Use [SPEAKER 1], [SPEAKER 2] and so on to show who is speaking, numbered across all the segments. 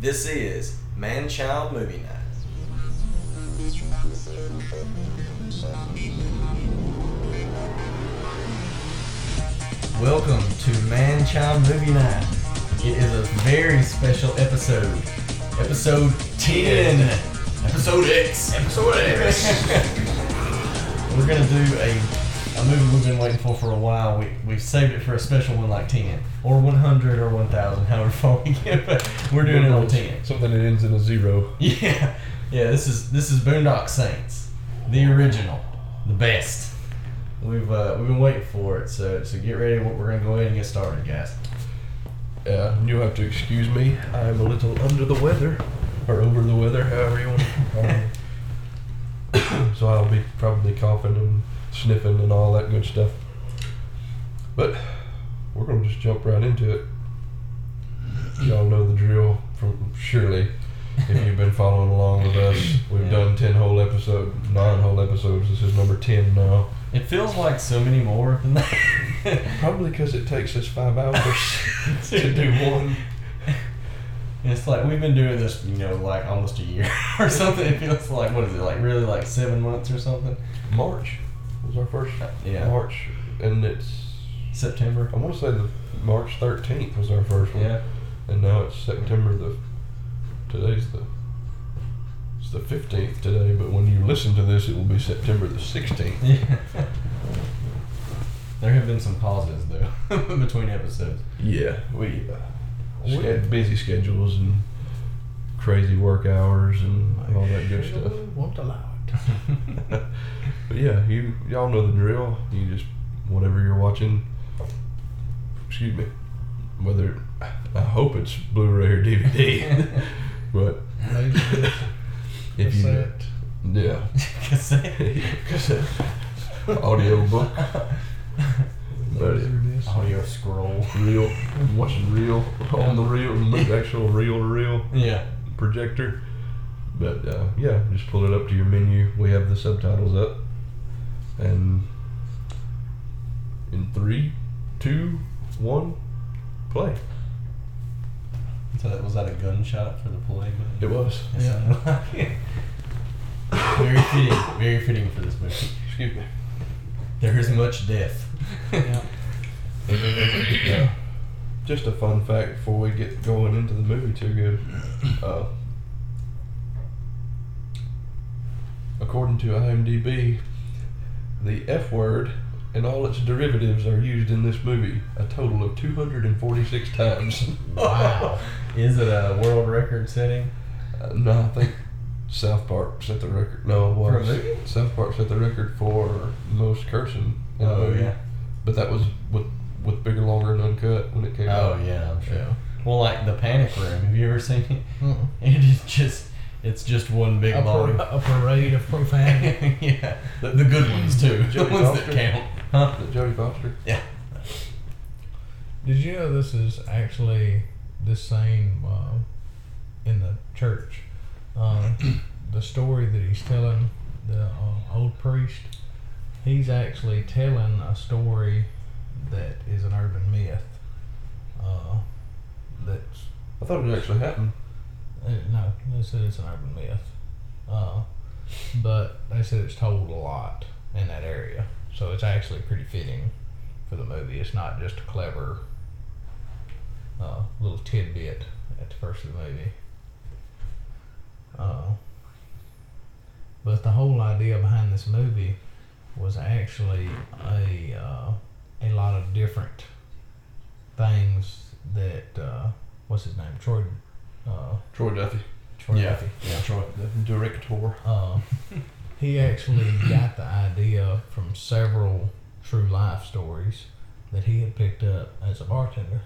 [SPEAKER 1] This is Man Child Movie Night. Welcome to Man Child Movie Night. It is a very special episode. Episode 10. Episode X. Episode X. We're going to do a, a movie we've been waiting for for a while. We, we've saved it for a special one like 10, or 100, or 1,000, however far we get. But we're doing it on 10.
[SPEAKER 2] Something that ends in a zero.
[SPEAKER 1] Yeah, yeah. This is this is Boondock Saints, the original, the best. We've uh, we've been waiting for it, so so get ready. We're we're gonna go ahead and get started, guys.
[SPEAKER 2] Yeah, Uh, you'll have to excuse me. I'm a little under the weather, or over the weather, however you want to call it. so I'll be probably coughing and sniffing and all that good stuff. But we're gonna just jump right into it. Y'all know the drill from surely. If you've been following along with us, we've
[SPEAKER 1] Yeah.
[SPEAKER 2] done ten whole episodes, nine whole episodes. This is number ten now.
[SPEAKER 1] It feels like so many more than that.
[SPEAKER 2] Probably because it takes us five hours to do one.
[SPEAKER 1] And It's like we've been doing this, you know, like almost a year or something. It feels like what is it like? Really, like seven months or something?
[SPEAKER 2] March was our first
[SPEAKER 1] Uh, Yeah.
[SPEAKER 2] March, and it's
[SPEAKER 1] September.
[SPEAKER 2] I want to say the March thirteenth was our first one,
[SPEAKER 1] Yeah.
[SPEAKER 2] and now it's September the today's the it's the fifteenth today, but when you listen to this, it will be September the sixteenth.
[SPEAKER 1] Yeah. there have been some pauses though between episodes.
[SPEAKER 2] Yeah, we uh,
[SPEAKER 1] We-
[SPEAKER 2] we had busy schedules and crazy work hours and all that good stuff.
[SPEAKER 3] Won't allow it.
[SPEAKER 2] But yeah, you y'all know the drill. You just whatever you're watching. Excuse me. Whether I hope it's Blu-ray or DVD, but if you
[SPEAKER 3] Cassette.
[SPEAKER 2] yeah,
[SPEAKER 1] Cassette.
[SPEAKER 2] cassette, audio book, but it,
[SPEAKER 3] Whatever it is.
[SPEAKER 1] Audio scroll.
[SPEAKER 2] real watching real on the real actual real real
[SPEAKER 1] Yeah.
[SPEAKER 2] projector. But uh, yeah, just pull it up to your menu. We have the subtitles up, and in three, two, one, play.
[SPEAKER 1] So that was that a gunshot for the play button?
[SPEAKER 2] It was.
[SPEAKER 1] It sounded like it. very fitting. Very fitting for this movie.
[SPEAKER 2] Excuse me.
[SPEAKER 1] There is much death.
[SPEAKER 3] Yeah.
[SPEAKER 2] Yeah. Just a fun fact before we get going into the movie too good. Uh, according to IMDb, the F word and all its derivatives are used in this movie a total of 246 times.
[SPEAKER 1] Wow. Is it a world record setting?
[SPEAKER 2] Uh, no, I think South Park set the record. No, it
[SPEAKER 1] For a
[SPEAKER 2] was.
[SPEAKER 1] movie?
[SPEAKER 2] South Park set the record for most cursing in a
[SPEAKER 1] Oh
[SPEAKER 2] movie.
[SPEAKER 1] yeah.
[SPEAKER 2] But that was with, with Bigger, Longer, and Uncut when it came out.
[SPEAKER 1] Oh yeah, I'm sure. Well, like the panic room. Have you ever seen it?
[SPEAKER 3] Mm.
[SPEAKER 1] It is just. It's just one big
[SPEAKER 3] A, par-
[SPEAKER 1] long.
[SPEAKER 3] a parade of profanity.
[SPEAKER 1] yeah. The, the good ones too. The
[SPEAKER 2] Jodie
[SPEAKER 1] ones that
[SPEAKER 2] Foster.
[SPEAKER 1] count. Huh?
[SPEAKER 2] Is it Jodie Foster?
[SPEAKER 1] Yeah.
[SPEAKER 3] Did you know this is actually the same uh, in the church? Uh, the story that he's telling the uh, old priest, he's actually telling a story that is an urban myth. Uh, that's
[SPEAKER 2] I thought it actually happened.
[SPEAKER 3] Uh, no, they said it's an urban myth. Uh, but they said it's told a lot in that area. So it's actually pretty fitting for the movie. It's not just a clever uh, little tidbit at the first of the movie. Uh, but the whole idea behind this movie was actually a, uh, a lot of different things that, uh, what's his name? Troy. Uh,
[SPEAKER 2] Troy Duffy,
[SPEAKER 3] Troy
[SPEAKER 1] Yeah.
[SPEAKER 3] Duffy.
[SPEAKER 1] Yeah. Sure.
[SPEAKER 2] the director.
[SPEAKER 3] Uh, he actually got the idea from several true life stories that he had picked up as a bartender.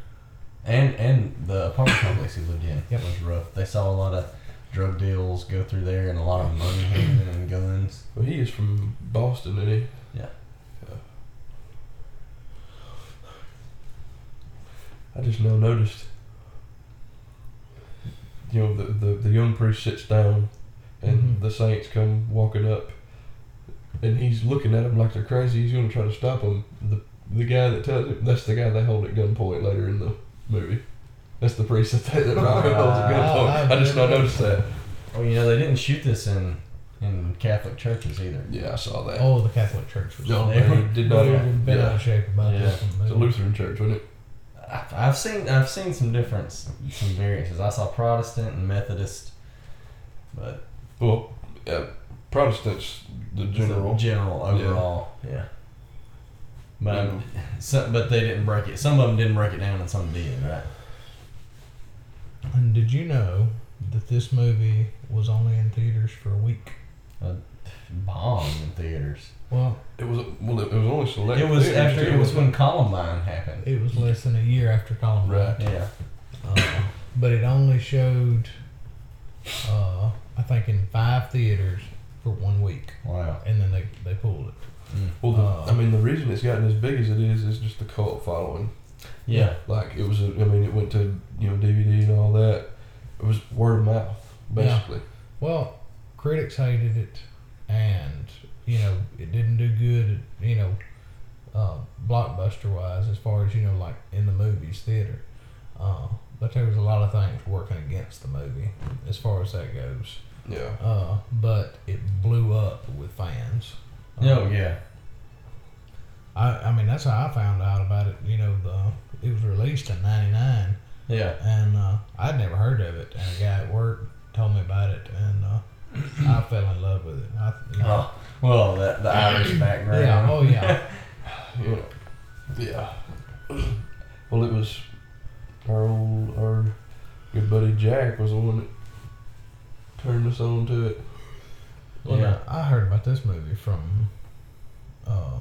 [SPEAKER 1] And and the apartment complex he lived in
[SPEAKER 3] Yep.
[SPEAKER 1] was rough. They saw a lot of drug deals go through there, and a lot of money handling and guns.
[SPEAKER 2] Well, he is from Boston, isn't he?
[SPEAKER 1] Yeah.
[SPEAKER 2] Yeah. I just now noticed. You know, the, the, the young priest sits down, and
[SPEAKER 3] Mhm.
[SPEAKER 2] Mm-hmm. the saints come walking up, and he's looking at them like they're crazy. He's going to try to stop them. The the guy that tells him that's the guy they hold at gunpoint later in the movie. That's the priest that that Robert holds at
[SPEAKER 3] Wow.
[SPEAKER 2] gunpoint. Ah, I just not noticed that.
[SPEAKER 1] Well, Oh, you know they didn't shoot this in in Catholic churches either.
[SPEAKER 2] Yeah, I saw that.
[SPEAKER 3] Oh, the Catholic Church was.
[SPEAKER 2] No,
[SPEAKER 1] they
[SPEAKER 2] they
[SPEAKER 1] were-
[SPEAKER 2] did
[SPEAKER 3] But
[SPEAKER 2] not.
[SPEAKER 3] it would have been out
[SPEAKER 2] Yeah.
[SPEAKER 3] of shape about
[SPEAKER 1] Yeah.
[SPEAKER 3] this one.
[SPEAKER 2] It's a
[SPEAKER 3] maybe.
[SPEAKER 2] Lutheran church, wasn't it?
[SPEAKER 1] I've, I've seen I've seen some difference, some variances. I saw Protestant and Methodist, but
[SPEAKER 2] Well, yeah, Protestants, the general.
[SPEAKER 1] general
[SPEAKER 2] Yeah.
[SPEAKER 1] overall, yeah. But um, some, but they didn't break it. Some of them didn't break it down, and some did, right?
[SPEAKER 3] And did you know that this movie was only in theaters for a week?
[SPEAKER 1] Bombed in theaters.
[SPEAKER 3] Well,
[SPEAKER 2] It was well. It, it was only select.
[SPEAKER 1] It was
[SPEAKER 2] theaters,
[SPEAKER 1] after
[SPEAKER 2] too,
[SPEAKER 1] it was
[SPEAKER 2] wasn't
[SPEAKER 1] when Columbine happened.
[SPEAKER 3] it was less than a year after Columbine.
[SPEAKER 2] Right.
[SPEAKER 1] Yeah,
[SPEAKER 3] Uh, but it only showed, uh, I think, in five theaters for one week,
[SPEAKER 1] wow. Mm.
[SPEAKER 3] and then they, they pulled it.
[SPEAKER 2] Well, the,
[SPEAKER 1] Oh.
[SPEAKER 3] Uh,
[SPEAKER 2] I mean, the reason it's gotten as big as it is is just the cult following.
[SPEAKER 1] Yeah,
[SPEAKER 2] Like it was, a, I mean, it went to you know DVD and all that. It was word of mouth, basically.
[SPEAKER 3] Well, critics hated it, and you know it didn't do good. You know, uh, blockbuster wise, as far as you know, like in the movies theater. Uh, but there was a lot of things working against the movie as far as that goes.
[SPEAKER 2] Yeah.
[SPEAKER 3] Uh, but it blew up with fans.
[SPEAKER 1] no, Oh, yeah,
[SPEAKER 3] I, I mean that's how I found out about it. You know, the it was released in '99,
[SPEAKER 1] yeah.
[SPEAKER 3] and uh, I'd never heard of it. And a guy at work told me about it, and uh, I fell in love with it. I, you know,
[SPEAKER 1] Oh, well, that the Irish background.
[SPEAKER 3] Yeah. Oh yeah.
[SPEAKER 2] Yeah. Yeah. Well, it was our old our good buddy Jack was the one that turned us on to it.
[SPEAKER 3] Well,
[SPEAKER 1] Yeah.
[SPEAKER 3] I heard about this movie from uh,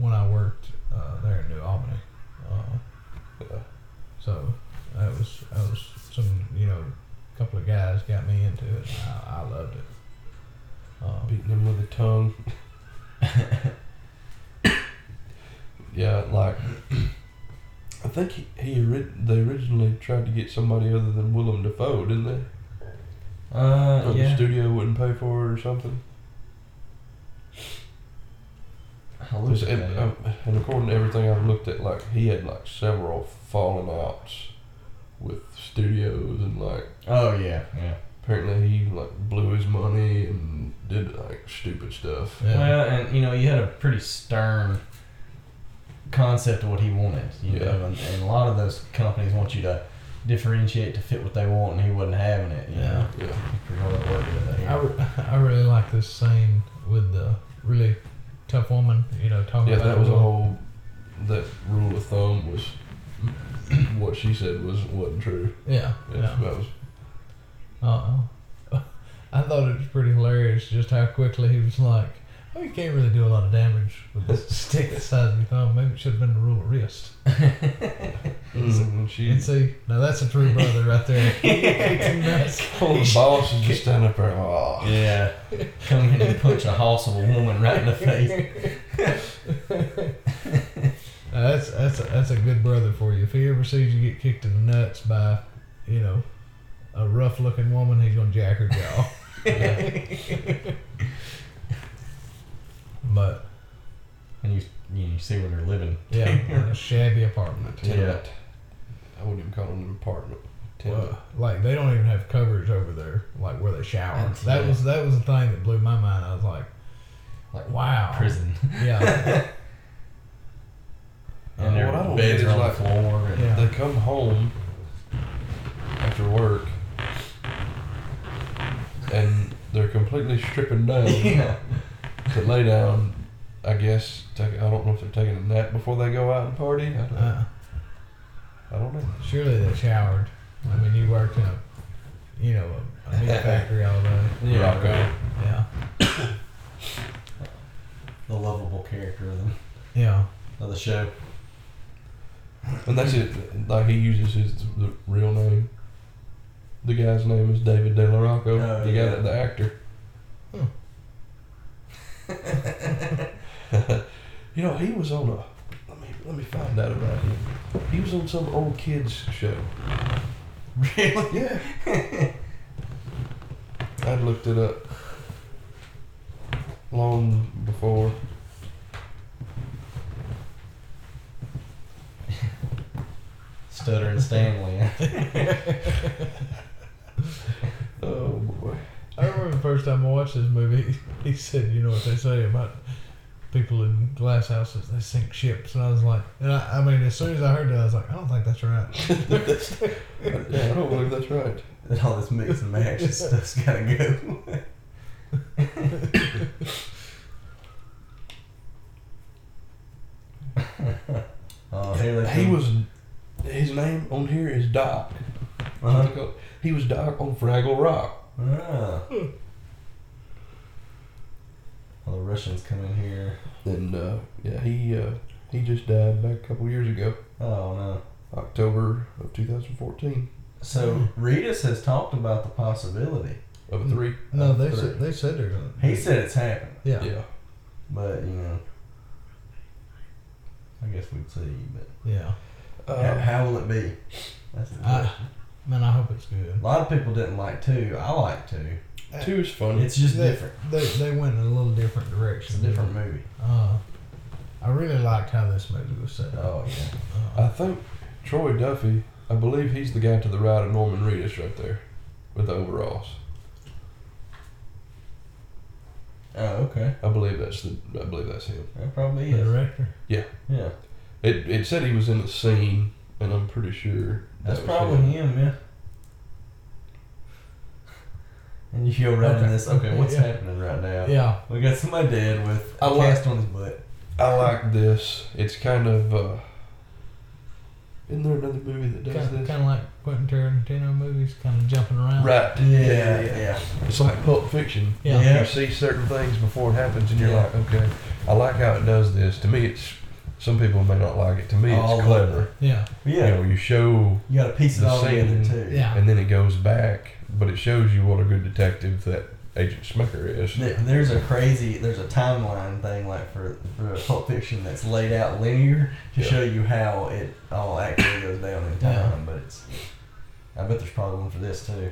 [SPEAKER 3] when I worked uh, there in New Albany. Uh,
[SPEAKER 2] Yeah.
[SPEAKER 3] so that was I was some you know a couple of guys got me into it. And I, I loved it. Uh,
[SPEAKER 2] Beating him with a tongue. yeah, like I think he, he ori- they originally tried to get somebody other than Willem Dafoe, didn't they?
[SPEAKER 1] Uh,
[SPEAKER 2] Or Oh, the
[SPEAKER 1] yeah.
[SPEAKER 2] studio wouldn't pay for it or something.
[SPEAKER 1] I'll look
[SPEAKER 2] Because
[SPEAKER 1] at
[SPEAKER 2] ev-
[SPEAKER 1] that.
[SPEAKER 2] um, and according to everything I've looked at, like he had like several falling outs with studios, and like
[SPEAKER 1] Oh yeah, yeah.
[SPEAKER 2] apparently he like blew his money and did like stupid stuff.
[SPEAKER 3] Yeah.
[SPEAKER 1] Well, and you know, he had a pretty stern concept of what he wanted. You
[SPEAKER 2] Yeah.
[SPEAKER 1] know, and, and a lot of those companies want you to differentiate to fit what they want, and he wasn't having it. You
[SPEAKER 3] Yeah.
[SPEAKER 1] know,
[SPEAKER 2] Yeah,
[SPEAKER 1] He could hardly work with it.
[SPEAKER 3] I, re- I really like this scene with the really tough woman. You know, talking
[SPEAKER 2] yeah,
[SPEAKER 3] about
[SPEAKER 2] that was
[SPEAKER 3] the
[SPEAKER 2] a whole. That rule of thumb was what she said was wasn't true.
[SPEAKER 3] Yeah.
[SPEAKER 2] Yeah,
[SPEAKER 3] Yeah.
[SPEAKER 2] That was
[SPEAKER 3] Uh oh. I thought it was pretty hilarious just how quickly he was like, "Oh, you can't really do a lot of damage with this stick the size of your thumb. Maybe it should have been the rule of wrist."
[SPEAKER 2] mm, she.
[SPEAKER 3] And see, now that's a true brother right there. That's-
[SPEAKER 2] Well, the boss is just standing up there. Oh,
[SPEAKER 1] Yeah, come in and punch a horse of a woman right in the face.
[SPEAKER 3] Now, that's that's a, that's a good brother for you. If he ever sees you get kicked in the nuts by, you know, a rough looking woman, he's gonna jack her jaw. but
[SPEAKER 1] And you, you, you see where they're living.
[SPEAKER 3] yeah, in a shabby apartment.
[SPEAKER 2] tenement. I wouldn't even call it an apartment. Tenement.
[SPEAKER 3] Well, like they don't even have coverage over there, like where they shower.
[SPEAKER 1] That's-
[SPEAKER 3] that
[SPEAKER 1] yeah.
[SPEAKER 3] was that was the thing that blew my mind. I was like,
[SPEAKER 1] Like
[SPEAKER 3] wow,
[SPEAKER 1] prison.
[SPEAKER 3] Yeah,
[SPEAKER 2] Uh,
[SPEAKER 1] And their
[SPEAKER 2] what I don't
[SPEAKER 1] beds
[SPEAKER 2] get
[SPEAKER 1] are
[SPEAKER 2] is
[SPEAKER 1] on the
[SPEAKER 2] like-
[SPEAKER 1] floor. And,
[SPEAKER 3] Yeah.
[SPEAKER 2] They come home after work and they're completely stripping down
[SPEAKER 1] yeah.
[SPEAKER 2] to lay down. I guess take, I don't know if they're taking a nap before they go out and party. I don't,
[SPEAKER 3] uh,
[SPEAKER 2] I don't know.
[SPEAKER 3] surely they showered. I mean, you worked in a, you know, a, a meat factory all day.
[SPEAKER 1] Yeah,
[SPEAKER 2] Rocco.
[SPEAKER 1] right.
[SPEAKER 3] Yeah,
[SPEAKER 1] The lovable character of the,
[SPEAKER 3] yeah,
[SPEAKER 1] of the show.
[SPEAKER 2] And that's it. Like he uses his the real name. The guy's name is David De La Rocco.
[SPEAKER 1] Oh,
[SPEAKER 2] the guy,
[SPEAKER 1] yeah.
[SPEAKER 2] that, the actor.
[SPEAKER 3] Hmm.
[SPEAKER 1] Hmm.
[SPEAKER 2] you know, he was on a. Let me let me find out about him. He was on some old kids show.
[SPEAKER 1] Really?
[SPEAKER 2] Yeah. I looked it up. long before.
[SPEAKER 1] Stuttering Stanley.
[SPEAKER 2] Oh boy.
[SPEAKER 3] I remember the first time I watched this movie, he said, You know what they say about people in glass houses, they sink ships. And I was like, And I, I mean, as soon as I heard that, I was like, I don't think that's right.
[SPEAKER 2] Yeah, I don't believe that's right.
[SPEAKER 1] and all this mix and match and stuff's gotta go. oh, here they
[SPEAKER 2] He
[SPEAKER 1] come.
[SPEAKER 2] was. His name on here is Doc.
[SPEAKER 1] Uh-huh.
[SPEAKER 2] He was Doc on Fraggle Rock.
[SPEAKER 1] Ah. All the Russians come in here.
[SPEAKER 2] And uh, yeah, he uh, he just died back a couple years ago,
[SPEAKER 1] Oh no.
[SPEAKER 2] October of 2014,
[SPEAKER 1] So
[SPEAKER 2] Hmm.
[SPEAKER 1] Redis has talked about the possibility.
[SPEAKER 2] of a three.
[SPEAKER 3] No, they said, they said they're going to.
[SPEAKER 2] Hmm.
[SPEAKER 1] He said it's happened,
[SPEAKER 3] Yeah.
[SPEAKER 2] yeah.
[SPEAKER 1] but you know, I guess we'd see. But
[SPEAKER 3] Yeah.
[SPEAKER 1] how,
[SPEAKER 2] Uh,
[SPEAKER 1] how will it be? That's the
[SPEAKER 3] I,
[SPEAKER 1] question.
[SPEAKER 3] man, I hope it's good.
[SPEAKER 1] A lot of people didn't like two. I like two.
[SPEAKER 2] two is funny.
[SPEAKER 1] It's just
[SPEAKER 3] They-
[SPEAKER 1] different.
[SPEAKER 3] They, they went in a little different
[SPEAKER 1] It's a
[SPEAKER 3] direction.
[SPEAKER 1] different movie.
[SPEAKER 3] Uh, I really liked how this movie was set up. Uh,
[SPEAKER 1] Oh yeah.
[SPEAKER 2] I think Troy Duffy, I believe he's the guy to the right of Norman Reedus right there with the overalls.
[SPEAKER 1] Oh okay.
[SPEAKER 2] I believe that's the I believe that's him.
[SPEAKER 1] That probably
[SPEAKER 3] the
[SPEAKER 1] is.
[SPEAKER 3] director.
[SPEAKER 1] Yeah.
[SPEAKER 2] It it said he was in the scene and I'm pretty sure
[SPEAKER 1] That's
[SPEAKER 2] that was
[SPEAKER 1] probably
[SPEAKER 2] him.
[SPEAKER 1] him, yeah. And you go right in
[SPEAKER 3] Okay.
[SPEAKER 1] this. Okay, what's
[SPEAKER 3] Yeah.
[SPEAKER 1] happening right now?
[SPEAKER 3] Yeah.
[SPEAKER 1] We got somebody dead with
[SPEAKER 2] I
[SPEAKER 1] a
[SPEAKER 2] like-
[SPEAKER 1] cast on his butt.
[SPEAKER 2] I like this. It's kind of uh Isn't there another movie that does
[SPEAKER 3] Kind
[SPEAKER 2] this?
[SPEAKER 3] of like Quentin Tarantino movies, kind of jumping around.
[SPEAKER 2] Right.
[SPEAKER 1] Yeah, yeah.
[SPEAKER 2] It's like Pulp Fiction.
[SPEAKER 3] Yeah.
[SPEAKER 1] Yeah.
[SPEAKER 2] You see certain things before it happens and you're
[SPEAKER 1] Yeah.
[SPEAKER 2] like, okay. I like how it does this. To me it's some people may not like it. To me
[SPEAKER 1] All
[SPEAKER 2] it's
[SPEAKER 1] of
[SPEAKER 2] clever.
[SPEAKER 3] Yeah.
[SPEAKER 2] You
[SPEAKER 1] Yeah,
[SPEAKER 2] know, you show
[SPEAKER 1] you got to piece it
[SPEAKER 2] The
[SPEAKER 1] all together
[SPEAKER 2] scene.
[SPEAKER 1] too.
[SPEAKER 3] Yeah.
[SPEAKER 2] and then it goes back, but it shows you what a good detective that Agent Smecker is.
[SPEAKER 1] Th- There's a crazy, there's a timeline thing like for for Pulp Fiction that's laid out linear to
[SPEAKER 2] Yeah.
[SPEAKER 1] show you how it all actually goes down in time.
[SPEAKER 3] Yeah.
[SPEAKER 1] But it's, I bet there's probably one for this too.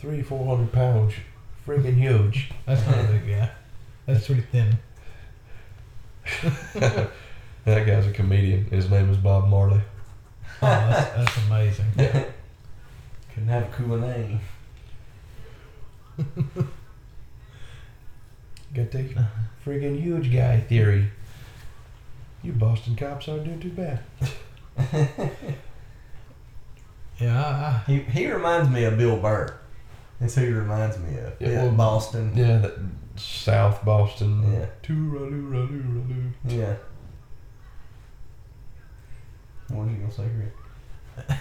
[SPEAKER 2] Three, four hundred pounds, friggin' huge.
[SPEAKER 3] That's not a big guy. That's pretty thin.
[SPEAKER 2] That guy's a comedian. His name is Bob Marley.
[SPEAKER 3] Oh, that's, that's amazing.
[SPEAKER 1] Couldn't have a cooler name.
[SPEAKER 2] Got the friggin' huge guy theory. You Boston cops aren't doing too bad.
[SPEAKER 3] Yeah. I,
[SPEAKER 1] He he reminds me of Bill Burr. That's who he reminds me of.
[SPEAKER 2] Yeah,
[SPEAKER 1] Yeah,
[SPEAKER 2] well-
[SPEAKER 1] Boston.
[SPEAKER 2] Yeah, that South Boston.
[SPEAKER 1] Yeah.
[SPEAKER 2] Tooraloo-raloo-raloo.
[SPEAKER 1] Yeah. What was you gonna say, Rick?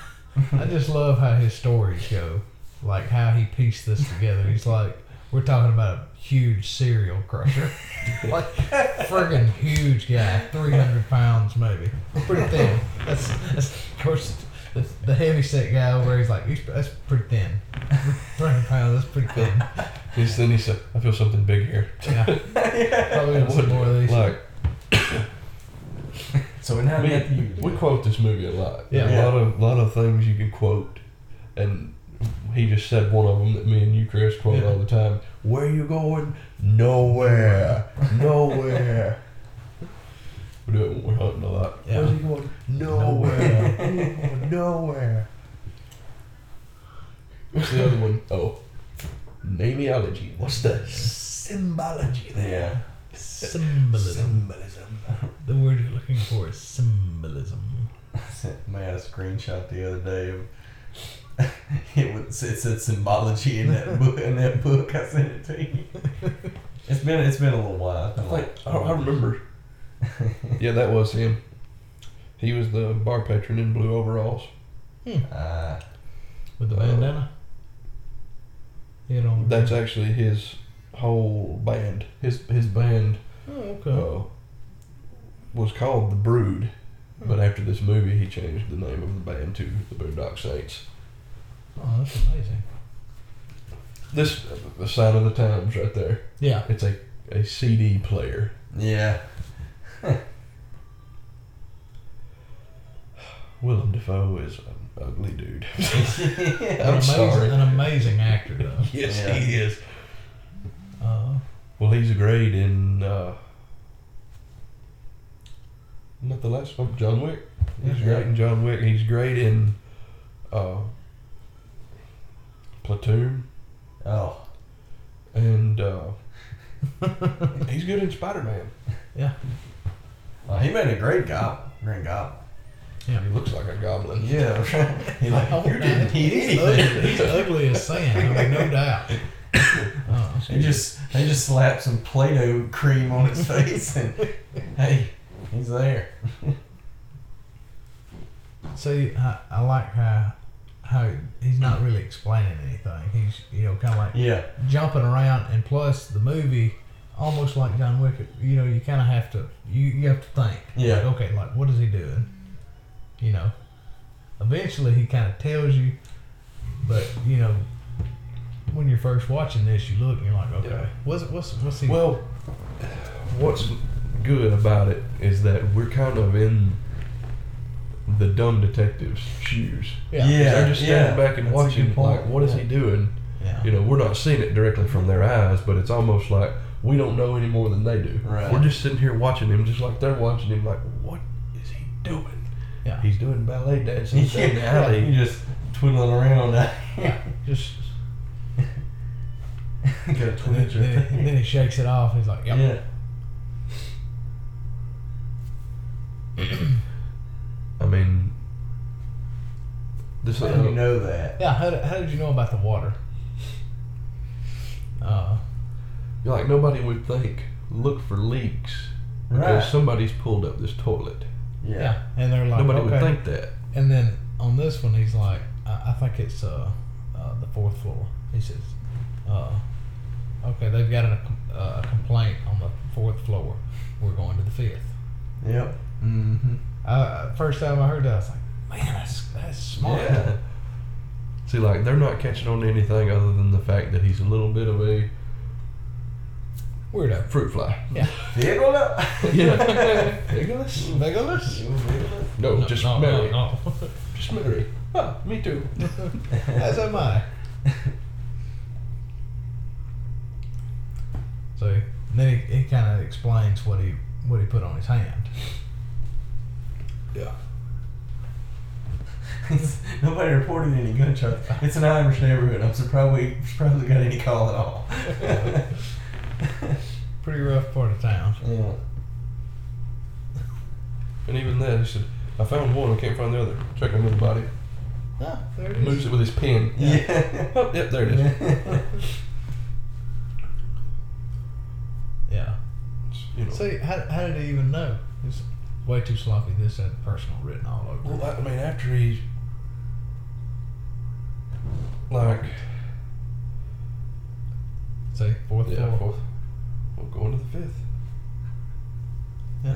[SPEAKER 3] I just love how his stories go, like how he pieced this together. He's like, we're talking about a huge serial crusher, like friggin' huge guy, three hundred pounds maybe, pretty thin. That's, that's of course the, the heavy set guy over. there, He's like, he's, that's pretty thin, three hundred pounds. That's pretty thin.
[SPEAKER 2] He's then he said, I feel something big here.
[SPEAKER 3] Yeah, probably want some more of these.
[SPEAKER 2] Like,
[SPEAKER 1] So now we have
[SPEAKER 2] we,
[SPEAKER 1] you.
[SPEAKER 2] we quote this movie a lot. A
[SPEAKER 3] Yeah.
[SPEAKER 2] lot of lot of things you can quote, and he just said one of them that me and you, Chris, quote
[SPEAKER 3] Yeah.
[SPEAKER 2] all the time. Where you going? Nowhere. Nowhere. we do it when we're hunting a lot.
[SPEAKER 3] Yeah.
[SPEAKER 2] Where's he going? Nowhere. Where you going? Nowhere. What's the other one? Oh, nameology. What's the symbology
[SPEAKER 1] Yeah.
[SPEAKER 2] there?
[SPEAKER 3] symbolism.
[SPEAKER 2] Symbolism.
[SPEAKER 3] The word you're looking for is symbolism.
[SPEAKER 1] sent Matt a screenshot the other day of it was it said symbology in that book in that book I sent it to you. It's been it's been a little while. It's
[SPEAKER 2] I
[SPEAKER 1] been
[SPEAKER 2] think I, I remember. yeah, that was him. He was the bar patron in blue overalls.
[SPEAKER 1] Uh,
[SPEAKER 3] With the
[SPEAKER 2] Uh,
[SPEAKER 3] bandana? You know.
[SPEAKER 2] That's actually his whole band. His his band
[SPEAKER 3] Oh, okay.
[SPEAKER 2] uh, was called the Brood, but after this movie, he changed the name of the band to the Boondock Saints.
[SPEAKER 3] oh, that's amazing.
[SPEAKER 2] This the sign of the times right there.
[SPEAKER 3] Yeah.
[SPEAKER 2] It's a a CD player.
[SPEAKER 1] yeah.
[SPEAKER 2] Willem Dafoe is an ugly dude.
[SPEAKER 3] an
[SPEAKER 2] I'm
[SPEAKER 3] amazing,
[SPEAKER 2] sorry.
[SPEAKER 3] An amazing actor, though.
[SPEAKER 2] Yes,
[SPEAKER 1] Yeah.
[SPEAKER 2] he is.
[SPEAKER 3] Uh,
[SPEAKER 2] Well, he's a grade in. Uh, not the last one, John Wick. He's
[SPEAKER 1] Yeah.
[SPEAKER 2] great in John Wick. He's great in uh, Platoon,
[SPEAKER 1] Oh,
[SPEAKER 2] and uh, he's good in Spider Man.
[SPEAKER 1] well, oh, he made a great goblin. Green goblin.
[SPEAKER 2] He looks like a goblin.
[SPEAKER 1] Yeah, he like you didn't eat
[SPEAKER 3] He's ugly,
[SPEAKER 1] anything.
[SPEAKER 3] he's ugly as sand. I mean, no doubt. Uh,
[SPEAKER 1] They just they just slapped some Play-Doh cream on his face, and hey, he's there.
[SPEAKER 3] see, I, I like how how he's not really explaining anything. He's you know kind of like
[SPEAKER 1] Yeah,
[SPEAKER 3] jumping around, and plus the movie, almost like John Wick. You know, you kind of have to you, you have to think.
[SPEAKER 1] yeah,
[SPEAKER 3] Like, okay, like what is he doing? You know, eventually he kind of tells you, but you know, when you're first watching this, you look and you're like, okay,
[SPEAKER 2] Yeah.
[SPEAKER 3] what's what's what's he?
[SPEAKER 2] Well, what's good about it is that we're kind of in the dumb detective's shoes.
[SPEAKER 3] yeah,
[SPEAKER 1] yeah.
[SPEAKER 2] They're just standing
[SPEAKER 1] yeah.
[SPEAKER 2] back and
[SPEAKER 1] That's a
[SPEAKER 2] watching,
[SPEAKER 1] good point.
[SPEAKER 2] like, what is he
[SPEAKER 1] Yeah.
[SPEAKER 2] doing?
[SPEAKER 3] yeah.
[SPEAKER 2] You know, we're not seeing it directly from their eyes, but it's almost like we don't know any more than they do.
[SPEAKER 1] Right.
[SPEAKER 2] We're just sitting here watching him, just like they're watching him, like, what is he doing?
[SPEAKER 3] Yeah.
[SPEAKER 2] He's doing ballet dancing down the
[SPEAKER 1] Yeah,
[SPEAKER 2] alley.
[SPEAKER 1] you just twiddling around.
[SPEAKER 3] Just
[SPEAKER 1] Got a
[SPEAKER 3] then,
[SPEAKER 1] twitch.
[SPEAKER 3] then, then he shakes it off. He's like, yep.
[SPEAKER 1] Yeah.
[SPEAKER 2] I mean, this uh,
[SPEAKER 1] How do you know that?
[SPEAKER 3] Yeah, how, did- how did you know about the water? Uh,
[SPEAKER 2] You're like nobody would think. Look for leaks because
[SPEAKER 1] Right.
[SPEAKER 2] somebody's pulled up this toilet.
[SPEAKER 1] Yeah.
[SPEAKER 3] yeah, and they're like,
[SPEAKER 2] nobody
[SPEAKER 3] okay.
[SPEAKER 2] would think that.
[SPEAKER 3] And then on this one, he's like, I, I think it's uh, uh, the fourth floor. He says, uh, okay, they've got a, com- uh, a complaint on the fourth floor. We're going to the fifth.
[SPEAKER 1] Yep.
[SPEAKER 2] Mm-hmm.
[SPEAKER 3] Uh, first time I heard that, I was like, man, that's, that's smart.
[SPEAKER 2] Yeah. See, like they're not catching on to anything other than the fact that he's a little bit of a
[SPEAKER 3] Weirdo.
[SPEAKER 2] fruit fly.
[SPEAKER 1] Fiddle up.
[SPEAKER 2] Yeah. Nicholas?
[SPEAKER 3] Vigilous?
[SPEAKER 2] No, just
[SPEAKER 3] no,
[SPEAKER 2] Mary.
[SPEAKER 3] No, no.
[SPEAKER 2] Just Mary. Huh, me too.
[SPEAKER 3] As am I. so and then he, he kind of explains what he what he put on his hand.
[SPEAKER 2] Yeah.
[SPEAKER 1] Nobody reported any gunshots. It's an Irish neighborhood. I'm surprised we surprised we got any call at all.
[SPEAKER 3] Pretty rough part of town.
[SPEAKER 1] yeah.
[SPEAKER 2] And even then, he said, "I found one. I can't find the other. Check another body."
[SPEAKER 3] Ah, there it
[SPEAKER 2] Moves it with his pen.
[SPEAKER 1] Yeah.
[SPEAKER 2] Oh, yep, there it is.
[SPEAKER 3] Yeah.
[SPEAKER 2] You know.
[SPEAKER 3] See, how, how did he even know? It's way too sloppy. This had personal written all over.
[SPEAKER 2] Well,
[SPEAKER 3] it.
[SPEAKER 2] that- I mean, after he, like,
[SPEAKER 3] See, fourth
[SPEAKER 2] yeah,
[SPEAKER 3] floor.
[SPEAKER 2] fourth, we'll go into the fifth.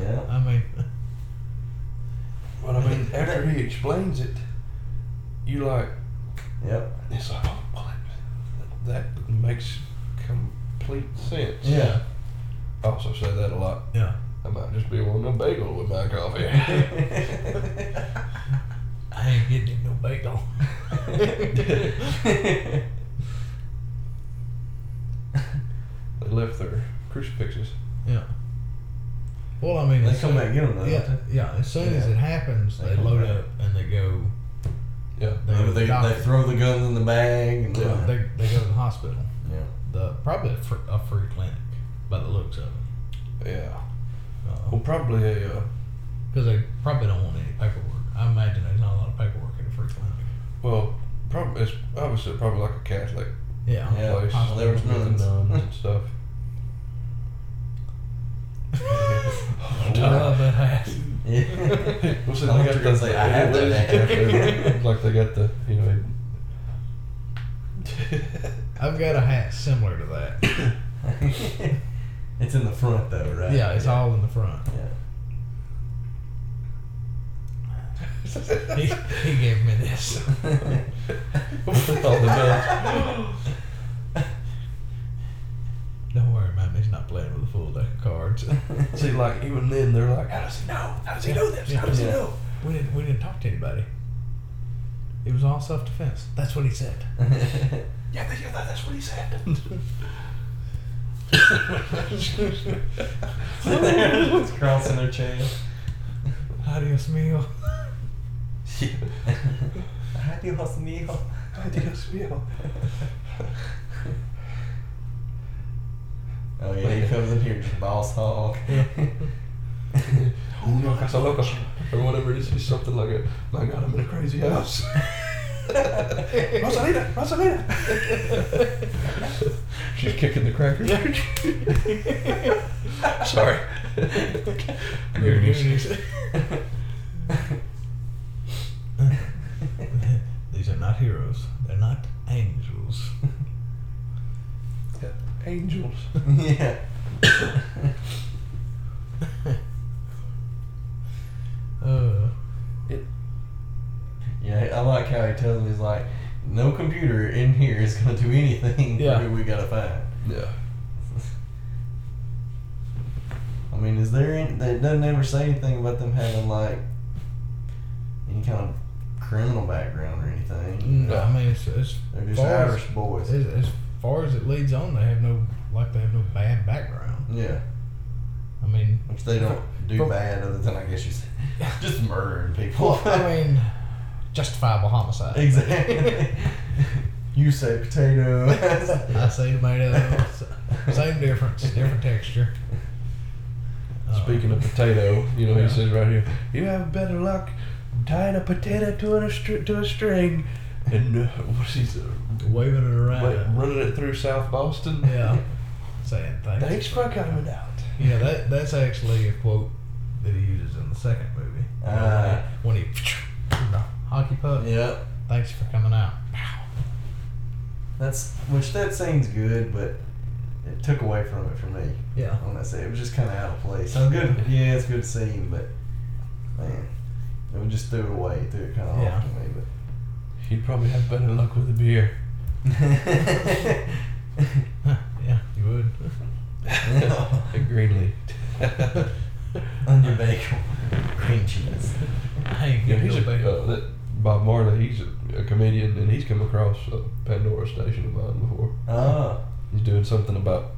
[SPEAKER 1] Yeah.
[SPEAKER 3] I mean,
[SPEAKER 2] But I mean, after he explains it, you like,
[SPEAKER 1] yep.
[SPEAKER 2] it's like, oh, well, that, that makes complete sense.
[SPEAKER 1] Yeah.
[SPEAKER 2] I also say that a lot.
[SPEAKER 3] yeah.
[SPEAKER 2] I might just be wanting a bagel with my coffee.
[SPEAKER 3] I ain't getting him no bagel.
[SPEAKER 2] they left their crucifixes.
[SPEAKER 3] Yeah. Well, I mean,
[SPEAKER 1] they
[SPEAKER 3] as
[SPEAKER 1] come
[SPEAKER 3] soon-
[SPEAKER 1] back and get them though.
[SPEAKER 3] Yeah, yeah. As soon as
[SPEAKER 1] Yeah.
[SPEAKER 3] it happens, they,
[SPEAKER 1] They come
[SPEAKER 3] load
[SPEAKER 1] back.
[SPEAKER 3] up and they go.
[SPEAKER 2] Yeah.
[SPEAKER 1] They, they, they throw the guns in the bag. And,
[SPEAKER 2] Yeah.
[SPEAKER 3] uh, they, they go to the hospital.
[SPEAKER 1] yeah.
[SPEAKER 3] The probably a free, a free clinic by the looks of it,
[SPEAKER 2] Yeah. Well,
[SPEAKER 3] because
[SPEAKER 2] probably a, uh,
[SPEAKER 3] they probably don't want any paperwork. I imagine there's not a lot of paperwork at a free clinic.
[SPEAKER 2] well, probably, it's obviously probably like a Catholic
[SPEAKER 3] Yeah.
[SPEAKER 1] Yeah.
[SPEAKER 2] place.
[SPEAKER 1] well, there was
[SPEAKER 2] with the
[SPEAKER 1] nuns.
[SPEAKER 2] nuns and stuff.
[SPEAKER 3] Love that ass.
[SPEAKER 1] Yeah.
[SPEAKER 2] Well, see,
[SPEAKER 1] I thought you
[SPEAKER 2] they got
[SPEAKER 1] were gonna
[SPEAKER 2] the-
[SPEAKER 1] say, I had that hat.
[SPEAKER 2] It's like they got the, you know.
[SPEAKER 3] I've got a hat similar to that.
[SPEAKER 1] it's in the front though, right?
[SPEAKER 3] Yeah, it's all in the front.
[SPEAKER 1] Yeah.
[SPEAKER 3] He, he gave me this.
[SPEAKER 2] all the nuns.
[SPEAKER 3] Don't worry, man. He's not playing with a full deck of cards.
[SPEAKER 2] See, like even then, they're like, "How does he know? How does he know this? How does he
[SPEAKER 1] Yeah.
[SPEAKER 2] know?"
[SPEAKER 3] We didn't. We didn't talk to anybody. It was all self defense. That's what he said.
[SPEAKER 2] Yeah, they, yeah, that's what he said.
[SPEAKER 1] Sitting there, just crossing their chain.
[SPEAKER 3] Adios, meal.
[SPEAKER 1] Adios, mijo.
[SPEAKER 2] Adios, mio.
[SPEAKER 1] Oh yeah, he comes in here, boss hog.
[SPEAKER 2] Una casa loca, or whatever it is. It's something like a, my God, I'm in a crazy house. Rosalina, Rosalina. She's kicking the crackers. Sorry.
[SPEAKER 3] Goonies. These are not heroes. They're not angels.
[SPEAKER 2] Yeah. Angels.
[SPEAKER 1] yeah.
[SPEAKER 3] Uh,
[SPEAKER 1] Yeah, I like how he tells him he's like, no computer in here is gonna do anything
[SPEAKER 3] Yeah.
[SPEAKER 1] for who we gotta find.
[SPEAKER 2] Yeah.
[SPEAKER 1] I mean, is there any, that doesn't ever say anything about them having like any kind of criminal background or anything?
[SPEAKER 3] I mean, it's, it's
[SPEAKER 1] They're just
[SPEAKER 3] far as-
[SPEAKER 1] Irish boys.
[SPEAKER 3] as, as far as it leads on, they have no like they have no bad background.
[SPEAKER 1] yeah,
[SPEAKER 3] I mean,
[SPEAKER 1] which they don't do
[SPEAKER 3] From-
[SPEAKER 1] bad other than I guess you say just murdering people.
[SPEAKER 3] well, I mean, justifiable homicide.
[SPEAKER 1] exactly. you say potato.
[SPEAKER 3] I say tomato. s- Same difference, different texture. Uh,
[SPEAKER 2] Speaking of potato, you know,
[SPEAKER 3] Yeah.
[SPEAKER 2] he says right here, you have better luck tying a potato to, an, str- to a string and uh, what's he say?
[SPEAKER 3] waving it around.
[SPEAKER 2] Wait, running it through South Boston.
[SPEAKER 3] Yeah, saying thanks.
[SPEAKER 2] Thanks for coming out.
[SPEAKER 3] Yeah, that that's actually a quote that he uses in the second movie.
[SPEAKER 1] Ah.
[SPEAKER 3] when he the hockey puck.
[SPEAKER 1] Yep.
[SPEAKER 3] Thanks for coming out.
[SPEAKER 1] That's which that seems good, but it took away from it for me.
[SPEAKER 3] Yeah.
[SPEAKER 2] Uh-huh.
[SPEAKER 1] When I say it was just kind of out of place. So good, yeah, it's a good scene, but man, it was just threw it away, threw it kind of
[SPEAKER 3] Yeah.
[SPEAKER 1] off to me.
[SPEAKER 2] He'd probably have better luck with a beer.
[SPEAKER 1] But
[SPEAKER 3] yeah, you would.
[SPEAKER 2] At Greenlee.
[SPEAKER 1] under bagel, cream cheese.
[SPEAKER 3] I ain't
[SPEAKER 2] yeah,
[SPEAKER 3] gonna
[SPEAKER 2] he's
[SPEAKER 3] go
[SPEAKER 2] a,
[SPEAKER 3] back.
[SPEAKER 2] uh, that Bob Marley. He's a, a comedian, and he's come across a Pandora station of mine before.
[SPEAKER 1] Oh,
[SPEAKER 2] He's doing something about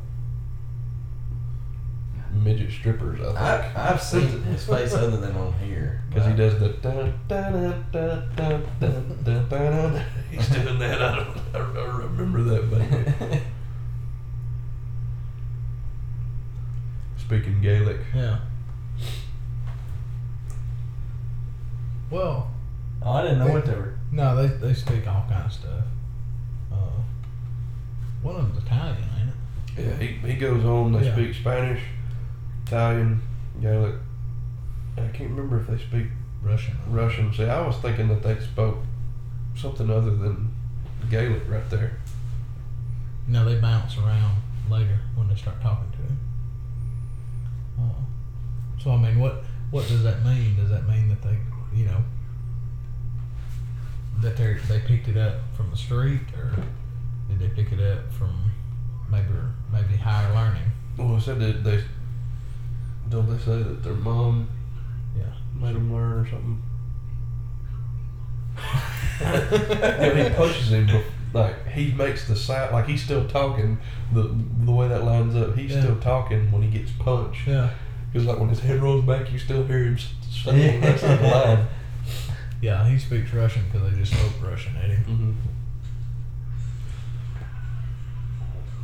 [SPEAKER 2] midget strippers, I
[SPEAKER 1] I,
[SPEAKER 2] think.
[SPEAKER 1] I've seen his face other than on here.
[SPEAKER 2] Because he does the da da da da da da da da da. He's doing that. I don't. I, I remember that. But speaking Gaelic,
[SPEAKER 3] Yeah. Well,
[SPEAKER 1] oh, I didn't know what they were.
[SPEAKER 3] no, they they speak all kind of stuff. Uh, one of them's Italian, ain't it?
[SPEAKER 2] yeah, he, he goes on. They
[SPEAKER 3] Yeah.
[SPEAKER 2] speak Spanish, Italian, Gaelic. I can't remember if they speak
[SPEAKER 3] Russian.
[SPEAKER 2] Russian. See, I was thinking that they spoke something other than Gaelic right there.
[SPEAKER 3] No, they bounce around later when they start talking to him. Uh, so I mean, what what does that mean? Does that mean that they, you know, that they they picked it up from the street, or did they pick it up from maybe maybe higher learning?
[SPEAKER 2] Well, I said that they don't they say that their mom
[SPEAKER 3] Yeah.
[SPEAKER 2] made them learn or something. And he punches him, bef- like he makes the sound, like he's still talking. The the way that lines up, he's
[SPEAKER 3] Yeah.
[SPEAKER 2] still talking when he gets punched.
[SPEAKER 3] Yeah.
[SPEAKER 2] Because like when his head rolls back, you still hear him s- saying that's the line.
[SPEAKER 3] Yeah, he speaks Russian because they just spoke Russian at him.
[SPEAKER 2] hmm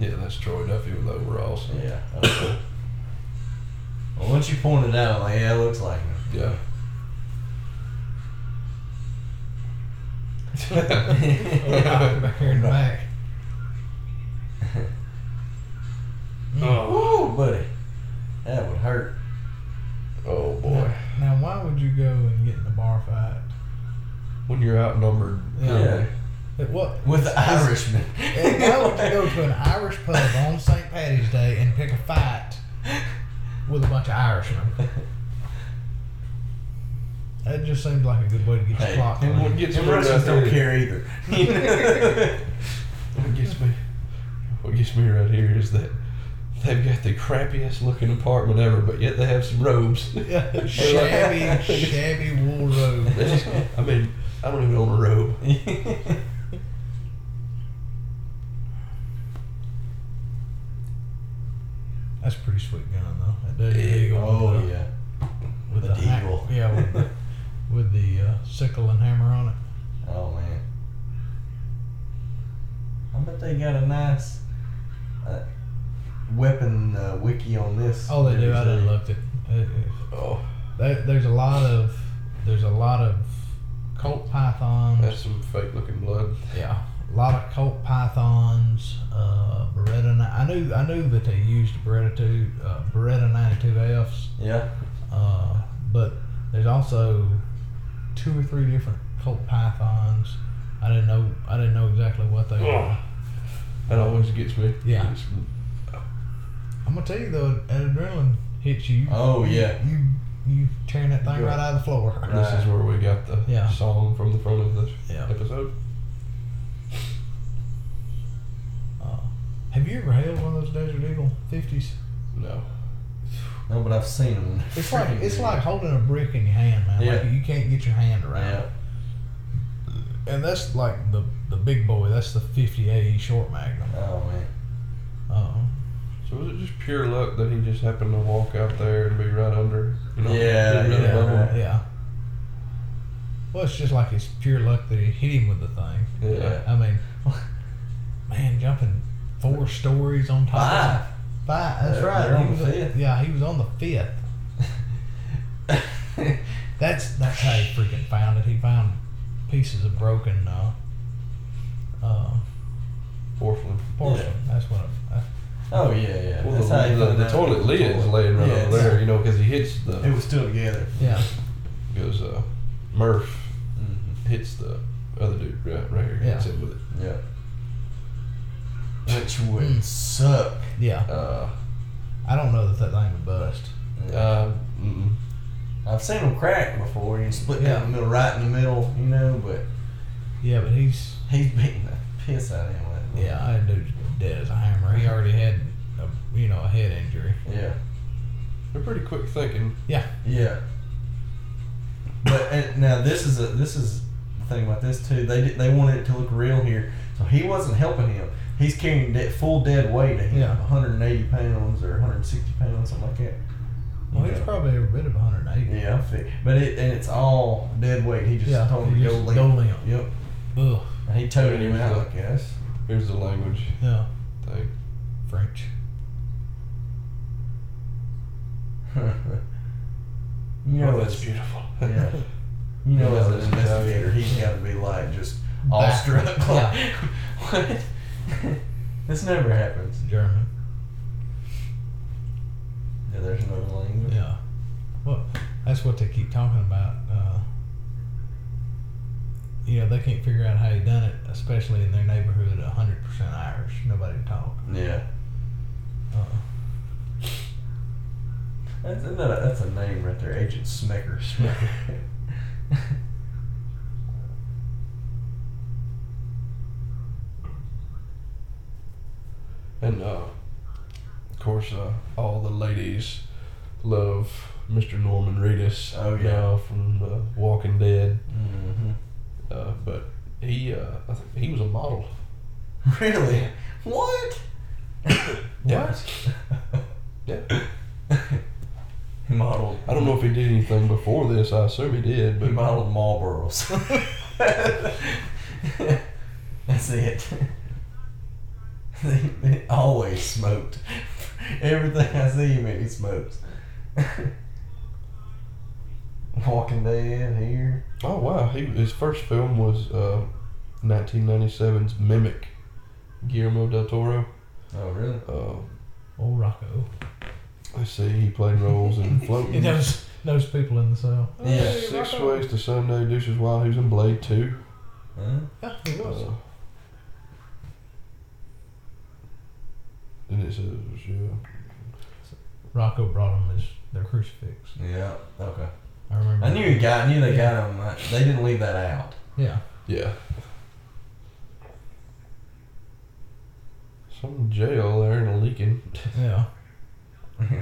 [SPEAKER 2] Yeah, that's Troy Duffy with overalls.
[SPEAKER 1] Yeah. okay. well, once you pointed out, I'm like, yeah, it looks like him.
[SPEAKER 2] Yeah.
[SPEAKER 3] Yeah, back here in the back.
[SPEAKER 2] oh.
[SPEAKER 1] Woo, buddy. That would hurt.
[SPEAKER 2] oh boy.
[SPEAKER 3] Now, now, why would you go and get in a bar fight?
[SPEAKER 2] When you're outnumbered.
[SPEAKER 3] Yeah.
[SPEAKER 2] really.
[SPEAKER 3] At what
[SPEAKER 1] With the Irishman.
[SPEAKER 3] And why would you go to an Irish pub on St. Patty's Day and pick a fight with a bunch of Irishmen? That just seems like a good way to get your
[SPEAKER 1] Hey,
[SPEAKER 3] clock
[SPEAKER 2] and
[SPEAKER 3] running.
[SPEAKER 2] what gets
[SPEAKER 1] And
[SPEAKER 2] me
[SPEAKER 1] Russians
[SPEAKER 2] right
[SPEAKER 1] don't
[SPEAKER 2] here-
[SPEAKER 1] care either.
[SPEAKER 2] What gets me? What gets me right here is that they've got the crappiest looking apartment ever, but yet they have some robes.
[SPEAKER 3] Yeah, shabby, shabby wool robe.
[SPEAKER 2] They just- I mean, I don't even own a robe.
[SPEAKER 3] That's a pretty sweet gun though. That does
[SPEAKER 1] Big,
[SPEAKER 3] dig
[SPEAKER 1] oh
[SPEAKER 3] with the,
[SPEAKER 1] yeah.
[SPEAKER 3] with
[SPEAKER 1] the
[SPEAKER 3] the hack-
[SPEAKER 1] deagle.
[SPEAKER 3] yeah, with the, with the uh, sickle and hammer on it.
[SPEAKER 1] Oh man. I bet they got a nice uh, weapon uh, wiki on this.
[SPEAKER 3] Oh, they do. I
[SPEAKER 1] There's a-
[SPEAKER 3] done looked it. It- it-
[SPEAKER 2] Oh,
[SPEAKER 3] there- there's a lot of there's a lot of cult pythons.
[SPEAKER 2] that's some fake looking blood.
[SPEAKER 3] Yeah, a lot of Colt Pythons, uh, Beretta. ni- I knew I knew that they used Beretta two, uh, Beretta ninety two Fs,
[SPEAKER 1] Yeah.
[SPEAKER 3] uh, but there's also two or three different Colt Pythons. I didn't know I didn't know exactly what they were.
[SPEAKER 2] That always gets me.
[SPEAKER 3] Yeah.
[SPEAKER 2] It's-
[SPEAKER 3] I'm gonna tell you though, an adrenaline hits you.
[SPEAKER 1] Oh,
[SPEAKER 3] you-
[SPEAKER 1] yeah.
[SPEAKER 3] You you tearing that thing
[SPEAKER 2] Yeah.
[SPEAKER 3] right out of the floor.
[SPEAKER 2] this is where we got the
[SPEAKER 3] Yeah.
[SPEAKER 2] song from the front of the
[SPEAKER 3] Yeah.
[SPEAKER 2] episode.
[SPEAKER 3] Uh, have you ever held one of those Desert Eagle fifties?
[SPEAKER 2] No.
[SPEAKER 1] No, but I've seen them.
[SPEAKER 3] It's like it's like holding a brick in your hand, man.
[SPEAKER 1] Yeah.
[SPEAKER 3] Like you can't get your hand around. it.
[SPEAKER 1] Yeah.
[SPEAKER 3] And that's like the the big boy. That's the 50 AE short magnum.
[SPEAKER 1] Oh man.
[SPEAKER 3] Uh,
[SPEAKER 2] So was it just pure luck that he just happened to walk out there and be right under? You know,
[SPEAKER 1] Yeah,
[SPEAKER 2] be right
[SPEAKER 1] yeah,
[SPEAKER 2] above him?
[SPEAKER 1] right.
[SPEAKER 3] yeah. Well, it's just like it's pure luck that he hit him with the thing.
[SPEAKER 2] yeah.
[SPEAKER 1] Yeah.
[SPEAKER 3] I mean, man, jumping four stories on top.
[SPEAKER 1] Five.
[SPEAKER 3] Of five. That's
[SPEAKER 1] They're-
[SPEAKER 3] right.
[SPEAKER 1] they're on
[SPEAKER 3] He
[SPEAKER 1] the
[SPEAKER 3] was-
[SPEAKER 1] fifth.
[SPEAKER 3] Yeah, he was on the fifth. That's that's how he freaking found it. He found pieces of broken uh, uh,
[SPEAKER 2] Porcelain.
[SPEAKER 3] porcelain. That's what. I,
[SPEAKER 1] oh yeah, yeah.
[SPEAKER 2] Well,
[SPEAKER 1] That's
[SPEAKER 2] the,
[SPEAKER 1] how you
[SPEAKER 2] the,
[SPEAKER 1] find
[SPEAKER 2] the
[SPEAKER 1] out.
[SPEAKER 2] toilet lid is laying right
[SPEAKER 1] Yeah,
[SPEAKER 2] over
[SPEAKER 1] it's-
[SPEAKER 2] there, you know, because he hits
[SPEAKER 1] It
[SPEAKER 2] the
[SPEAKER 1] was still together.
[SPEAKER 3] yeah.
[SPEAKER 2] goes uh, Murph
[SPEAKER 1] Mm-hmm.
[SPEAKER 2] hits the other dude right right here hits
[SPEAKER 3] Yeah.
[SPEAKER 2] him with it.
[SPEAKER 1] Yeah. Mm. Which would suck.
[SPEAKER 3] Yeah.
[SPEAKER 2] Uh,
[SPEAKER 3] I don't know that that thing would bust.
[SPEAKER 2] uh, mm-mm.
[SPEAKER 1] I've seen them crack before. You split down
[SPEAKER 3] Yeah.
[SPEAKER 1] the middle, right in the middle, you know. But
[SPEAKER 3] Yeah, but he's
[SPEAKER 1] he's beating the piss out of him. with it.
[SPEAKER 3] yeah, I do dead as a hammer. He already had a you know a head injury.
[SPEAKER 1] Yeah.
[SPEAKER 2] they're pretty quick thinking.
[SPEAKER 1] Yeah. But and now this is a this is the thing about this too. They did, they wanted it to look real here, so he wasn't helping him. He's carrying de- full dead weight of him,
[SPEAKER 3] Yeah.
[SPEAKER 1] 180 pounds or 160 pounds, something like that.
[SPEAKER 3] Well,
[SPEAKER 1] You
[SPEAKER 3] he's
[SPEAKER 1] know.
[SPEAKER 3] probably every bit of 180.
[SPEAKER 1] yeah, I fi- but it and it's all dead weight. He just
[SPEAKER 3] Yeah,
[SPEAKER 1] told
[SPEAKER 3] he
[SPEAKER 1] him to go
[SPEAKER 3] just
[SPEAKER 1] limp.
[SPEAKER 3] go limp.
[SPEAKER 1] Yep,
[SPEAKER 3] Ugh.
[SPEAKER 1] and he toted him
[SPEAKER 2] He's
[SPEAKER 1] out.
[SPEAKER 2] like-
[SPEAKER 1] I guess.
[SPEAKER 2] Here's the language
[SPEAKER 3] Yeah.
[SPEAKER 2] thing.
[SPEAKER 3] French.
[SPEAKER 1] you
[SPEAKER 2] oh,
[SPEAKER 1] know,
[SPEAKER 2] that's
[SPEAKER 1] it's, you
[SPEAKER 2] beautiful.
[SPEAKER 1] Yeah. know,
[SPEAKER 2] Yeah,
[SPEAKER 1] as an
[SPEAKER 2] that's
[SPEAKER 1] investigator,
[SPEAKER 2] Italian.
[SPEAKER 1] he's got to be like just
[SPEAKER 3] Back.
[SPEAKER 1] awestruck. Like,
[SPEAKER 3] Yeah.
[SPEAKER 1] what? this never happens.
[SPEAKER 3] German.
[SPEAKER 1] Yeah, there's another language.
[SPEAKER 3] Yeah. Well, that's what they keep talking about. Uh, you know, they can't figure out how he done it, especially in their neighborhood, 100% Irish. Nobody talk.
[SPEAKER 1] Yeah.
[SPEAKER 3] Uh,
[SPEAKER 1] That's, isn't that a, that's a name right there, Agent Smecker.
[SPEAKER 3] Smecker.
[SPEAKER 2] And uh, of course, uh, all the ladies love Mr. Norman Reedus.
[SPEAKER 1] Oh, yeah.
[SPEAKER 2] now from uh, Walking Dead,
[SPEAKER 1] hmm
[SPEAKER 2] uh, but he uh, I think he was a model.
[SPEAKER 1] Really? What?
[SPEAKER 2] Yeah.
[SPEAKER 1] he modeled.
[SPEAKER 2] I don't know if he did anything before this. I assume he did,
[SPEAKER 1] He
[SPEAKER 2] but
[SPEAKER 1] modeled Marlboros. That's it. He- he always smoked. Everything I see him in, he smokes. Walking Dead here.
[SPEAKER 2] oh wow, he, his first film was uh, 1997's Mimic, Guillermo del Toro.
[SPEAKER 1] Oh, really?
[SPEAKER 2] Uh,
[SPEAKER 3] old Rocco.
[SPEAKER 2] let's see, he played roles in
[SPEAKER 3] He
[SPEAKER 2] Floating,
[SPEAKER 3] knows, knows people in the cell.
[SPEAKER 1] Yeah.
[SPEAKER 3] Hey,
[SPEAKER 2] Six
[SPEAKER 3] Rocco.
[SPEAKER 2] Ways to Sunday, Deuces Wild. He was in Blade Two.
[SPEAKER 1] Huh?
[SPEAKER 3] Yeah, he was.
[SPEAKER 2] Uh, and it says, yeah.
[SPEAKER 3] Rocco brought him his their crucifix.
[SPEAKER 1] Yeah. Okay.
[SPEAKER 3] I remember.
[SPEAKER 1] I knew he got. I knew they
[SPEAKER 3] Yeah.
[SPEAKER 1] got him. uh, They didn't leave that out.
[SPEAKER 3] Yeah.
[SPEAKER 2] Yeah. Some jail there in Leakin.
[SPEAKER 3] Yeah.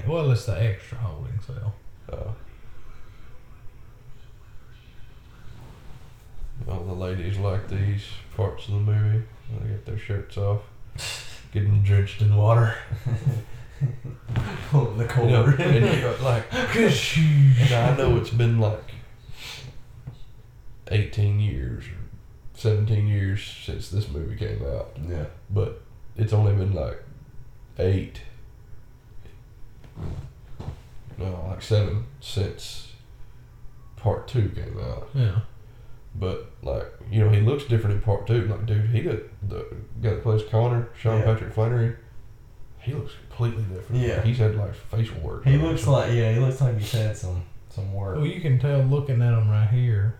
[SPEAKER 3] well, it's the extra holding cell.
[SPEAKER 2] Uh, all the ladies like these parts of the movie. They get their shirts off, getting drenched in water.
[SPEAKER 1] Oh, the
[SPEAKER 2] You
[SPEAKER 1] cold.
[SPEAKER 2] know, and you got like, and I know it's been like 18 years or 17 years since this movie came out,
[SPEAKER 1] yeah.
[SPEAKER 2] but it's only been like eight, no, like seven since part two came out.
[SPEAKER 3] Yeah.
[SPEAKER 2] But like, you know, he looks different in part two. Like, dude, he got the guy that plays Connor, Sean
[SPEAKER 1] Yeah.
[SPEAKER 2] Patrick Flannery. He looks completely different.
[SPEAKER 1] Yeah.
[SPEAKER 2] he's had like facial work.
[SPEAKER 1] He
[SPEAKER 2] on or
[SPEAKER 1] looks
[SPEAKER 2] something.
[SPEAKER 1] like yeah, he looks like he's had some some work.
[SPEAKER 3] Well, you can tell looking at them right here,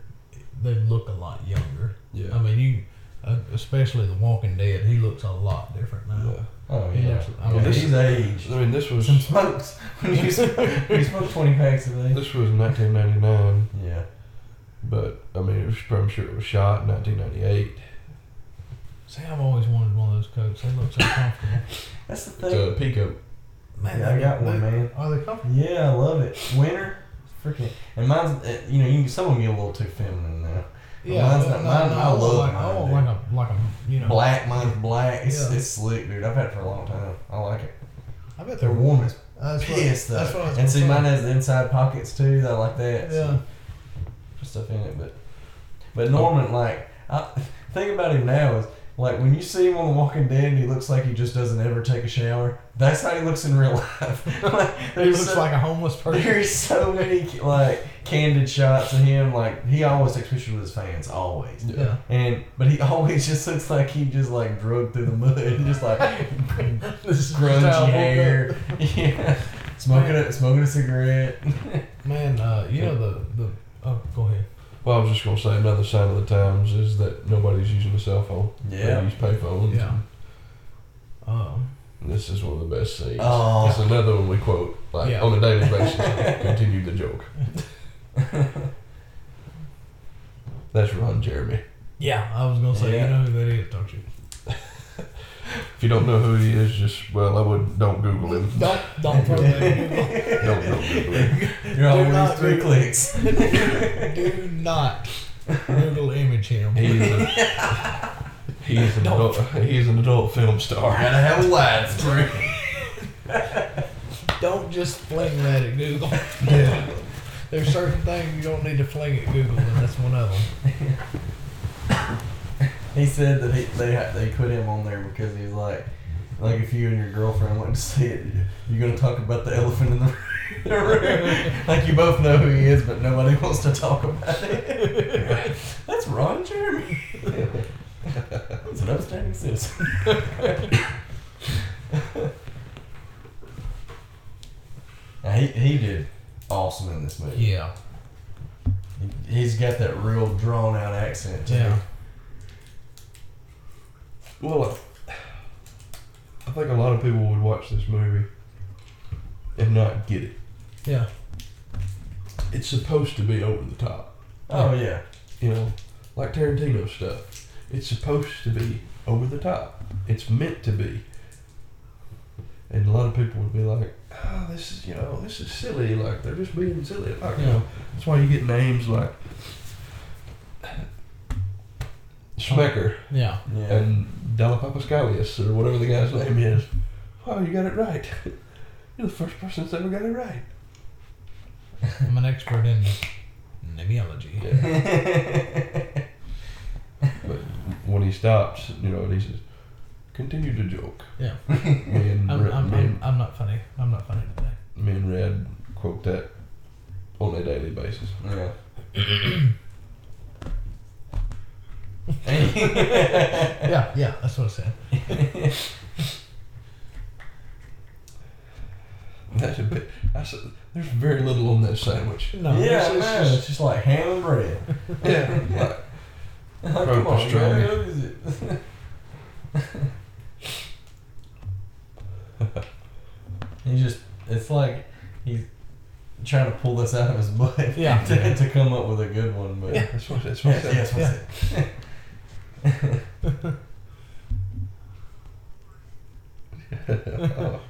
[SPEAKER 3] they look a lot younger. I
[SPEAKER 2] yeah,
[SPEAKER 3] mean, you, uh, especially The Walking Dead, he looks a lot different now.
[SPEAKER 2] yeah.
[SPEAKER 1] Oh
[SPEAKER 3] He
[SPEAKER 1] yeah,
[SPEAKER 3] looks- I mean,
[SPEAKER 1] yeah
[SPEAKER 2] this-
[SPEAKER 1] he's aged.
[SPEAKER 2] I mean, this was
[SPEAKER 1] Some smokes. When you smoke, you smoke twenty packs a day.
[SPEAKER 2] this was 1999,
[SPEAKER 1] Yeah.
[SPEAKER 2] but I mean, it was, I'm sure it was shot in 1998.
[SPEAKER 3] See, I've always wanted one of those coats. They look so comfortable.
[SPEAKER 1] That's the thing.
[SPEAKER 2] It's a Pico.
[SPEAKER 1] Yeah, I
[SPEAKER 3] they-
[SPEAKER 1] got one,
[SPEAKER 3] they-
[SPEAKER 1] man.
[SPEAKER 3] Are they comfortable?
[SPEAKER 1] Yeah, I love it. Winter, freaking. And mine's, uh, you know, you some of them get a little too feminine now. Mine's not- mine- I
[SPEAKER 3] want
[SPEAKER 1] love
[SPEAKER 3] like,
[SPEAKER 1] mine,
[SPEAKER 3] I want
[SPEAKER 1] dude.
[SPEAKER 3] like a like a you know.
[SPEAKER 1] Black, mine's black. It's,
[SPEAKER 3] Yeah.
[SPEAKER 1] it's slick, dude. I've had it for a long time. I like it.
[SPEAKER 3] I bet
[SPEAKER 1] They're
[SPEAKER 3] they're
[SPEAKER 1] warm as
[SPEAKER 3] Uh, That's
[SPEAKER 1] piss, though.
[SPEAKER 3] what, that's what I was
[SPEAKER 1] and see,
[SPEAKER 3] gonna
[SPEAKER 1] mine
[SPEAKER 3] say.
[SPEAKER 1] has the inside pockets too. I like that. so
[SPEAKER 3] Yeah.
[SPEAKER 1] put stuff in it, but but Norman, like, I think about him now is like when you see him on The Walking Dead, and he looks like he just doesn't ever take a shower. That's how he looks in real life. like,
[SPEAKER 3] he
[SPEAKER 1] there's
[SPEAKER 3] looks
[SPEAKER 1] so-
[SPEAKER 3] like a homeless person.
[SPEAKER 1] There's so many like candid shots of him. Like he always takes pictures with his fans, always.
[SPEAKER 2] Yeah.
[SPEAKER 3] Yeah.
[SPEAKER 1] And but he always just looks like he just like drug through the mud, just like
[SPEAKER 3] This is
[SPEAKER 1] grungy
[SPEAKER 3] terrible.
[SPEAKER 1] hair, yeah, smoking a smoking a cigarette.
[SPEAKER 3] Man, uh, you know the the. Oh, go ahead.
[SPEAKER 2] Well, I was just gonna say another sign of the times is that nobody's using a cell phone. they
[SPEAKER 1] Yeah.
[SPEAKER 2] use payphones.
[SPEAKER 3] Yeah. Um.
[SPEAKER 2] This is one of the best scenes.
[SPEAKER 1] Oh.
[SPEAKER 2] It's another one we quote like
[SPEAKER 3] Yeah.
[SPEAKER 2] on a daily basis. Continue the joke. That's Ron Jeremy.
[SPEAKER 3] Yeah, I was gonna say
[SPEAKER 1] Yeah.
[SPEAKER 3] you know who that is, don't you?
[SPEAKER 2] If you don't know who he is, just well, I would don't Google him.
[SPEAKER 3] Don't don't throw
[SPEAKER 2] Don't,
[SPEAKER 3] that.
[SPEAKER 2] don't Google him.
[SPEAKER 1] You're always
[SPEAKER 3] not
[SPEAKER 1] three
[SPEAKER 3] Google.
[SPEAKER 1] clicks.
[SPEAKER 3] Do not Google image him.
[SPEAKER 2] He is a, he is an adult. He is an adult film star.
[SPEAKER 1] Gotta have a light screen.
[SPEAKER 3] Don't just fling that at Google.
[SPEAKER 2] Yeah.
[SPEAKER 3] There's certain things you don't need to fling at Google, and that's one of them.
[SPEAKER 1] He said that he, they ha- they put him on there because he's like, like if you and your girlfriend went to see it, you're gonna talk about the elephant in the the room. like you both know who he is, but nobody wants to talk about it. That's Ron Jeremy. He's an upstanding citizen. Now, he he did awesome in this movie.
[SPEAKER 3] Yeah.
[SPEAKER 1] He- He's got that real drawn out accent too.
[SPEAKER 3] Yeah.
[SPEAKER 2] Well, I think a lot of people would watch this movie and not get it.
[SPEAKER 3] Yeah.
[SPEAKER 2] It's supposed to be over the top.
[SPEAKER 1] Oh yeah.
[SPEAKER 2] you know, like Tarantino stuff. It's supposed to be over the top. It's meant to be. And a lot of people would be like, "Ah, this is you know, this is silly. Like they're just being silly. Like you know, that's why you get names like Schmecker
[SPEAKER 3] Yeah.
[SPEAKER 1] Yeah.
[SPEAKER 2] and Dallapapascalius or whatever the guy's name is. Wow, you got it right. You're the first person that's ever got it right.
[SPEAKER 3] I'm an expert in nemiology.
[SPEAKER 2] Yeah. But when he stops, you know, and he says, "Continue to joke."
[SPEAKER 3] Yeah.
[SPEAKER 2] Me and,
[SPEAKER 3] I'm,
[SPEAKER 2] Re-
[SPEAKER 3] I'm,
[SPEAKER 2] me
[SPEAKER 3] I'm,
[SPEAKER 2] and-
[SPEAKER 3] I'm not funny. I'm not funny today.
[SPEAKER 2] me and Red quote that on a daily basis.
[SPEAKER 1] yeah.
[SPEAKER 3] Yeah, yeah, that's what I said.
[SPEAKER 2] That's a bit. I said, there's very little on that sandwich.
[SPEAKER 3] No,
[SPEAKER 1] yeah,
[SPEAKER 3] it's- it's
[SPEAKER 1] man,
[SPEAKER 3] just-
[SPEAKER 1] it's just like ham and bread.
[SPEAKER 2] Yeah, like,
[SPEAKER 1] Like,
[SPEAKER 2] Pro
[SPEAKER 1] come on,
[SPEAKER 2] pastrami.
[SPEAKER 1] man, what is it? he just, it's like he's trying to pull this out of his butt
[SPEAKER 3] Yeah.
[SPEAKER 1] to, to come up with a good one, but
[SPEAKER 2] yeah, that's what that's what I
[SPEAKER 1] yes,
[SPEAKER 2] said.
[SPEAKER 1] yes, what's it?
[SPEAKER 2] Oh,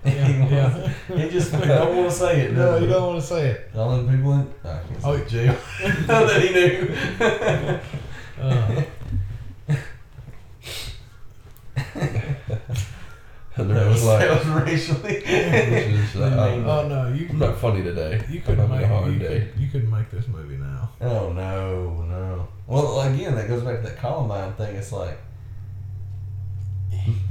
[SPEAKER 1] He
[SPEAKER 3] yeah,
[SPEAKER 1] wants-
[SPEAKER 3] yeah.
[SPEAKER 1] He just don't want to say it.
[SPEAKER 3] No,
[SPEAKER 1] does
[SPEAKER 3] you
[SPEAKER 1] he?
[SPEAKER 3] don't want to say it.
[SPEAKER 1] All the people in. I can't say
[SPEAKER 3] Oh,
[SPEAKER 1] it. jail. Not that he knew.
[SPEAKER 3] Oh. Uh,
[SPEAKER 2] And there
[SPEAKER 1] That was,
[SPEAKER 2] was
[SPEAKER 1] that
[SPEAKER 2] like,
[SPEAKER 1] was racially.
[SPEAKER 2] this is,
[SPEAKER 1] They
[SPEAKER 2] uh,
[SPEAKER 1] made-
[SPEAKER 3] Oh no, you
[SPEAKER 2] I'm not funny today.
[SPEAKER 3] you
[SPEAKER 2] I'm
[SPEAKER 3] could
[SPEAKER 2] having
[SPEAKER 3] make
[SPEAKER 2] a hard
[SPEAKER 3] you,
[SPEAKER 2] day.
[SPEAKER 3] Could, you could make this movie now.
[SPEAKER 1] Oh no, no. Well, again, that goes back to that Columbine thing. It's like,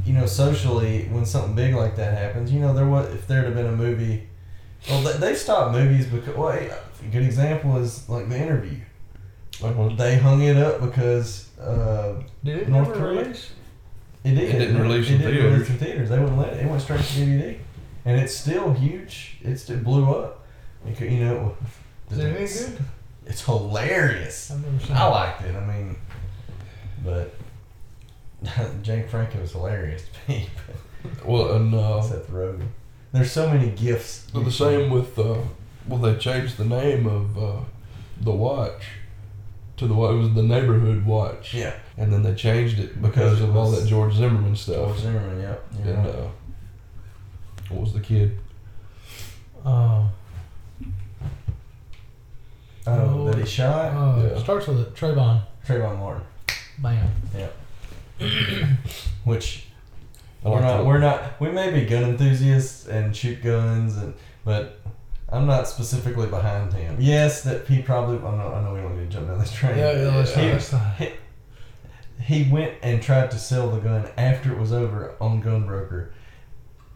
[SPEAKER 1] you know, socially, when something big like that happens, you know, there was if there'd have been a movie. Well, they, they stopped movies because. Well, a good example is like The Interview.
[SPEAKER 2] Well,
[SPEAKER 1] They hung it up because uh,
[SPEAKER 3] Did it
[SPEAKER 1] North
[SPEAKER 3] never
[SPEAKER 1] Korea?
[SPEAKER 3] release?
[SPEAKER 1] it, did,
[SPEAKER 2] It didn't release
[SPEAKER 1] it
[SPEAKER 2] in
[SPEAKER 1] didn't
[SPEAKER 2] theaters.
[SPEAKER 1] release in theaters. They wouldn't let it. It went straight to DVD, and it's still huge. It's, it blew up. You, could, you know,
[SPEAKER 3] Is it any good?
[SPEAKER 1] it's hilarious.
[SPEAKER 3] I've never seen
[SPEAKER 1] I
[SPEAKER 3] it.
[SPEAKER 1] liked it. I mean, but Jane Franco was hilarious to me.
[SPEAKER 2] well and
[SPEAKER 1] But
[SPEAKER 2] uh,
[SPEAKER 1] Seth Rogen. There's so many gifts.
[SPEAKER 2] the same with uh, well they changed the name of uh, the watch to the it was the neighborhood watch.
[SPEAKER 1] Yeah.
[SPEAKER 2] And then they changed it
[SPEAKER 1] Because
[SPEAKER 2] because
[SPEAKER 1] it
[SPEAKER 2] of all
[SPEAKER 1] was-
[SPEAKER 2] that George Zimmerman
[SPEAKER 1] George
[SPEAKER 2] stuff.
[SPEAKER 1] Zimmerman. Yep. you're
[SPEAKER 2] And
[SPEAKER 1] right.
[SPEAKER 2] uh, what was the kid?
[SPEAKER 3] Uh,
[SPEAKER 1] oh, that he
[SPEAKER 3] uh,
[SPEAKER 1] shot
[SPEAKER 2] Yeah.
[SPEAKER 3] It starts with a Trayvon.
[SPEAKER 1] Trayvon Martin.
[SPEAKER 3] Bam.
[SPEAKER 1] Which
[SPEAKER 2] I
[SPEAKER 1] we're
[SPEAKER 2] like
[SPEAKER 1] not.
[SPEAKER 2] that.
[SPEAKER 1] We're not. We may be gun enthusiasts and shoot guns, and but I'm not specifically behind him. Yes, that he probably. I know. I know we don't need to jump down this train.
[SPEAKER 3] let's
[SPEAKER 1] Yeah.
[SPEAKER 3] let's not.
[SPEAKER 1] He went and tried to sell the gun after it was over on Gunbroker,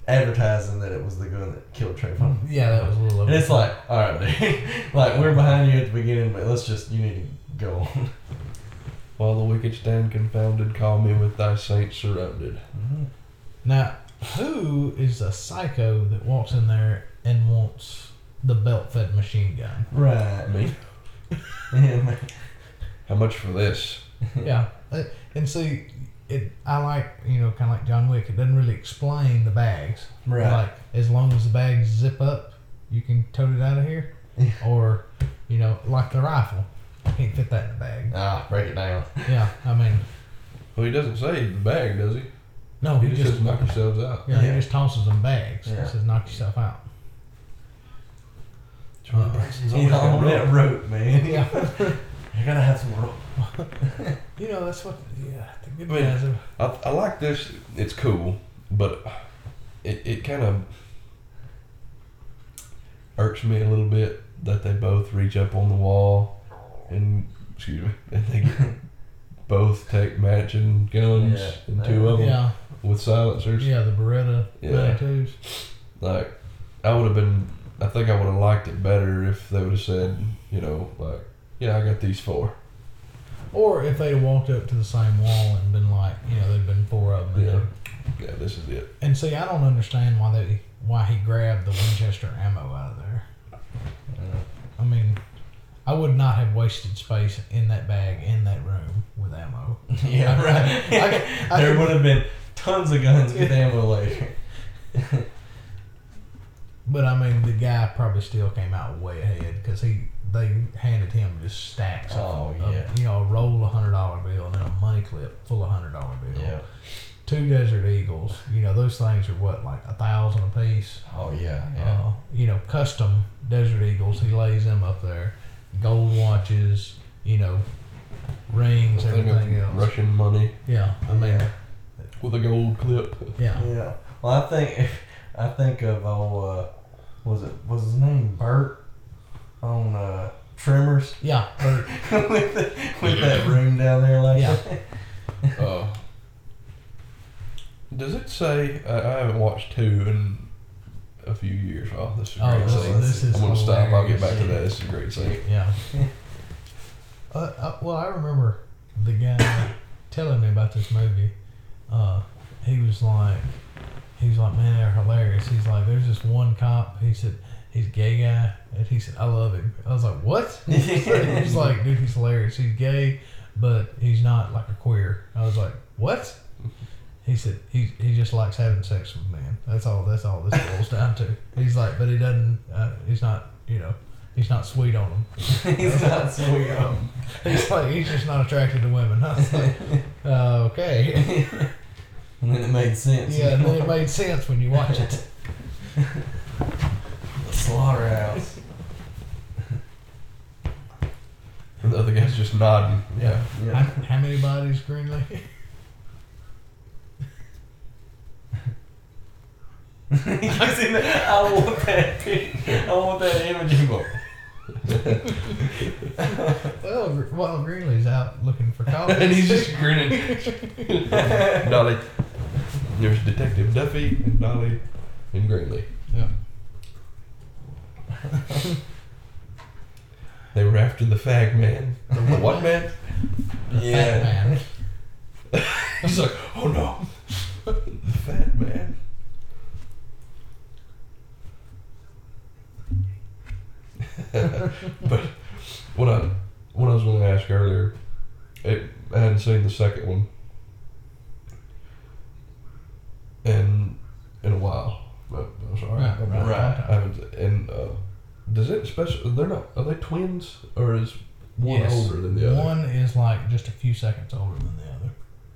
[SPEAKER 1] advertising that it was the gun that killed Trayvon.
[SPEAKER 3] Mm, Yeah, that was a little.
[SPEAKER 1] And
[SPEAKER 3] over.
[SPEAKER 1] it's like, all right, dude, like we're behind you at the beginning, but let's just you need to go on.
[SPEAKER 2] While the wicked stand confounded, call me with thy saints surrounded.
[SPEAKER 3] Mm-hmm. Now, who is the psycho that walks in there and wants the belt-fed machine gun?
[SPEAKER 1] Right.
[SPEAKER 2] Me?
[SPEAKER 1] Yeah, man.
[SPEAKER 2] How much for this?
[SPEAKER 3] yeah, Uh, and see, it. I like you know, kind of like John Wick. It doesn't really explain the bags.
[SPEAKER 1] right.
[SPEAKER 3] Like as long as the bags zip up, you can tote it out of here.
[SPEAKER 1] Yeah.
[SPEAKER 3] or, you know, like the rifle, can't fit that in the bag.
[SPEAKER 1] Ah, break it down.
[SPEAKER 3] Yeah, I mean,
[SPEAKER 2] Well, he doesn't say the bag, does he?
[SPEAKER 3] no,
[SPEAKER 2] He just says knock yourselves out.
[SPEAKER 3] yeah,
[SPEAKER 1] Yeah.
[SPEAKER 3] he just tosses them bags.
[SPEAKER 1] Yeah.
[SPEAKER 3] He says knock yourself out.
[SPEAKER 2] Charlie Branson's
[SPEAKER 1] He's
[SPEAKER 2] always got
[SPEAKER 1] on
[SPEAKER 2] rope.
[SPEAKER 1] that rope, man.
[SPEAKER 3] Yeah.
[SPEAKER 1] You gotta have some rope.
[SPEAKER 3] You know, that's what. Yeah, the good
[SPEAKER 2] I mean,
[SPEAKER 3] guys are.
[SPEAKER 2] I, I like this. It's cool, but it, it kind of irks me a little bit that they both reach up on the wall and excuse me, and they both take matching guns
[SPEAKER 1] Yeah.
[SPEAKER 2] and two of them
[SPEAKER 3] Yeah,
[SPEAKER 2] with silencers.
[SPEAKER 3] yeah, the Beretta
[SPEAKER 2] oh. Yeah.
[SPEAKER 3] 92s.
[SPEAKER 2] Like I would have been. I think I would have liked it better if they would have said, you know, like, yeah, I got these four.
[SPEAKER 3] Or if they'd walked up to the same wall and been like, you know, there'd been four of them.
[SPEAKER 2] Yeah. Yeah, this is it.
[SPEAKER 3] And see, I don't understand why they why he grabbed the Winchester ammo out of there. I mean, I would not have wasted space in that bag in that room with ammo.
[SPEAKER 1] yeah,
[SPEAKER 3] I,
[SPEAKER 1] right.
[SPEAKER 3] can- I
[SPEAKER 1] there
[SPEAKER 3] can-
[SPEAKER 1] would have been tons of guns with ammo later.
[SPEAKER 3] but I mean, the guy probably still came out way ahead because he they handed him just stacks
[SPEAKER 1] Oh,
[SPEAKER 3] of, of,
[SPEAKER 1] yeah.
[SPEAKER 3] you know, a roll of hundred dollar bill and then a money clip full of hundred dollar bill.
[SPEAKER 1] Yeah.
[SPEAKER 3] Two Desert Eagles, you know, those things are what like a thousand a piece.
[SPEAKER 1] Oh yeah. Yeah.
[SPEAKER 3] uh, you know, custom Desert Eagles. He lays them up there. Gold watches, you know, rings,
[SPEAKER 2] I think of
[SPEAKER 3] everything else.
[SPEAKER 2] Russian money
[SPEAKER 3] Yeah, I mean, yeah.
[SPEAKER 1] Yeah.
[SPEAKER 2] with a gold clip.
[SPEAKER 1] yeah. Well, I think I think of old uh, was it was his name Bert on uh, Tremors.
[SPEAKER 3] Yeah, Bert.
[SPEAKER 1] with, the, with that room down there like
[SPEAKER 3] Yeah.
[SPEAKER 2] Uh, does it say I, I haven't watched two in a few years? Oh, this is a
[SPEAKER 3] Oh,
[SPEAKER 2] great
[SPEAKER 3] this,
[SPEAKER 1] so
[SPEAKER 2] scene.
[SPEAKER 3] this is.
[SPEAKER 2] I'm gonna stop. I'll get
[SPEAKER 3] hilarious.
[SPEAKER 2] back to that. This is a great scene.
[SPEAKER 3] Yeah. uh, uh, well, I remember the guy telling me about this movie. Uh, he was like, he was like, man, they're hilarious. He's like, there's this one cop. He said, he's a gay guy, and he said, I love him. I was like, what? he's
[SPEAKER 1] that.
[SPEAKER 3] like, dude, he's hilarious. He's gay, but he's not like a queer. I was like, what? He said he he just likes having sex with men. That's all. That's all this boils down to. He's like, but he doesn't. Uh, he's not. You know, he's not sweet on them.
[SPEAKER 1] He's not so young.
[SPEAKER 3] He's like, he's just not attracted to women. I was like, uh, okay.
[SPEAKER 1] And then it made sense.
[SPEAKER 3] Yeah, and then it made sense when you watch it.
[SPEAKER 1] The slaughterhouse.
[SPEAKER 2] And the other guy's just nodding. Yeah.
[SPEAKER 3] How,
[SPEAKER 1] Yeah.
[SPEAKER 3] how many bodies, Greenlee?
[SPEAKER 1] Because in the- I want that. pic- I want that imaging book.
[SPEAKER 3] Well, R- while Greeley's out looking for coffee,
[SPEAKER 2] and he's just grinning. Dolly. There's Detective Duffy and Dolly and Greenlee.
[SPEAKER 3] yeah.
[SPEAKER 2] They were after the fag man. The what man?
[SPEAKER 3] Fat man.
[SPEAKER 2] He's like, oh no, the fat man. but what I what I was going to ask earlier, it, I hadn't seen the second one, and in a while. But I'm sorry,
[SPEAKER 3] Right,
[SPEAKER 2] I'm-
[SPEAKER 3] right.
[SPEAKER 2] I haven't. And uh, does it special? They're not. Are they twins or is one
[SPEAKER 3] Yes.
[SPEAKER 2] older than the other?
[SPEAKER 3] One is like just a few seconds older than the other.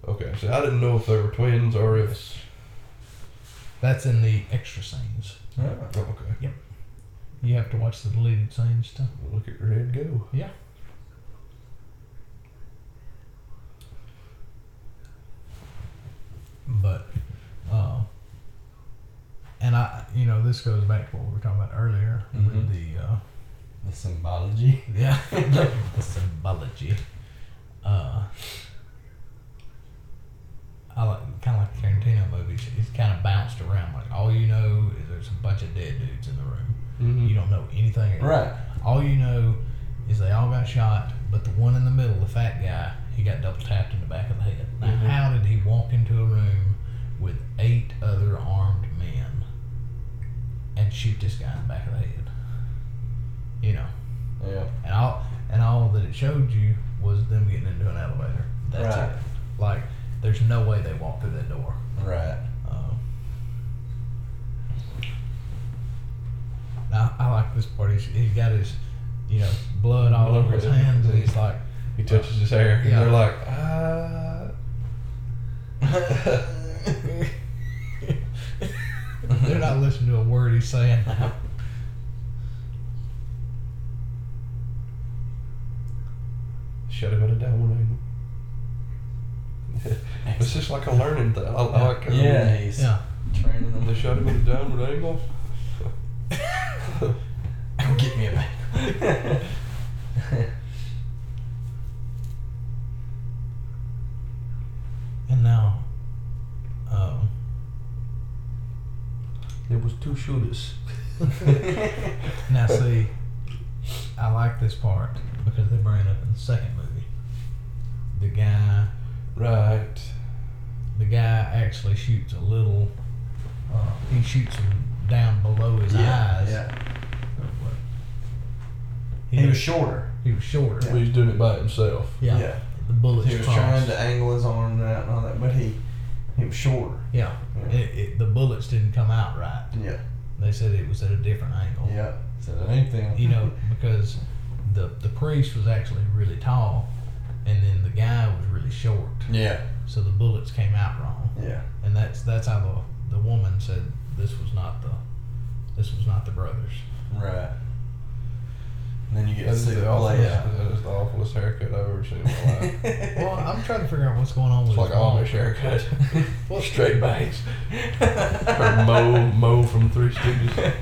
[SPEAKER 2] Okay, so I didn't know if they were twins or if.
[SPEAKER 3] That's in the extra scenes.
[SPEAKER 2] Oh, okay.
[SPEAKER 3] You have to watch the deleted scenes to
[SPEAKER 2] Look at your head go.
[SPEAKER 3] Yeah. But, uh, and I, you know, this goes back to what we were talking about earlier
[SPEAKER 2] Mm-hmm.
[SPEAKER 3] with the, uh,
[SPEAKER 1] The symbology.
[SPEAKER 3] yeah, the symbology. Uh, I like kind of like the Tarantino movies. It's kind of bounced around. Like all you know is there's a bunch of dead dudes in the room.
[SPEAKER 1] Mm-hmm.
[SPEAKER 2] Mm-hmm.
[SPEAKER 3] You don't know anything. else.
[SPEAKER 1] Right.
[SPEAKER 3] All you know is they all got shot, but the one in the middle, the fat guy, he got double tapped in the back of the head. Now,
[SPEAKER 2] Mhm.
[SPEAKER 3] how did he walk into a room with eight other armed men and shoot this guy in the back of the head? You know,
[SPEAKER 1] Yeah.
[SPEAKER 3] and all and all that it showed you was them getting into an elevator. That's
[SPEAKER 1] Right.
[SPEAKER 3] it. Like, there's no way they walked through that door.
[SPEAKER 1] Right.
[SPEAKER 3] Um, I, I like this part. He's, he's got his, you know, blood all over his hands, and he's like,
[SPEAKER 2] He touches his hair,
[SPEAKER 3] Yeah.
[SPEAKER 2] and they're like, ah.
[SPEAKER 3] they're not listening to a word he's saying. now.
[SPEAKER 2] Shut him at a downward angle. it's just like a learning thing. I, I like uh,
[SPEAKER 1] Yeah, he's
[SPEAKER 3] Yeah.
[SPEAKER 1] training them.
[SPEAKER 2] when They shut him at a downward angle.
[SPEAKER 1] Come get me a bag.
[SPEAKER 3] And now, um,
[SPEAKER 2] There was two shooters.
[SPEAKER 3] now see, I like this part because they bring it up in the second movie. The guy,
[SPEAKER 2] Right.
[SPEAKER 3] the guy actually shoots a little. Uh, he shoots him down below his
[SPEAKER 1] yeah.
[SPEAKER 3] eyes.
[SPEAKER 1] Yeah.
[SPEAKER 3] He,
[SPEAKER 1] He was
[SPEAKER 3] was,
[SPEAKER 1] shorter.
[SPEAKER 3] he was shorter.
[SPEAKER 2] But he's doing it by himself.
[SPEAKER 3] Yeah. The bullets
[SPEAKER 1] He was
[SPEAKER 3] crossed.
[SPEAKER 1] trying to angle his arm out and all that, but he he was shorter.
[SPEAKER 3] Yeah.
[SPEAKER 1] Yeah.
[SPEAKER 3] It, it, the bullets didn't come out right.
[SPEAKER 1] Yeah.
[SPEAKER 3] They said it was at a different angle.
[SPEAKER 1] Yeah. So that ain't them.
[SPEAKER 3] You know, because the the priest was actually really tall, and then the guy was really short.
[SPEAKER 1] Yeah.
[SPEAKER 3] So the bullets came out wrong,
[SPEAKER 1] Yeah.
[SPEAKER 3] and that's that's how the the woman said this was not the this was not the brothers.
[SPEAKER 1] Right. And then you get
[SPEAKER 2] That
[SPEAKER 1] to
[SPEAKER 2] is
[SPEAKER 1] see
[SPEAKER 2] the
[SPEAKER 1] the play
[SPEAKER 2] awfulest. That is the awfulest haircut I've ever seen in my life.
[SPEAKER 1] out.
[SPEAKER 3] Well, I'm trying to figure out what's going on
[SPEAKER 2] It's
[SPEAKER 3] with
[SPEAKER 2] like
[SPEAKER 3] his mom.
[SPEAKER 2] Amish haircut.
[SPEAKER 3] Well-
[SPEAKER 2] Straight bangs. Or Mo, Mo from Three Stooges.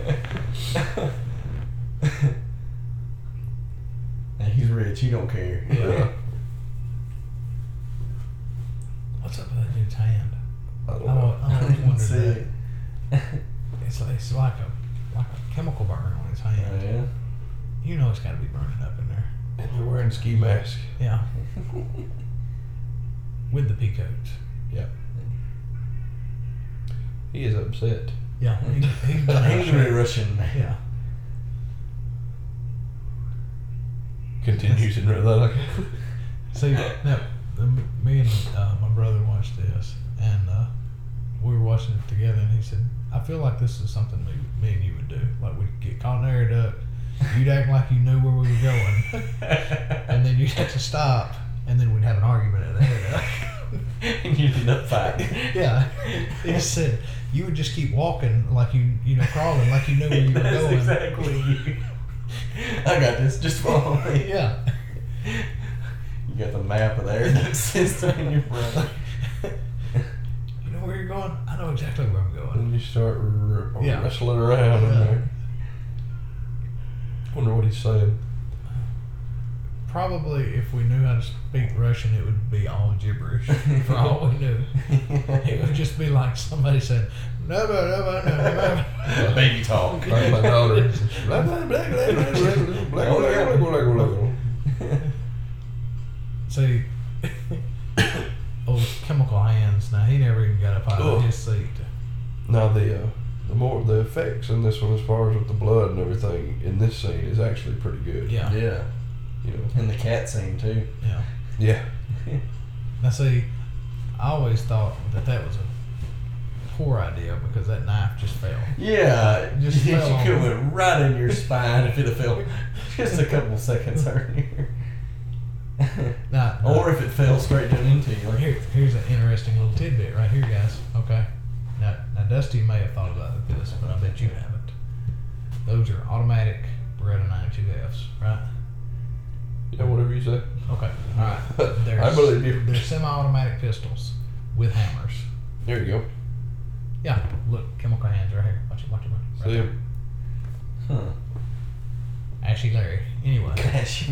[SPEAKER 1] and he's rich. He don't care.
[SPEAKER 2] Yeah.
[SPEAKER 3] What's up with that dude's hand?
[SPEAKER 2] I don't
[SPEAKER 3] I,
[SPEAKER 1] Oh,
[SPEAKER 3] al-
[SPEAKER 2] know.
[SPEAKER 3] I always wondered
[SPEAKER 1] See
[SPEAKER 3] that.
[SPEAKER 1] it.
[SPEAKER 3] It's like, it's like a like a chemical burn on his hand.
[SPEAKER 1] Yeah.
[SPEAKER 3] You know it's got to be burning up in there.
[SPEAKER 2] And they're wearing ski masks.
[SPEAKER 3] Yeah. With the peacoats.
[SPEAKER 2] He is upset.
[SPEAKER 3] Yeah. He, he's
[SPEAKER 1] The
[SPEAKER 3] done
[SPEAKER 1] angry
[SPEAKER 3] angry.
[SPEAKER 1] Russian man.
[SPEAKER 3] Yeah.
[SPEAKER 2] Continues in red letter.
[SPEAKER 3] See, now, the- me and uh, my brother watched this, and uh, we were watching it together, and he said, I feel like this is something me, me and you would do. Like, we'd get caught in an air duct, you'd act like you knew where we were going, and then you'd have to stop, and then we'd have an argument at the air duct.
[SPEAKER 1] and you did not fight.
[SPEAKER 3] Yeah. He said, you would just keep walking like you, you know, crawling like you knew where you were
[SPEAKER 1] That's
[SPEAKER 3] going.
[SPEAKER 1] exactly you. I got this. Just follow me.
[SPEAKER 3] Yeah.
[SPEAKER 1] You got the map of the air duct system in your brother.
[SPEAKER 3] You know where you're going? I know exactly where I'm going.
[SPEAKER 2] You start r-
[SPEAKER 3] Yeah.
[SPEAKER 2] wrestling around in
[SPEAKER 3] Yeah.
[SPEAKER 2] there. Wonder what he's saying.
[SPEAKER 3] Probably if we knew how to speak Russian, it would be all gibberish for all we knew. It would just be like somebody said, no, no, no, no, no, no.
[SPEAKER 1] Baby talk.
[SPEAKER 2] Like my daughter.
[SPEAKER 3] See, old chemical hands. Now, he never even got up out
[SPEAKER 2] Ugh.
[SPEAKER 3] of his seat.
[SPEAKER 2] Now the uh, the more the effects in this one, as far as with the blood and everything in this scene, is actually pretty good.
[SPEAKER 3] Yeah.
[SPEAKER 1] Yeah.
[SPEAKER 2] You know.
[SPEAKER 1] And the cat scene, too.
[SPEAKER 3] Yeah.
[SPEAKER 2] Yeah.
[SPEAKER 3] Now, see, I always thought that that was a poor idea because that knife just fell.
[SPEAKER 1] Yeah,
[SPEAKER 3] Just
[SPEAKER 1] you
[SPEAKER 3] fell on
[SPEAKER 1] could have
[SPEAKER 3] it.
[SPEAKER 1] went right in your spine if it had fell just a couple seconds earlier.
[SPEAKER 3] Now,
[SPEAKER 1] or if it fell straight down into you.
[SPEAKER 3] Well,
[SPEAKER 1] Like,
[SPEAKER 3] here, here's an interesting little tidbit right here, guys. Okay. Now, now Dusty may have thought about this, but I bet you haven't. Those are automatic Beretta 92Fs, right?
[SPEAKER 2] Yeah. Whatever you say.
[SPEAKER 3] Okay. All right. They're,
[SPEAKER 2] I believe you.
[SPEAKER 3] They're semi-automatic pistols with hammers.
[SPEAKER 2] There you go.
[SPEAKER 3] Yeah. Look, chemical hands right here. Watch it. Watch it. Watch it. Right
[SPEAKER 2] See
[SPEAKER 3] there.
[SPEAKER 2] him.
[SPEAKER 1] huh.
[SPEAKER 3] Ashy Larry. Anyway.
[SPEAKER 1] Gosh.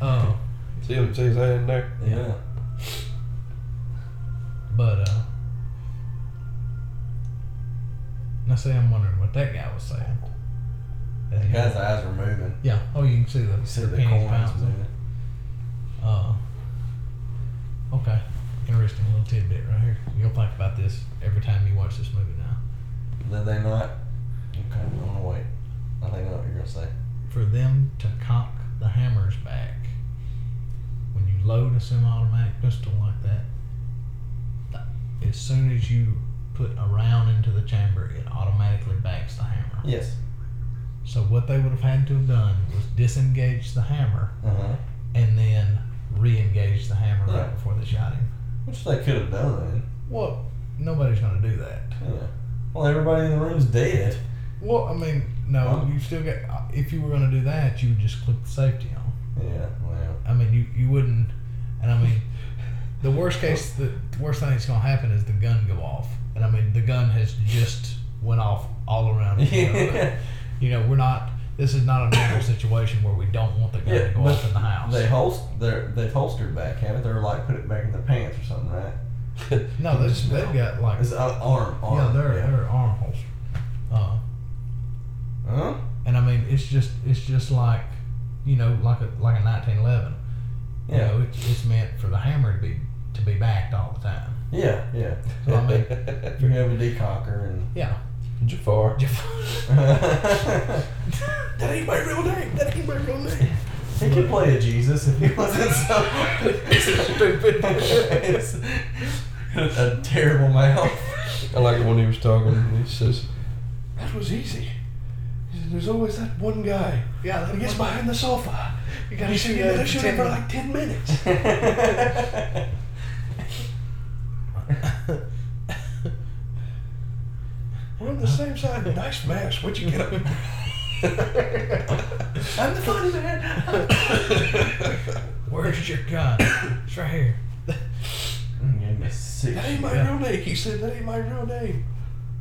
[SPEAKER 3] Oh.
[SPEAKER 2] See him. See his hand there.
[SPEAKER 1] yeah.
[SPEAKER 3] But uh now see I'm wondering what that guy was saying. That
[SPEAKER 1] The
[SPEAKER 3] he-
[SPEAKER 1] guy's eyes were moving.
[SPEAKER 3] Yeah. Oh you can see the,
[SPEAKER 1] You see
[SPEAKER 3] the,
[SPEAKER 1] the
[SPEAKER 3] pennies
[SPEAKER 1] coins
[SPEAKER 3] bouncing.
[SPEAKER 1] moving.
[SPEAKER 3] Uh okay. Interesting little tidbit right here. You'll think about this every time you watch this movie now.
[SPEAKER 1] Did they not? Okay, I'm gonna wait. I think I know what you're gonna say.
[SPEAKER 3] For them to cock the hammers back when you load a semi automatic pistol like that, th- as soon as you put a round into the chamber, it automatically backs the hammer.
[SPEAKER 1] Yes.
[SPEAKER 3] So what they would have had to have done was disengage the hammer
[SPEAKER 1] Uh huh.
[SPEAKER 3] and then re-engage the hammer
[SPEAKER 1] Yeah.
[SPEAKER 3] right before they shot him.
[SPEAKER 1] Which they could have done.
[SPEAKER 3] Well, nobody's going to do that.
[SPEAKER 1] Yeah. Well, everybody in the room's dead.
[SPEAKER 3] Well, I mean, no, you still got. If you were going to do that, you would just click the safety on.
[SPEAKER 1] Yeah. Well.
[SPEAKER 3] I mean, you you wouldn't. And I mean, the worst case, the worst thing that's going to happen is the gun go off. And I mean, the gun has just went off all around.
[SPEAKER 1] Yeah.
[SPEAKER 3] You know, we're not. This is not a normal situation where we don't want the gun
[SPEAKER 1] Yeah,
[SPEAKER 3] to go
[SPEAKER 1] but
[SPEAKER 3] off in the house.
[SPEAKER 1] They holst they're they've holstered back, haven't they? Or like put it back in their pants or something, right?
[SPEAKER 3] no, that's, they've got like
[SPEAKER 1] It's uh, arm, arm.
[SPEAKER 3] Yeah, they're they're arm holster. Uh,
[SPEAKER 1] Huh?
[SPEAKER 3] and I mean, it's just it's just like, you know, like a like a 1911. You
[SPEAKER 1] Yeah.
[SPEAKER 3] know, it's, it's meant for the hammer to be to be backed all the time.
[SPEAKER 1] Yeah, yeah.
[SPEAKER 3] So I mean,
[SPEAKER 1] You have a decocker and.
[SPEAKER 3] yeah.
[SPEAKER 2] Jafar.
[SPEAKER 1] that ain't my real name. That ain't my real name. He could play a Jesus if he wasn't so
[SPEAKER 3] Stupid.
[SPEAKER 1] It's a terrible mouth.
[SPEAKER 2] I like it when he was talking. and He says, "That was easy." He said, There's always that one guy.
[SPEAKER 3] Yeah, that
[SPEAKER 2] He gets
[SPEAKER 3] one-
[SPEAKER 2] behind the sofa.
[SPEAKER 3] You
[SPEAKER 2] You shoot, you shoot him for like ten minutes. We're on the same side. Nice mask. What'd you get up?
[SPEAKER 1] I'm the funny man.
[SPEAKER 3] Where's your gun? It's right here.
[SPEAKER 1] Gave me six.
[SPEAKER 2] That ain't my
[SPEAKER 3] Yeah.
[SPEAKER 2] real name. He said that ain't my real name.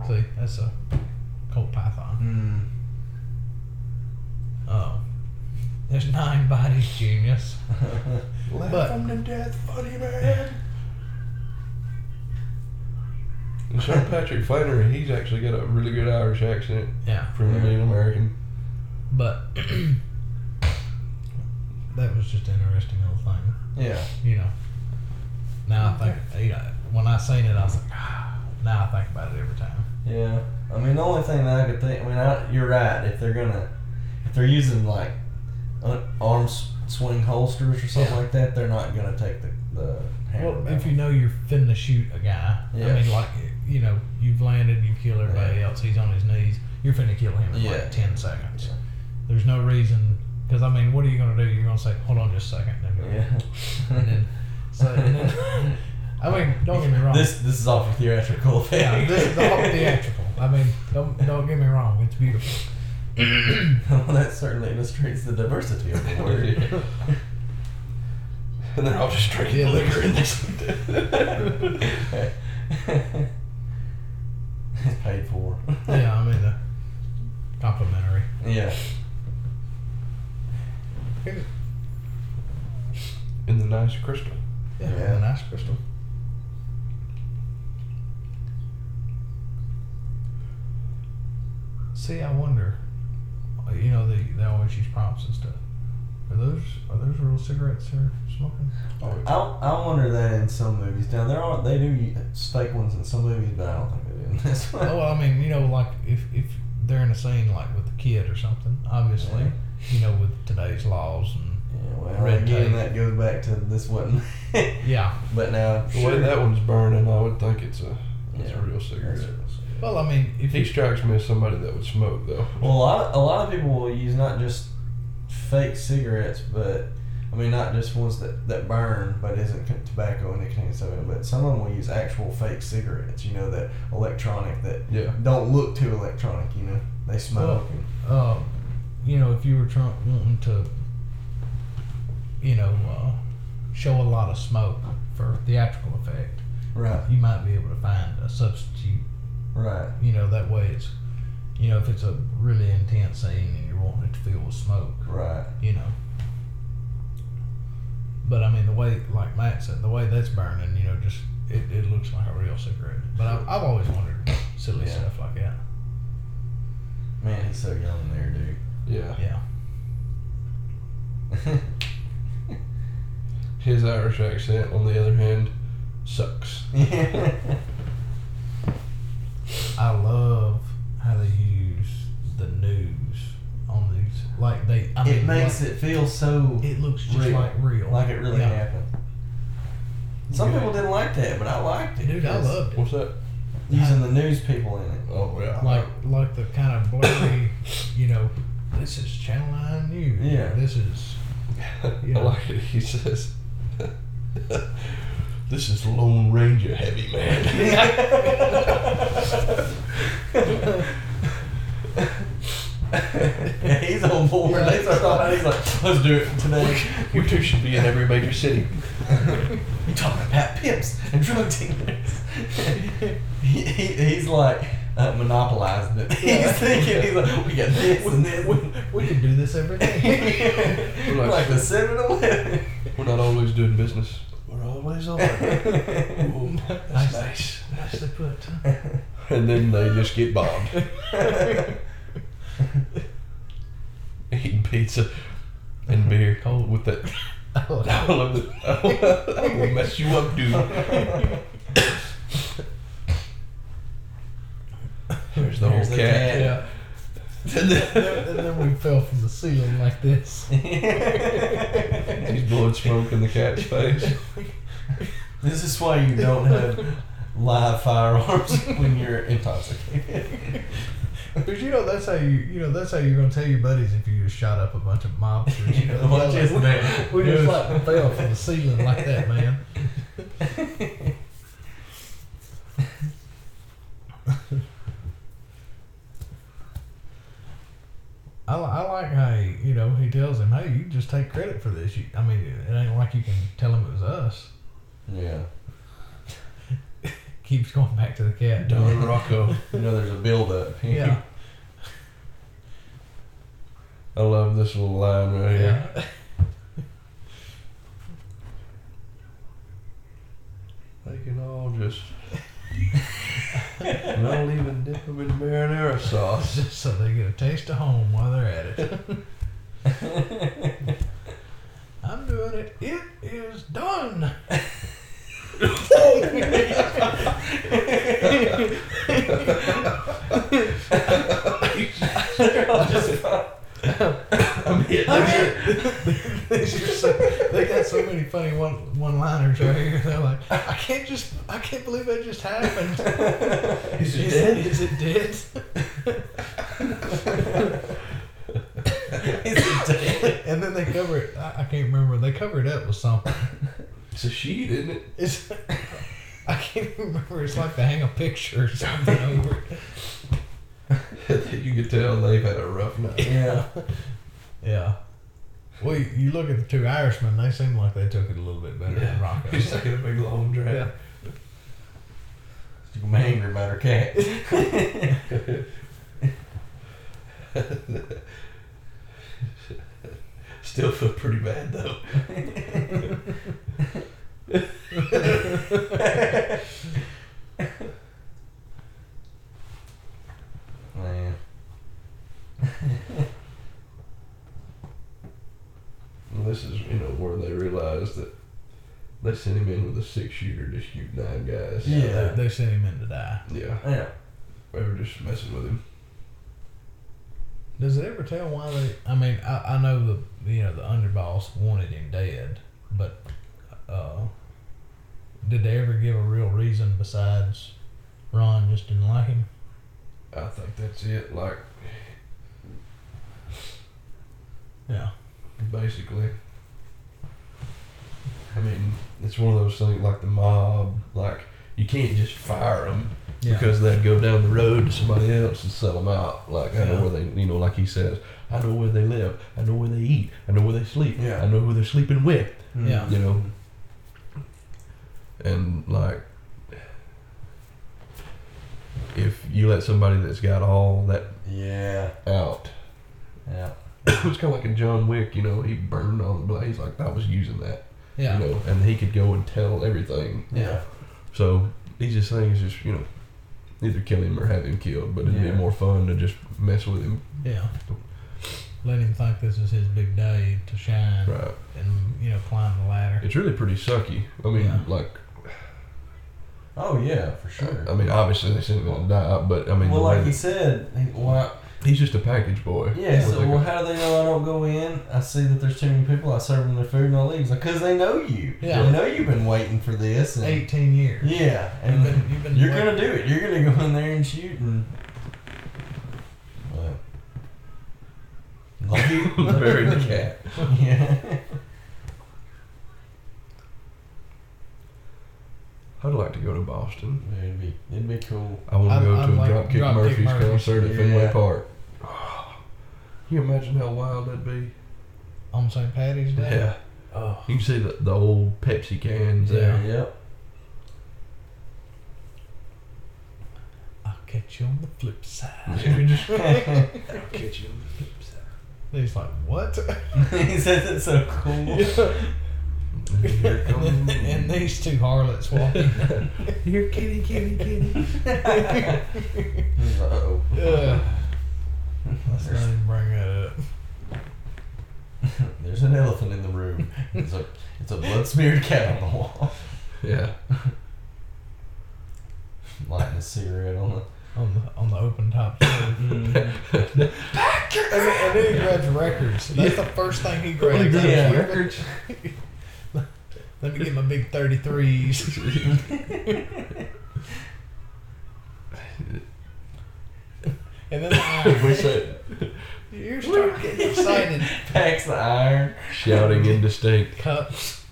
[SPEAKER 3] See, that's a cold python.
[SPEAKER 1] Mm.
[SPEAKER 3] Oh, there's nine bodies, genius.
[SPEAKER 2] Laugh
[SPEAKER 3] But-
[SPEAKER 2] him to death, funny man. And Sir Patrick Flannery, he's actually got a really good Irish accent
[SPEAKER 3] Yeah.
[SPEAKER 2] for him being American.
[SPEAKER 3] But that was just an interesting little thing,
[SPEAKER 1] yeah.
[SPEAKER 3] you know. Now I think, you know, when I seen it, I was like, ah. Now I think about it every time.
[SPEAKER 1] Yeah, I mean the only thing that I could think. I mean, I, you're right. If they're gonna, if they're using like uh, arm s- swing holsters or something
[SPEAKER 3] Yeah.
[SPEAKER 1] like that, they're not gonna take the the hammer.
[SPEAKER 3] Well,
[SPEAKER 1] back.
[SPEAKER 3] if you know you're finna shoot a guy,
[SPEAKER 1] Yeah.
[SPEAKER 3] I mean, like, you know, you've landed, you've killed everybody else, he's on his knees, you're finna kill him in
[SPEAKER 1] Yeah.
[SPEAKER 3] like 10 seconds.
[SPEAKER 1] Yeah.
[SPEAKER 3] There's no reason, because I mean, what are you gonna do? You're gonna say, hold on just a second. And then,
[SPEAKER 1] yeah.
[SPEAKER 3] and then, so, and then, I mean, don't get me wrong.
[SPEAKER 1] This this is all for theatrical effect.
[SPEAKER 3] Yeah, this is all theatrical. I mean, don't don't get me wrong, it's beautiful.
[SPEAKER 1] well, that certainly illustrates the diversity of the word.
[SPEAKER 2] And they're all just drinking
[SPEAKER 3] Yeah,
[SPEAKER 2] liquor
[SPEAKER 3] they're-
[SPEAKER 2] in this.
[SPEAKER 1] It's paid for.
[SPEAKER 3] yeah, I mean the complimentary.
[SPEAKER 1] Yeah.
[SPEAKER 2] in the nice crystal.
[SPEAKER 3] Yeah,
[SPEAKER 1] Yeah.
[SPEAKER 3] the nice crystal. See, I wonder. uh, You know, they, they always use prompts and stuff. Are those are those real cigarettes they're smoking?
[SPEAKER 2] Oh,
[SPEAKER 1] I, I wonder that in some movies. Now there are they do use fake ones in some movies, but I don't think they do in this one.
[SPEAKER 3] oh, well, I mean, you know, like if if they're in a scene like with a kid or something, obviously,
[SPEAKER 1] Yeah.
[SPEAKER 3] you know, with today's laws and
[SPEAKER 1] Yeah, well,
[SPEAKER 3] Red
[SPEAKER 1] again,
[SPEAKER 3] tape.
[SPEAKER 1] that goes back to this one.
[SPEAKER 3] yeah.
[SPEAKER 1] but now,
[SPEAKER 2] The way that one's burning, I would think it's a it's
[SPEAKER 1] Yeah.
[SPEAKER 2] a real cigarette.
[SPEAKER 3] Well, I mean, if
[SPEAKER 2] He
[SPEAKER 3] you
[SPEAKER 2] strikes me as somebody that would smoke though.
[SPEAKER 1] Well, a lot, of, a lot of people will use not just fake cigarettes, but I mean, not just ones that, that burn, but isn't con- tobacco and nicotine and stuff. in it, But some of them will use actual fake cigarettes. You know, that electronic that
[SPEAKER 2] yeah.
[SPEAKER 1] don't look too electronic. You know, they smoke. and-
[SPEAKER 3] uh, you know, if you were trying wanting to, you know, uh, show a lot of smoke for theatrical effect,
[SPEAKER 1] right,
[SPEAKER 3] you might be able to find a substitute.
[SPEAKER 1] right,
[SPEAKER 3] You know, that way it's, you know, if it's a really intense scene and you're wanting it to fill with smoke,
[SPEAKER 1] right.
[SPEAKER 3] you know. But I mean, the way, like Matt said, the way that's burning, you know, just it, it looks like a real cigarette. But I've, I've always wondered silly
[SPEAKER 1] Yeah.
[SPEAKER 3] stuff like that.
[SPEAKER 1] Man, he's so young there, dude.
[SPEAKER 2] Yeah.
[SPEAKER 3] Yeah.
[SPEAKER 2] His Irish accent, on the other hand, sucks.
[SPEAKER 3] I love how they use the news on these. Like they, I mean,
[SPEAKER 1] it makes it feel so
[SPEAKER 3] it looks just
[SPEAKER 1] real.
[SPEAKER 3] like real,
[SPEAKER 1] like it really
[SPEAKER 3] Yeah.
[SPEAKER 1] happened. Some
[SPEAKER 2] Yeah.
[SPEAKER 1] people didn't like that, but I liked it.
[SPEAKER 3] Dude, I
[SPEAKER 1] because
[SPEAKER 3] loved it.
[SPEAKER 2] What's that?
[SPEAKER 1] using the news people in it.
[SPEAKER 2] Oh yeah.
[SPEAKER 3] Like, like the kind of blurry, you know, this is Channel Nine News.
[SPEAKER 1] Yeah.
[SPEAKER 3] This is
[SPEAKER 2] I like it. He says, "This is Lone Ranger heavy man."
[SPEAKER 1] yeah, he's on board.
[SPEAKER 3] Yeah.
[SPEAKER 1] He's, on, he's like, let's do it today.
[SPEAKER 2] you two should be in every major city.
[SPEAKER 1] you talking about pimps and drug dealers. he, he, he's like uh, monopolizing it.
[SPEAKER 3] Yeah.
[SPEAKER 1] He's thinking, he's like, we got this and this.
[SPEAKER 3] we, we could do this every day.
[SPEAKER 1] like, the 7 Eleven.
[SPEAKER 2] We're not always doing business. We're always on. Ooh, that's nice.
[SPEAKER 3] Nicely put.
[SPEAKER 2] And then they just get bombed eating pizza and beer Oh,
[SPEAKER 3] Cold.
[SPEAKER 2] with that.
[SPEAKER 3] I love
[SPEAKER 2] I love it. I will mess you up, dude. There's the
[SPEAKER 1] There's
[SPEAKER 2] whole
[SPEAKER 1] the
[SPEAKER 2] cat.
[SPEAKER 3] Yeah.
[SPEAKER 2] And then-
[SPEAKER 3] and then we fell from the ceiling like this.
[SPEAKER 2] He's blowing smoke in the cat's face.
[SPEAKER 1] This is why you don't have live firearms when you're intoxicated.
[SPEAKER 3] But you know that's how you you know that's how you're gonna tell your buddies if you just shot up a bunch of mobsters. You know,
[SPEAKER 1] Watch this
[SPEAKER 3] we,
[SPEAKER 1] now.
[SPEAKER 3] we just like fell from the ceiling like that, man. I, li- I like how he, you know he tells him, "Hey, you just take credit for this." You, I mean, it ain't like you can tell him it was us.
[SPEAKER 1] Yeah.
[SPEAKER 3] Keeps going back to the cat.
[SPEAKER 2] Don Rocco.
[SPEAKER 1] You know, there's a buildup.
[SPEAKER 3] Yeah,
[SPEAKER 2] I love this little line right here.
[SPEAKER 3] yeah.
[SPEAKER 2] They can all just. and I'll even dip them in marinara sauce.
[SPEAKER 3] Just so they get a taste of home while they're at it. I'm doing it. It is done. It's just so- they got so many funny one one liners right here. They're like, I can't just, I can't believe that just happened.
[SPEAKER 2] Is it
[SPEAKER 3] Is
[SPEAKER 2] dead?
[SPEAKER 3] Is it dead? And then they cover it. I, I can't remember. They cover it up with something.
[SPEAKER 2] It's a sheet, isn't it?
[SPEAKER 3] It's, I can't even remember. It's like they hang a picture or something over it.
[SPEAKER 2] you could tell they've had a rough night.
[SPEAKER 1] yeah.
[SPEAKER 3] Yeah. Well, you, you look at the two Irishmen. They seem like they took it a little bit better than Rocco.
[SPEAKER 2] He's taking a big long drag.
[SPEAKER 3] Yeah.
[SPEAKER 1] She's gonna be angry about her cat.
[SPEAKER 2] Still feel pretty bad though.
[SPEAKER 1] Man.
[SPEAKER 2] And this is you know where they realized that they sent him in with a six shooter to shoot nine guys.
[SPEAKER 1] Yeah.
[SPEAKER 3] They, they sent him in to die.
[SPEAKER 2] Yeah.
[SPEAKER 1] Yeah.
[SPEAKER 2] They were just messing with him.
[SPEAKER 3] Does it ever tell why they? I mean, I, I know the you know the underboss wanted him dead, but uh, did they ever give a real reason besides Ron just didn't like him?
[SPEAKER 2] I think that's it. Like
[SPEAKER 3] Yeah.
[SPEAKER 2] basically. I mean, it's one of those things like the mob. Like you can't just fire them
[SPEAKER 3] Yeah.
[SPEAKER 2] because they'd go down the road to somebody else and sell them out. Like I
[SPEAKER 3] Yeah.
[SPEAKER 2] know where they, you know, like he says, I know where they live, I know where they eat, I know where they sleep,
[SPEAKER 1] Yeah.
[SPEAKER 2] I know who they're sleeping with.
[SPEAKER 3] Yeah.
[SPEAKER 2] You know, and like if you let somebody that's got all that
[SPEAKER 1] Yeah.
[SPEAKER 2] out,
[SPEAKER 1] Yeah.
[SPEAKER 2] it was kind of like a John Wick. You know, he burned all the blaze. Like I was using that.
[SPEAKER 3] yeah.
[SPEAKER 2] You know, and he could go and tell everything.
[SPEAKER 1] Yeah.
[SPEAKER 2] So he's just saying is just you know either kill him or have him killed, but it'd
[SPEAKER 1] Yeah.
[SPEAKER 2] be more fun to just mess with him,
[SPEAKER 3] Yeah. Let him think this is his big day to shine
[SPEAKER 2] right?
[SPEAKER 3] and you know climb the ladder.
[SPEAKER 2] It's really pretty sucky. I mean,
[SPEAKER 3] Yeah.
[SPEAKER 2] like
[SPEAKER 1] Oh yeah, for sure.
[SPEAKER 2] I mean, obviously they said he's gonna die, but I mean,
[SPEAKER 1] well,
[SPEAKER 2] the way
[SPEAKER 1] like he
[SPEAKER 2] that-
[SPEAKER 1] said, he- why,
[SPEAKER 2] he's just a package boy.
[SPEAKER 1] yeah.
[SPEAKER 2] With
[SPEAKER 1] So,
[SPEAKER 2] like
[SPEAKER 1] well,
[SPEAKER 2] a-
[SPEAKER 1] how do they know I don't go in? I see that there's too many people. I serve them their food and I leave. Because they know you.
[SPEAKER 3] Yeah.
[SPEAKER 1] They know you've been waiting for this. And,
[SPEAKER 3] Eighteen years.
[SPEAKER 1] Yeah.
[SPEAKER 3] You've
[SPEAKER 1] And
[SPEAKER 3] been, you've been
[SPEAKER 1] you're
[SPEAKER 3] waiting.
[SPEAKER 1] gonna do it. You're gonna go in there and shoot and. Well. Lucky,
[SPEAKER 2] buried the cat.
[SPEAKER 1] Yeah.
[SPEAKER 2] I'd like to go to Boston.
[SPEAKER 1] It'd be it'd be cool.
[SPEAKER 2] I want
[SPEAKER 3] I'd-
[SPEAKER 2] to go
[SPEAKER 3] I'd
[SPEAKER 2] to a
[SPEAKER 3] like
[SPEAKER 2] Dropkick
[SPEAKER 3] Dropkick
[SPEAKER 2] Murphys
[SPEAKER 3] Murphys.
[SPEAKER 2] concert at Fenway
[SPEAKER 1] Yeah.
[SPEAKER 2] Park. Can you imagine how wild that'd be?
[SPEAKER 3] on St. Patty's Day.
[SPEAKER 2] Yeah.
[SPEAKER 3] Oh.
[SPEAKER 2] You can see the, the old Pepsi cans there.
[SPEAKER 1] Yep.
[SPEAKER 3] I'll catch you on the flip side.
[SPEAKER 2] You just catch you on the flip side.
[SPEAKER 3] He's like, what?
[SPEAKER 1] he says it's so cool.
[SPEAKER 2] Here
[SPEAKER 3] and,
[SPEAKER 2] comes-
[SPEAKER 3] these two harlots walking.
[SPEAKER 2] Here, kitty, kitty, kitty.
[SPEAKER 1] He's like, Uh-oh.
[SPEAKER 3] Ugh. Let's not even bring that up.
[SPEAKER 1] There's an elephant in the room. It's a it's a blood smeared cat on the wall.
[SPEAKER 2] Yeah.
[SPEAKER 1] Lighting a cigarette on the
[SPEAKER 3] On the on the open top. shelf. and, then, and then he grabs records. That's the first thing he grabs.
[SPEAKER 1] grabs
[SPEAKER 3] Let me-
[SPEAKER 2] records.
[SPEAKER 3] Let me get my big thirty threes. And then
[SPEAKER 2] We
[SPEAKER 3] I,
[SPEAKER 2] said
[SPEAKER 3] you're starting to get excited.
[SPEAKER 1] packs the iron.
[SPEAKER 2] shouting indistinct.
[SPEAKER 3] Cups,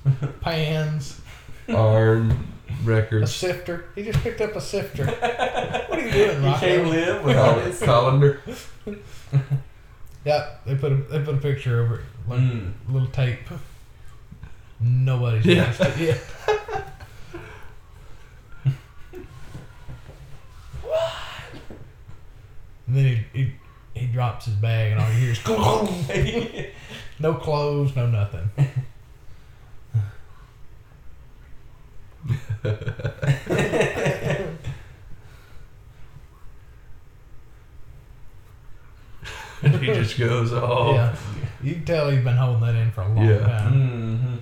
[SPEAKER 3] pans,
[SPEAKER 2] Iron
[SPEAKER 3] a
[SPEAKER 2] records.
[SPEAKER 3] sifter. He just picked up a sifter. What are you doing,
[SPEAKER 1] You can't
[SPEAKER 3] Rocco?
[SPEAKER 1] live with all
[SPEAKER 2] Col-
[SPEAKER 1] this.
[SPEAKER 2] Colander.
[SPEAKER 3] Yep, they put a, they put a picture over it, like
[SPEAKER 1] Mm.
[SPEAKER 3] little tape. Nobody's
[SPEAKER 2] Yeah.
[SPEAKER 3] noticed it yet. And then he, he he drops his bag and all you hear is clunk. no clothes, no nothing.
[SPEAKER 2] And he just goes, oh.
[SPEAKER 3] Yeah, you can tell he's been holding that in for a long
[SPEAKER 2] Yeah.
[SPEAKER 3] time.
[SPEAKER 1] hmm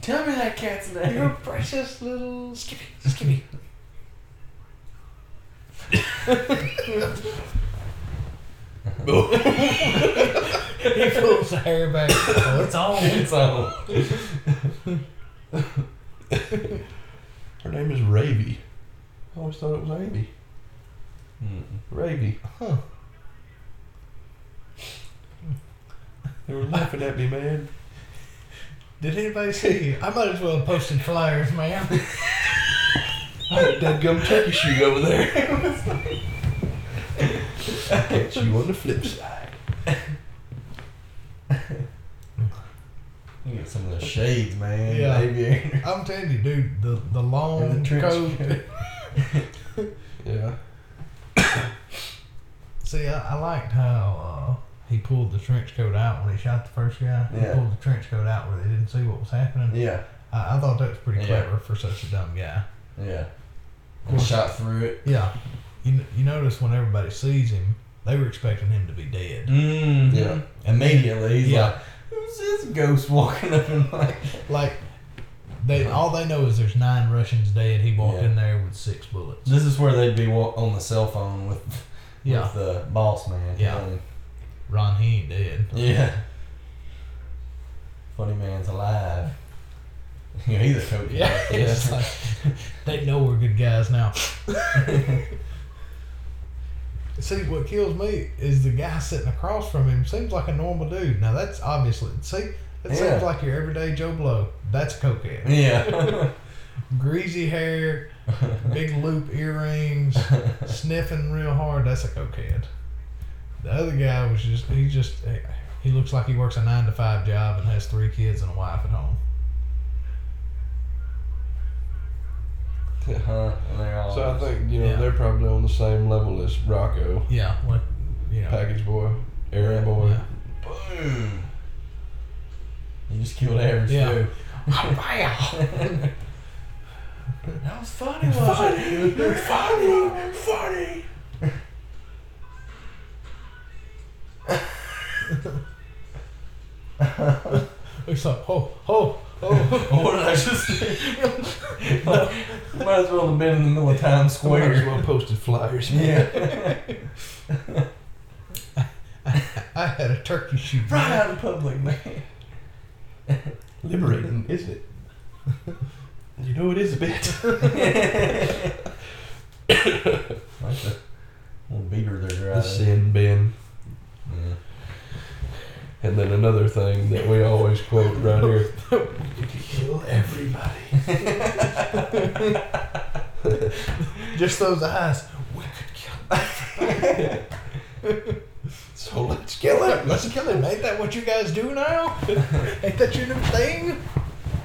[SPEAKER 1] Tell me that cat's name.
[SPEAKER 3] You're a precious little skippy, skippy. he pulls the hair back. Oh, it's on.
[SPEAKER 1] It's on.
[SPEAKER 2] Her name is Ravy. I always thought it was Amy.
[SPEAKER 1] mm.
[SPEAKER 2] Ravy.
[SPEAKER 3] Huh.
[SPEAKER 2] They were laughing at me, man.
[SPEAKER 3] Did anybody see you? I might as well have posted flyers, man.
[SPEAKER 2] I had a dead gum turkey shoe over there. Catch you on the flip side.
[SPEAKER 1] You get some of the shades, man.
[SPEAKER 3] Yeah.
[SPEAKER 1] Aviator.
[SPEAKER 3] I'm telling you, dude, the the long
[SPEAKER 1] And the trench
[SPEAKER 3] coat.
[SPEAKER 2] Yeah.
[SPEAKER 3] See, I, I liked how uh, he pulled the trench coat out when he shot the first guy. He
[SPEAKER 1] Yeah.
[SPEAKER 3] pulled the trench coat out where they didn't see what was happening.
[SPEAKER 1] Yeah.
[SPEAKER 3] I, I thought that was pretty
[SPEAKER 1] Yeah.
[SPEAKER 3] clever for such a dumb guy.
[SPEAKER 1] Yeah.
[SPEAKER 3] course.
[SPEAKER 1] Shot through it.
[SPEAKER 3] Yeah, you kn- you notice when everybody sees him, they were expecting him to be dead.
[SPEAKER 1] Mm.
[SPEAKER 2] Yeah.
[SPEAKER 1] Immediately, he's
[SPEAKER 3] Yeah.
[SPEAKER 1] like, "Who's this ghost walking up in my?"
[SPEAKER 3] Like they all they know is there's nine Russians dead. He walked
[SPEAKER 1] Yeah.
[SPEAKER 3] in there with six bullets.
[SPEAKER 1] This is where they'd be wa- on the cell phone with,
[SPEAKER 3] Yeah,
[SPEAKER 1] with the boss man.
[SPEAKER 3] Yeah.
[SPEAKER 1] Um,
[SPEAKER 3] Ron, he ain't dead.
[SPEAKER 1] yeah. Funny man's alive. Yeah, he's a coach.
[SPEAKER 3] Yeah, it's like they know we're good guys now. See, what kills me is the guy sitting across from him seems like a normal dude. Now that's obviously see, that
[SPEAKER 1] Yeah.
[SPEAKER 3] seems like your everyday Joe Blow. That's a cokehead.
[SPEAKER 1] yeah.
[SPEAKER 3] Greasy hair, big loop earrings, sniffing real hard. That's a cokehead. The other guy was just he just he looks like he works a nine to five job and has three kids and a wife at home.
[SPEAKER 1] Uh-huh. And they're all
[SPEAKER 2] So I
[SPEAKER 1] just-
[SPEAKER 2] think you know
[SPEAKER 3] Yeah.
[SPEAKER 2] they're probably on the same level as Rocco,
[SPEAKER 3] Yeah, what you know.
[SPEAKER 2] Package Boy, Aaron
[SPEAKER 1] Yeah.
[SPEAKER 2] Boy.
[SPEAKER 3] Yeah.
[SPEAKER 1] boom. You just killed average
[SPEAKER 3] Yeah.
[SPEAKER 1] Joe.
[SPEAKER 3] Oh,
[SPEAKER 1] that was funny. Wasn't it?
[SPEAKER 2] funny, funny.
[SPEAKER 3] It's like, oh, oh, oh.
[SPEAKER 1] What did I just say? Might as well have been in the middle of Times
[SPEAKER 2] Might as
[SPEAKER 1] Square.
[SPEAKER 2] well posted flyers.
[SPEAKER 1] Yeah.
[SPEAKER 3] I had a turkey shoot.
[SPEAKER 1] right out in public, man.
[SPEAKER 2] Liberating, isn't it? You know it is a bit.
[SPEAKER 1] Like the little beater they're
[SPEAKER 2] The
[SPEAKER 1] driving.
[SPEAKER 2] sin bin.
[SPEAKER 1] Yeah.
[SPEAKER 2] And then another thing that we always quote right here.
[SPEAKER 3] Kill everybody. Just those eyes. We could kill
[SPEAKER 2] So let's
[SPEAKER 3] Kill him. Let's kill him. Ain't that what you guys do now? Ain't that your new thing?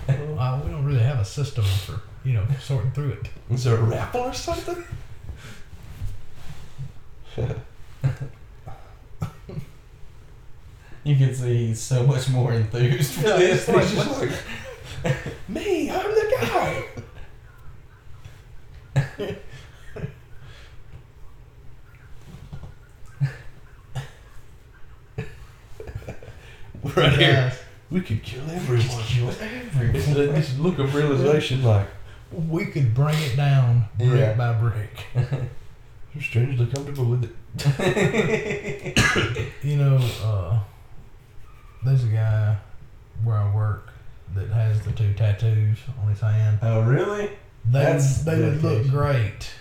[SPEAKER 3] Uh, we don't really have a system for, you know, sorting through it.
[SPEAKER 2] Is there a raffle or something?
[SPEAKER 1] You can see he's so much more enthused for
[SPEAKER 3] Yeah,
[SPEAKER 1] this.
[SPEAKER 3] it's like,
[SPEAKER 1] He's just like,
[SPEAKER 2] Me, I'm the guy. right here.
[SPEAKER 3] Guys,
[SPEAKER 2] We could kill everyone. It's
[SPEAKER 1] everyone.
[SPEAKER 2] that- this look of realization like
[SPEAKER 3] we could bring it down brick
[SPEAKER 1] Yeah.
[SPEAKER 3] by brick.
[SPEAKER 2] I'm strangely comfortable with it.
[SPEAKER 3] You know, uh, there's a guy where I work that has the two tattoos on his hand.
[SPEAKER 1] Oh, really?
[SPEAKER 3] They,
[SPEAKER 1] That's
[SPEAKER 3] they would look
[SPEAKER 1] dedication.
[SPEAKER 3] great,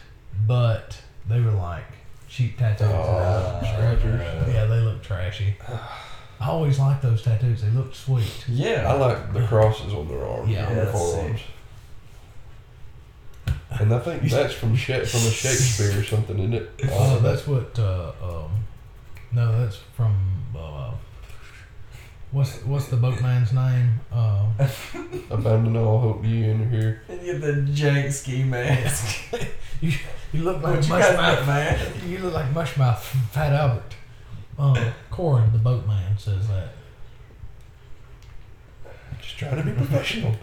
[SPEAKER 3] but they were like cheap tattoos.
[SPEAKER 2] Oh, scratchers.
[SPEAKER 3] yeah, they look trashy. I always liked those tattoos. They looked sweet.
[SPEAKER 2] I
[SPEAKER 1] Yeah.
[SPEAKER 2] like the crosses on their arms,
[SPEAKER 3] Yeah.
[SPEAKER 2] on
[SPEAKER 1] Yeah,
[SPEAKER 2] their
[SPEAKER 1] that's
[SPEAKER 2] forearms. And I think that's from Sha- from a Shakespeare or something, isn't it? Oh,
[SPEAKER 3] Uh, that's what. Uh, um, no, that's from. Uh, what's what's the boatman's name? Uh,
[SPEAKER 2] Abandon all hope you in here.
[SPEAKER 1] And you get the jank ski mask.
[SPEAKER 3] you look
[SPEAKER 1] What
[SPEAKER 3] like
[SPEAKER 1] you got that,
[SPEAKER 3] Mushmouth.
[SPEAKER 1] man?
[SPEAKER 3] You look like Mushmouth from Fat Albert. Uh, Corin, the boatman, says that.
[SPEAKER 2] Just trying to be professional.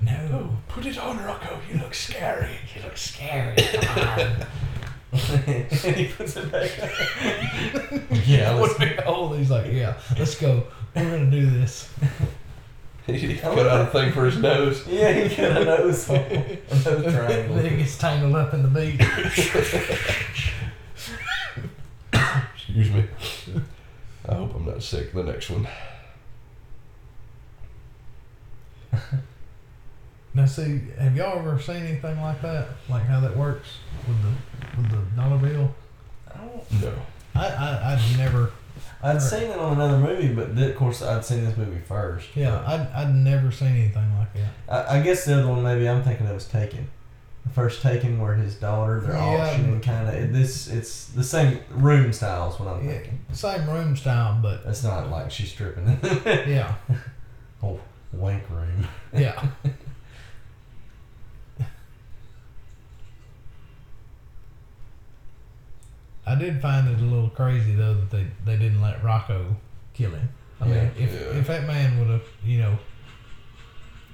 [SPEAKER 3] No,
[SPEAKER 2] Put it on, Rocco. You look scary.
[SPEAKER 3] you look scary. Come on.
[SPEAKER 1] and he puts it back on. yeah,
[SPEAKER 3] What
[SPEAKER 1] let's,
[SPEAKER 3] we all- he's like, yeah, let's go. We're gonna do this.
[SPEAKER 2] he cut out a thing for his nose.
[SPEAKER 1] yeah, he got a nose hole. A nose
[SPEAKER 3] Then
[SPEAKER 1] triangle.
[SPEAKER 3] gets tangled up in the bead.
[SPEAKER 2] Excuse me. I hope I'm not sick. The next one.
[SPEAKER 3] Now, see, have y'all ever seen anything like that? Like how that works with the with the dollar bill?
[SPEAKER 1] I don't-
[SPEAKER 2] No.
[SPEAKER 3] I I I'd never
[SPEAKER 1] I'd seen it on another movie, but th- of course I'd seen this movie first.
[SPEAKER 3] yeah I'd, I'd never seen anything like that.
[SPEAKER 1] I, I guess the other one maybe I'm thinking of is Taken. The first Taken where his daughter, they're
[SPEAKER 3] Yeah.
[SPEAKER 1] auctioning kind of. This it's the same room style is what I'm
[SPEAKER 3] Yeah.
[SPEAKER 1] thinking.
[SPEAKER 3] Same room style, but
[SPEAKER 1] It's not like she's stripping.
[SPEAKER 3] yeah.
[SPEAKER 1] oh,
[SPEAKER 2] wank room.
[SPEAKER 3] Yeah. I did find it a little crazy though that they, they didn't let Rocco kill him. I mean,
[SPEAKER 2] Yeah.
[SPEAKER 3] if,
[SPEAKER 2] Yeah.
[SPEAKER 3] if that man would have you know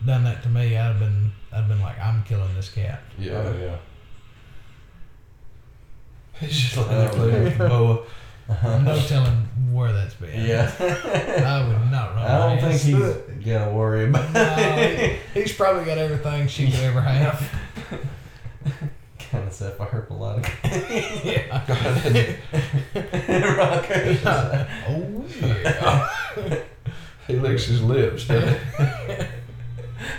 [SPEAKER 3] done that to me, I'd have been I'd been like I'm killing this cat.
[SPEAKER 2] Yeah.
[SPEAKER 1] yeah.
[SPEAKER 2] He's just like that playing with the boa.
[SPEAKER 3] No telling where that's been.
[SPEAKER 1] Uh-huh. Yeah.
[SPEAKER 3] I would not
[SPEAKER 1] I
[SPEAKER 3] run.
[SPEAKER 1] don't
[SPEAKER 3] my
[SPEAKER 1] think
[SPEAKER 3] ass.
[SPEAKER 1] he's gonna worry about
[SPEAKER 3] No, he- he's probably got everything she could ever have.
[SPEAKER 1] kind of set fire up a lot of
[SPEAKER 3] yeah.
[SPEAKER 1] rockers.
[SPEAKER 3] Oh yeah.
[SPEAKER 2] He licks his lips, doesn't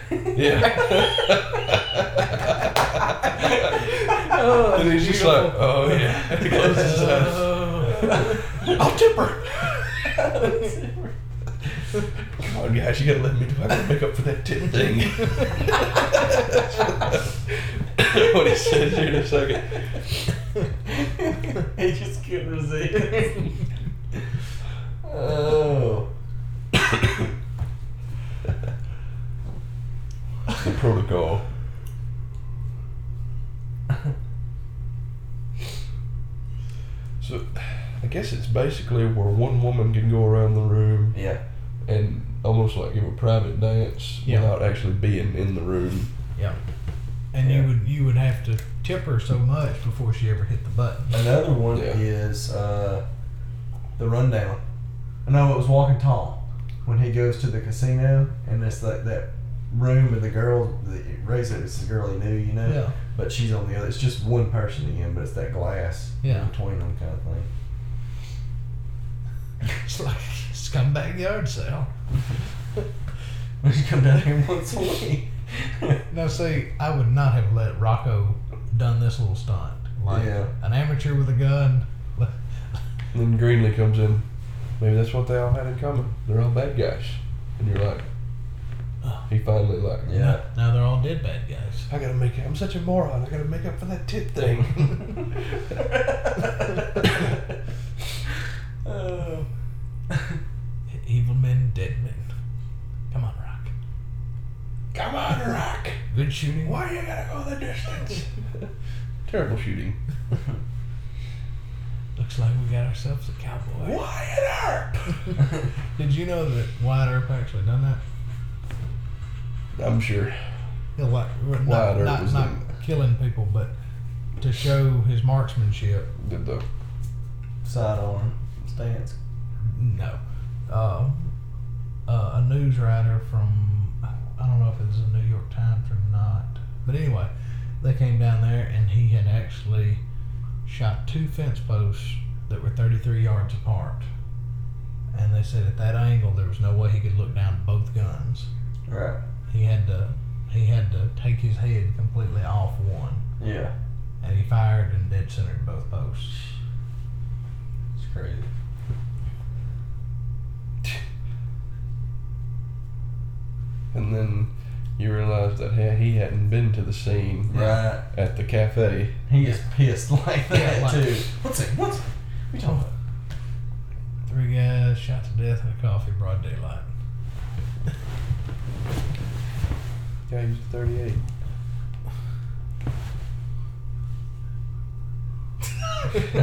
[SPEAKER 2] he? yeah. and he's just like, oh yeah. He closes his eyes. I'll tip her. Come on, guys, you Oh, gotta let me do. I gotta make up for that tip thing. what he says here in a second.
[SPEAKER 1] he just couldn't resist. oh.
[SPEAKER 2] The protocol. So, I guess it's basically where one woman can go around the room
[SPEAKER 1] Yeah.
[SPEAKER 2] and almost like give a private dance
[SPEAKER 3] Yeah.
[SPEAKER 2] without actually being in the room.
[SPEAKER 3] Yeah. And
[SPEAKER 1] Yeah.
[SPEAKER 3] you would you would have to tip her so much before she ever hit the button.
[SPEAKER 1] Another one
[SPEAKER 2] Yeah.
[SPEAKER 1] is uh, the rundown. No, it was Walking Tall when he goes to the casino and it's like that room with the girl that raised it. It's the girl he knew, you know.
[SPEAKER 3] Yeah.
[SPEAKER 1] But she's on the other. It's just one person again, but it's that glass
[SPEAKER 3] Yeah.
[SPEAKER 1] between them kind of thing.
[SPEAKER 3] It's like it's come back yard sale.
[SPEAKER 1] We should come down here once a week.
[SPEAKER 3] Now see, I would not have let Rocco done this little stunt. Like
[SPEAKER 1] Yeah.
[SPEAKER 3] an amateur with a gun.
[SPEAKER 2] And then Greenlee comes in. Maybe that's what they all had in common. They're all bad guys. And you're like, he finally like,
[SPEAKER 1] Yeah.
[SPEAKER 3] Now, now they're all dead bad guys.
[SPEAKER 2] I gotta make it. I'm such a moron. I gotta make up for that tit thing. Uh,
[SPEAKER 1] oh.
[SPEAKER 3] Evil men, dead men. Come on, Rock.
[SPEAKER 2] Come on, Rock.
[SPEAKER 3] Good shooting.
[SPEAKER 2] Why you gotta go the distance? Terrible shooting.
[SPEAKER 3] Looks like we got ourselves a cowboy.
[SPEAKER 2] Wyatt Earp.
[SPEAKER 3] Did you know that Wyatt Earp actually done that?
[SPEAKER 2] I'm sure.
[SPEAKER 3] Yeah, like, we're not,
[SPEAKER 2] Wyatt Earp
[SPEAKER 3] not,
[SPEAKER 2] was
[SPEAKER 3] not
[SPEAKER 2] the-
[SPEAKER 3] killing people, but to show his marksmanship.
[SPEAKER 2] Did the
[SPEAKER 1] Sidearm stance.
[SPEAKER 3] No. Uh, uh, a news writer from, I don't know if it was the New York Times or not, but anyway, they came down there and he had actually shot two fence posts that were 33 yards apart. And they said at that angle, there was no way he could look down both guns.
[SPEAKER 1] Right.
[SPEAKER 3] He had to, he had to take his head completely off one.
[SPEAKER 1] Yeah.
[SPEAKER 3] and he fired and dead centered both posts.
[SPEAKER 1] It's crazy.
[SPEAKER 2] and then you realize that hey, he hadn't been to the scene
[SPEAKER 1] Right.
[SPEAKER 2] at the cafe.
[SPEAKER 1] He gets pissed like that
[SPEAKER 3] Yeah, like-
[SPEAKER 1] too. What's it? What's we talking about?
[SPEAKER 3] Three guys shot to death in a coffee broad daylight.
[SPEAKER 2] Yeah, he was 38. All of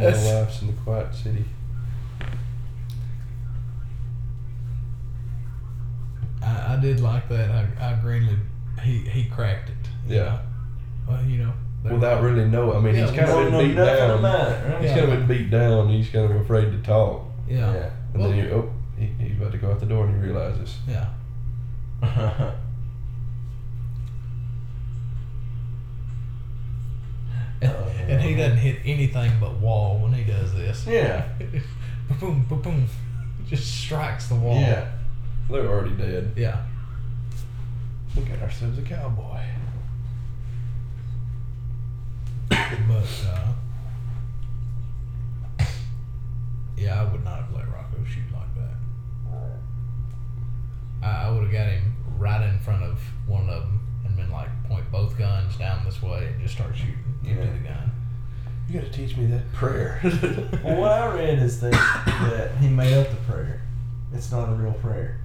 [SPEAKER 3] That's-
[SPEAKER 2] their lives in the quiet city.
[SPEAKER 3] I, I did like that. I, I Greenlee, he he cracked it. you
[SPEAKER 2] Yeah.
[SPEAKER 3] know. Well, you know. they were-
[SPEAKER 2] Without really knowing. I mean, he's
[SPEAKER 3] Yeah,
[SPEAKER 2] kind of
[SPEAKER 1] Don't know
[SPEAKER 2] been beat
[SPEAKER 1] nothing
[SPEAKER 2] down.
[SPEAKER 1] about it, right?
[SPEAKER 2] He's
[SPEAKER 3] Yeah.
[SPEAKER 2] kind of been beat down. He's kind of afraid to talk.
[SPEAKER 3] Yeah. Yeah.
[SPEAKER 2] And
[SPEAKER 3] Well-
[SPEAKER 2] then you oh, he, he's about to go out the door and he realizes.
[SPEAKER 1] Yeah.
[SPEAKER 3] And, and he doesn't hit anything but wall when he does this.
[SPEAKER 1] yeah.
[SPEAKER 3] boom, boom, boom. Just strikes the wall.
[SPEAKER 1] Yeah.
[SPEAKER 2] They're already dead.
[SPEAKER 3] Yeah.
[SPEAKER 2] We got ourselves a cowboy.
[SPEAKER 3] But uh, yeah, I would not have let Rocco shoot like that. I, I would have got him right in front of one of them and been like, point both guns down this way and just start shooting into
[SPEAKER 1] Yeah.
[SPEAKER 3] the gun.
[SPEAKER 2] You gotta teach me that prayer.
[SPEAKER 1] Well, what I read is that that he made up the prayer. It's not a real prayer.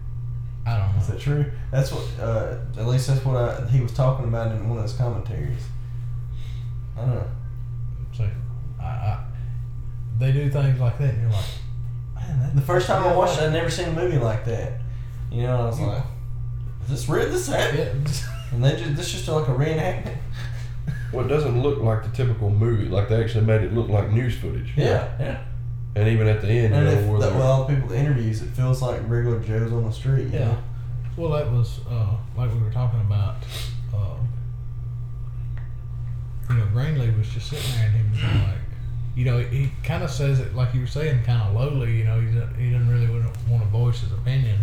[SPEAKER 3] I don't
[SPEAKER 1] Is
[SPEAKER 3] know.
[SPEAKER 1] that true? That's what. Uh, at least that's what I, he was talking about in one of his commentaries. I don't know.
[SPEAKER 3] So, I, I, they do things like that, and you're like, man, that,
[SPEAKER 1] The first time I watched it, I'd never seen a movie like that. You know, and I was like, "Is this real? This happened?"
[SPEAKER 3] Yeah.
[SPEAKER 1] And they just this just like a reenactment.
[SPEAKER 2] Well, it doesn't look like the typical movie. Like they actually made it look like news footage.
[SPEAKER 1] Yeah, yeah.
[SPEAKER 2] And even at the end, you
[SPEAKER 1] And
[SPEAKER 2] know,
[SPEAKER 1] if,
[SPEAKER 2] where
[SPEAKER 1] the,
[SPEAKER 2] they're-
[SPEAKER 1] well, people that interviews, it feels like regular Joes on the street. you
[SPEAKER 3] Yeah.
[SPEAKER 1] know?
[SPEAKER 3] Well, that was uh, like we were talking about. Uh, you know, Greenlee was just sitting there, and he was like, you know, he kind of says it like you were saying, kind of lowly. You know, he doesn't, he doesn't really want to voice his opinion.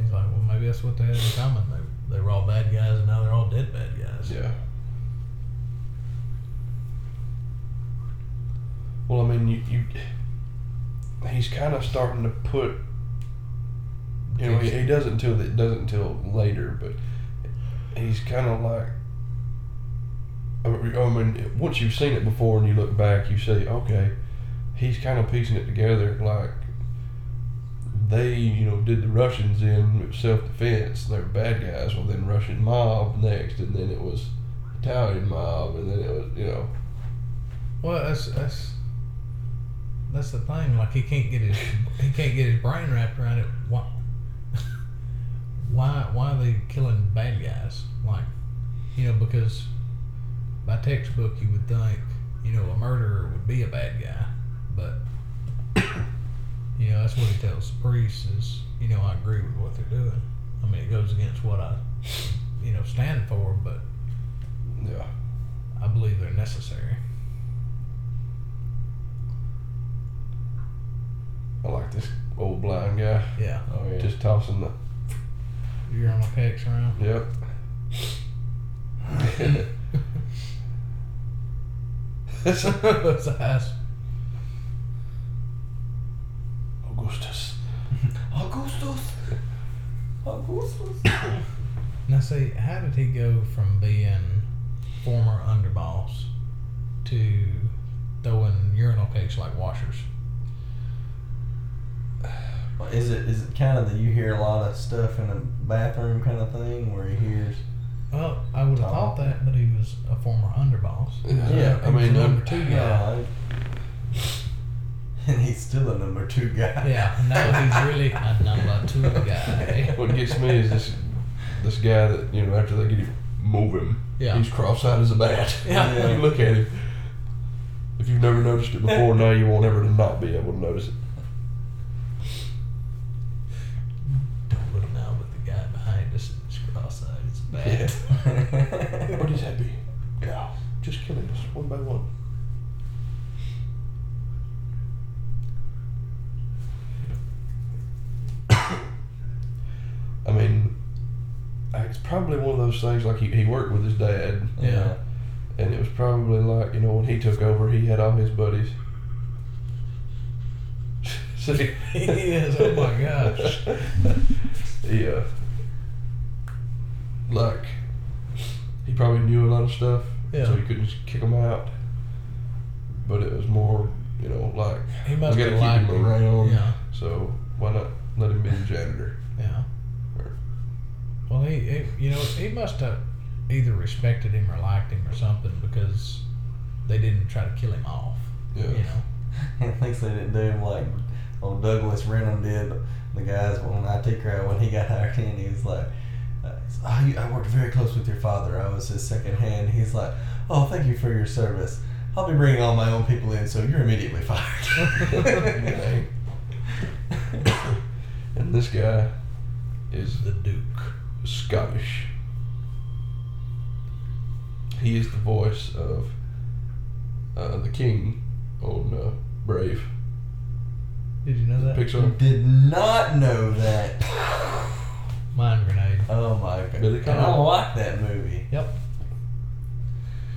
[SPEAKER 3] He's like, well, maybe that's what they had in common. They they were all bad guys, and now they're all dead bad guys.
[SPEAKER 2] Yeah. Well, I mean, you, you he's kind of starting to put. You know, he, he doesn't until that doesn't until later, but he's kind of like. I mean, I mean, once you've seen it before and you look back, you say, okay, he's kind of piecing it together. Like they, you know, did the Russians in self-defense. They were bad guys. Well, then Russian mob next, and then it was Italian mob, and then it was, you know,
[SPEAKER 3] Well, that's that's that's the thing. Like he can't get his he can't get his brain wrapped around it. Why why why are they killing bad guys? Like you know because by textbook you would think you know a murderer would be a bad guy, but you know that's what he tells the priests is you know I agree with what they're doing. I mean it goes against what I you know stand for, but
[SPEAKER 2] yeah.
[SPEAKER 3] I believe they're necessary.
[SPEAKER 2] I like this old blind guy
[SPEAKER 3] Yeah,
[SPEAKER 1] Oh yeah.
[SPEAKER 2] just tossing the
[SPEAKER 3] you're on my pecs around.
[SPEAKER 2] yep.
[SPEAKER 3] That's ass.
[SPEAKER 2] Augustus.
[SPEAKER 1] Augustus. "Oh, Augustus.
[SPEAKER 3] Now, see, how did he go from being former underboss to throwing urinal cakes like washers?
[SPEAKER 1] Well, Is it is it kind of that you hear a lot of stuff in a bathroom kind of thing where he hears?
[SPEAKER 3] Well, I would have
[SPEAKER 1] Oh.
[SPEAKER 3] thought that, but he was a former underboss.
[SPEAKER 1] Yeah,
[SPEAKER 2] I
[SPEAKER 3] He was
[SPEAKER 2] mean, um,
[SPEAKER 3] a number two guy.
[SPEAKER 1] Yeah. "Oh, and he's still a number two guy.
[SPEAKER 3] Yeah, no, he's really a number two guy.
[SPEAKER 2] what gets me is this this guy that you know after they get him move him,
[SPEAKER 3] Yeah.
[SPEAKER 2] he's cross-eyed as a bat.
[SPEAKER 3] Yeah.
[SPEAKER 2] When you look at him. If you've never noticed it before, now you won't ever not be able to notice it.
[SPEAKER 3] Don't look now, but the guy behind us is cross-eyed. It's bad.
[SPEAKER 2] Yeah. But he's happy. Yeah. Just killing us one by one. I mean, I- it's probably one of those things like he, he worked with his dad,
[SPEAKER 3] Yeah.
[SPEAKER 2] and it was probably like, you know, when he took over, he had all his buddies. See?
[SPEAKER 3] He is, oh my gosh.
[SPEAKER 2] yeah. Like, he probably knew a lot of stuff,
[SPEAKER 3] Yeah.
[SPEAKER 2] so he couldn't just kick them out. But it was more, you know, like,
[SPEAKER 3] He must
[SPEAKER 2] we
[SPEAKER 3] have
[SPEAKER 2] gotta keep
[SPEAKER 3] liked
[SPEAKER 2] him around,
[SPEAKER 3] Yeah,
[SPEAKER 2] so why not let him be the janitor?
[SPEAKER 3] yeah. Well, he, he you know he must have either respected him or liked him or something because they didn't try to kill him off.
[SPEAKER 2] Yeah.
[SPEAKER 3] You know.
[SPEAKER 1] I think they didn't do him like old Douglas Renum did. The guys on the IT crowd when he got hired in, he was like, uh, I, I worked very close with your father. I was his second hand. He's like, oh, thank you for your service. I'll be bringing all my own people in, so you're immediately fired.
[SPEAKER 2] Dang. And this guy is
[SPEAKER 3] The Duke.
[SPEAKER 2] Scottish. He is the voice of uh, the king on uh, Brave.
[SPEAKER 3] Did you know that?
[SPEAKER 2] Pixar.
[SPEAKER 1] Did not know that.
[SPEAKER 3] Mine grenade.
[SPEAKER 1] Oh my god!
[SPEAKER 2] Billy
[SPEAKER 1] And I
[SPEAKER 2] Connolly.
[SPEAKER 1] like that movie.
[SPEAKER 3] Yep.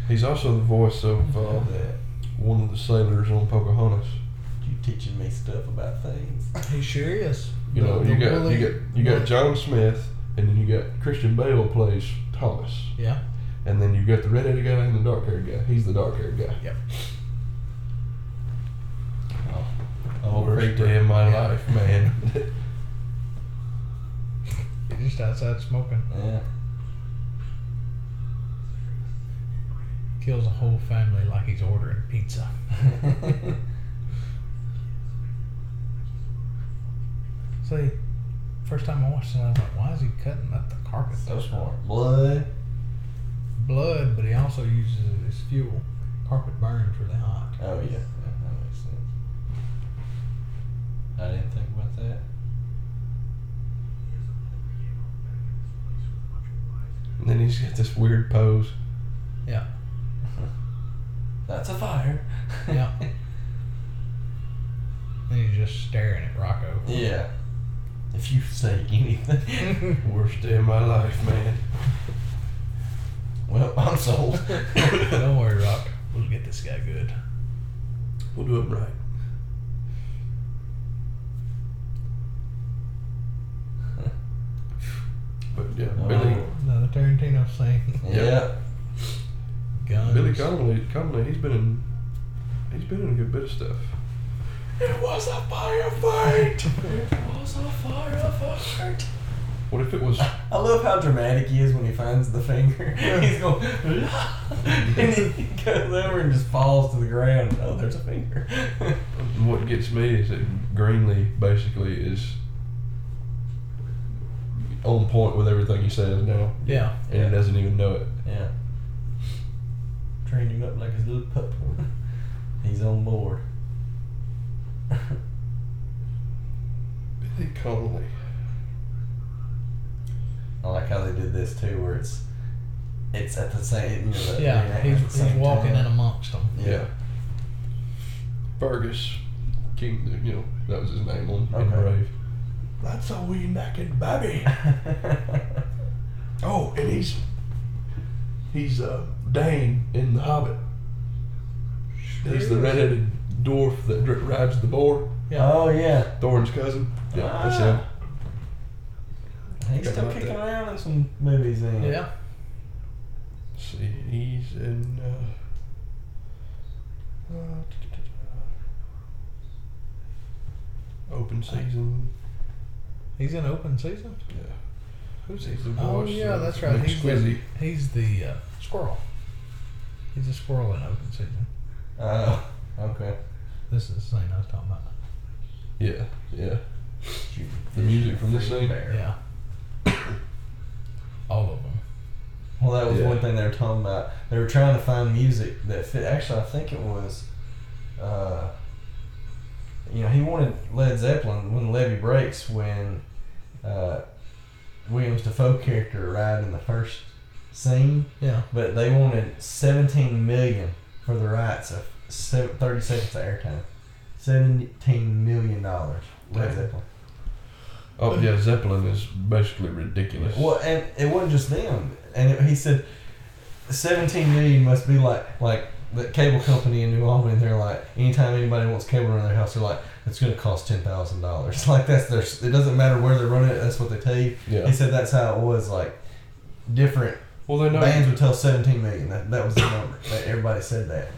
[SPEAKER 2] He's also the voice of uh,
[SPEAKER 1] Love that.
[SPEAKER 2] one of the sailors on Pocahontas.
[SPEAKER 1] You teaching me stuff about things.
[SPEAKER 3] He sure is.
[SPEAKER 2] You know,
[SPEAKER 3] The-
[SPEAKER 2] you
[SPEAKER 3] the
[SPEAKER 2] got
[SPEAKER 3] woolly-
[SPEAKER 2] you got you got John Smith, and then you got Christian Bale plays Thomas,
[SPEAKER 3] Yeah.
[SPEAKER 2] and then you got the red-headed guy and the dark-haired guy. He's the dark-haired guy.
[SPEAKER 3] Yep.
[SPEAKER 1] Oh,
[SPEAKER 2] Worst day of my
[SPEAKER 3] Yeah.
[SPEAKER 2] life, man.
[SPEAKER 3] just outside smoking.
[SPEAKER 1] Yeah.
[SPEAKER 3] Kills a whole family like he's ordering pizza. See, first time I watched it, I was like, why is he cutting up the carpet?
[SPEAKER 1] so smart. Blood.
[SPEAKER 3] Blood, but he also uses it as fuel. Carpet burns really hot.
[SPEAKER 1] Oh yeah, yeah, that makes sense. I didn't think about that.
[SPEAKER 2] And then he's got this weird pose.
[SPEAKER 3] Yeah.
[SPEAKER 1] That's a fire.
[SPEAKER 3] Yeah. Then he's just staring at Rocco.
[SPEAKER 1] yeah. If you say anything,
[SPEAKER 2] Worst day of my life, man.
[SPEAKER 1] well, I'm sold.
[SPEAKER 3] Don't worry, Rock. We'll get this guy good.
[SPEAKER 2] We'll do it right. But yeah, Billy.
[SPEAKER 1] Oh.
[SPEAKER 3] Another Tarantino scene.
[SPEAKER 1] yeah.
[SPEAKER 3] Guns.
[SPEAKER 2] Billy Connolly, Connolly, he's been in, he's been in a good bit of stuff.
[SPEAKER 1] It was a firefight. it
[SPEAKER 3] Oh,
[SPEAKER 1] was a firefight.
[SPEAKER 2] What if it was?
[SPEAKER 1] I love how dramatic he is when he finds the finger. He's going, and he goes over and just falls to the ground. Oh, there's a finger.
[SPEAKER 2] What gets me is that Greenlee basically is on point with everything he says now,
[SPEAKER 3] Yeah.
[SPEAKER 2] and he doesn't even know it.
[SPEAKER 1] Yeah. Trained him up like his little pup. He's on board.
[SPEAKER 2] Billy Connolly.
[SPEAKER 1] I like how they did this too, where it's it's at the same. You know, that
[SPEAKER 3] Yeah.
[SPEAKER 1] reenactment at
[SPEAKER 3] He's,
[SPEAKER 1] the
[SPEAKER 3] he's
[SPEAKER 1] same
[SPEAKER 3] walking
[SPEAKER 1] time.
[SPEAKER 3] in amongst them.
[SPEAKER 1] Yeah.
[SPEAKER 2] Fergus King, you know that was his name on in
[SPEAKER 1] Okay.
[SPEAKER 2] Brave. That's a wee naked baby. Oh, and he's he's uh, Dane in The Hobbit. He's the redheaded dwarf that dri rides the boar,
[SPEAKER 3] Yeah.
[SPEAKER 1] oh yeah.
[SPEAKER 2] Thorin's cousin. Yeah,
[SPEAKER 1] Ah.
[SPEAKER 2] that's him.
[SPEAKER 1] He's still
[SPEAKER 2] Forgot about
[SPEAKER 1] kicking
[SPEAKER 2] that.
[SPEAKER 1] around in some movies. Then.
[SPEAKER 3] Yeah.
[SPEAKER 2] Let's see, he's in. Uh, uh, open season.
[SPEAKER 3] He's in open season.
[SPEAKER 2] Yeah.
[SPEAKER 3] Who's
[SPEAKER 2] He's uh, the
[SPEAKER 3] Oh
[SPEAKER 2] voice
[SPEAKER 3] yeah,
[SPEAKER 2] of
[SPEAKER 3] that's right. He's the,
[SPEAKER 2] McSquizzy.
[SPEAKER 3] he's the uh, squirrel. He's a squirrel in open season.
[SPEAKER 1] Oh. Okay.
[SPEAKER 3] This is the scene I was talking about.
[SPEAKER 2] Yeah, yeah. The music from this thing.
[SPEAKER 1] Bear.
[SPEAKER 3] Yeah. All of them.
[SPEAKER 1] Well, that was
[SPEAKER 2] Yeah.
[SPEAKER 1] one thing they were talking about. They were trying to find music that fit. Actually, I think it was, uh, you know, he wanted Led Zeppelin when the levee breaks when uh, Williams Defoe character arrived in the first scene,
[SPEAKER 3] Yeah.
[SPEAKER 1] but they wanted 17 million for the rights of se- 30 seconds of airtime. 17 million dollars. Led
[SPEAKER 2] Damn.
[SPEAKER 1] Zeppelin.
[SPEAKER 2] Oh yeah, Zeppelin is basically ridiculous.
[SPEAKER 1] Well, and it wasn't just them. And it, he said, seventeen million must be like like the cable company in New Albany. They're like, anytime anybody wants cable around their house, they're like, it's going to cost ten thousand dollars. Like that's their. It doesn't matter where they're running it. That's what they tell you.
[SPEAKER 2] Yeah.
[SPEAKER 1] He said that's how it was. Like different
[SPEAKER 2] Well, they know.
[SPEAKER 1] bands would tell seventeen million. That that was the number. Like, everybody said that.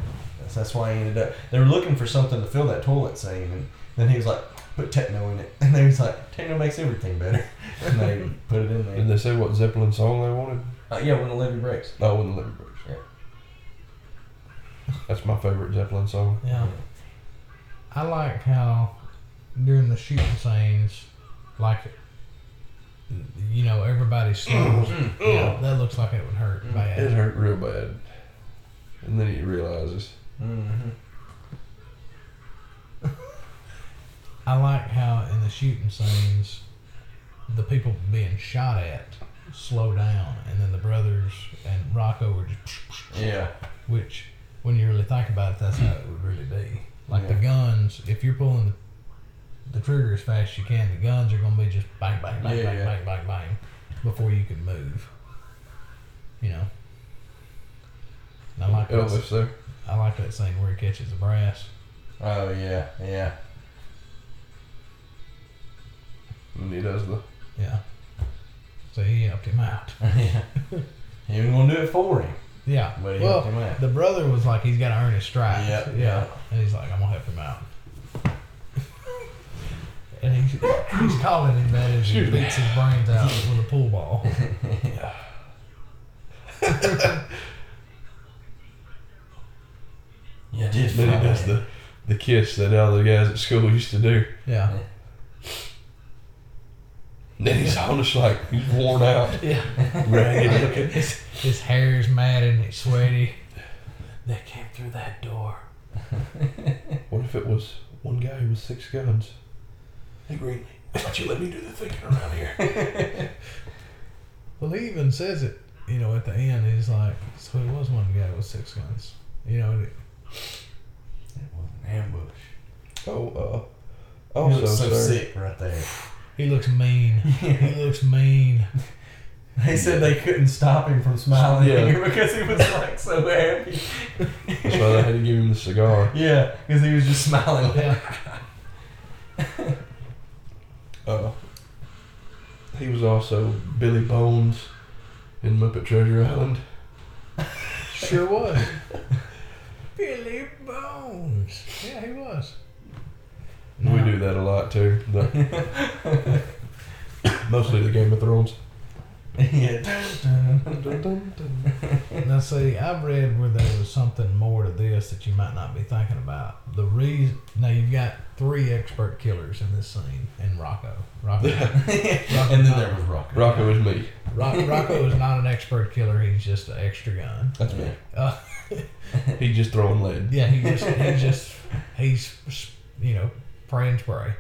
[SPEAKER 1] That's, that's why he ended up. They were looking for something to fill that toilet scene, and then he was like. Put techno in it, and they was like, "Techno makes everything better," and they put it in there.
[SPEAKER 2] Did they say what Zeppelin song they wanted?
[SPEAKER 1] Uh, yeah, when the levee breaks.
[SPEAKER 2] No, it wasn't Liberty Brothers. That's my favorite Zeppelin song.
[SPEAKER 3] Yeah. I like how during the shooting scenes, like you know, everybody slows.
[SPEAKER 1] Mm-hmm.
[SPEAKER 3] yeah, that looks like it would hurt
[SPEAKER 2] It
[SPEAKER 3] bad.
[SPEAKER 2] hurt real bad. And then he realizes.
[SPEAKER 1] Mm-hmm.
[SPEAKER 3] I like how in the shooting scenes, the people being shot at slow down, and then the brothers and Rocco were just,
[SPEAKER 1] Yeah.
[SPEAKER 3] which when you really think about it, that's how it would really be. Like the
[SPEAKER 1] Yeah.
[SPEAKER 3] guns, if you're pulling the trigger as fast as you can, the guns are going to be just bang, bang, bang,
[SPEAKER 1] Yeah,
[SPEAKER 3] bang,
[SPEAKER 1] yeah.
[SPEAKER 3] bang, bang, bang, before you can move. You know. And I like that,
[SPEAKER 2] Elvis there.
[SPEAKER 3] I like that scene where he catches the brass.
[SPEAKER 1] Oh yeah, yeah.
[SPEAKER 2] And he does the.
[SPEAKER 3] Yeah. So he helped him out.
[SPEAKER 1] yeah. He was gonna do it for him,
[SPEAKER 3] Yeah.
[SPEAKER 1] but he helped
[SPEAKER 3] well,
[SPEAKER 1] him out.
[SPEAKER 3] the brother was like, he's got to earn his stripes.
[SPEAKER 1] Yep,
[SPEAKER 3] Yeah.
[SPEAKER 1] yep.
[SPEAKER 3] And he's like, I'm gonna help him out. And he's, he's calling him that as he
[SPEAKER 2] Excuse me.
[SPEAKER 3] beats his brains out with a pool ball.
[SPEAKER 1] Yeah, I did.
[SPEAKER 2] Then he does the, the kiss that all the guys at school used to do.
[SPEAKER 3] Yeah.
[SPEAKER 2] Then he's almost like he's worn out,
[SPEAKER 3] Yeah.
[SPEAKER 2] ragged looking.
[SPEAKER 3] His, his hair's mad and it's sweaty. They came through that door.
[SPEAKER 2] What if it was one guy with six guns? Hey Greenlee, why don't you let me do the thinking around here?
[SPEAKER 3] Well, he even says it, you know, at the end. He's like, so it was one guy with six guns. You know, and it-
[SPEAKER 1] It was an ambush.
[SPEAKER 2] Oh, uh,
[SPEAKER 1] Oh, he
[SPEAKER 2] also,
[SPEAKER 1] looks so
[SPEAKER 2] sir,
[SPEAKER 1] sick right there.
[SPEAKER 3] he looks mean. he looks mean.
[SPEAKER 1] They said they couldn't stop him from smiling
[SPEAKER 2] Yeah.
[SPEAKER 1] either because he was like so happy.
[SPEAKER 2] that's why they had to give him the cigar.
[SPEAKER 1] Yeah, because he was just smiling.
[SPEAKER 3] Yeah.
[SPEAKER 2] Uh, he was also Billy Bones in Muppet Treasure Island.
[SPEAKER 3] Sure was. Billy Bones. Yeah, he was.
[SPEAKER 2] We do that a lot too. the- mostly the Game of Thrones.
[SPEAKER 1] yeah. Dun, dun.
[SPEAKER 3] Now, see, I've read where there was something more to this that you might not be thinking about. The reason now you've got three expert killers in this scene, and Rocco, Rocco,
[SPEAKER 1] and then there was Rocco.
[SPEAKER 2] Rocco is me.
[SPEAKER 3] Rock, Rocco is not an expert killer. He's just an extra gun.
[SPEAKER 2] That's me.
[SPEAKER 3] Uh,
[SPEAKER 2] He just throwing lead.
[SPEAKER 3] yeah, he just he just he's you know pray and spray.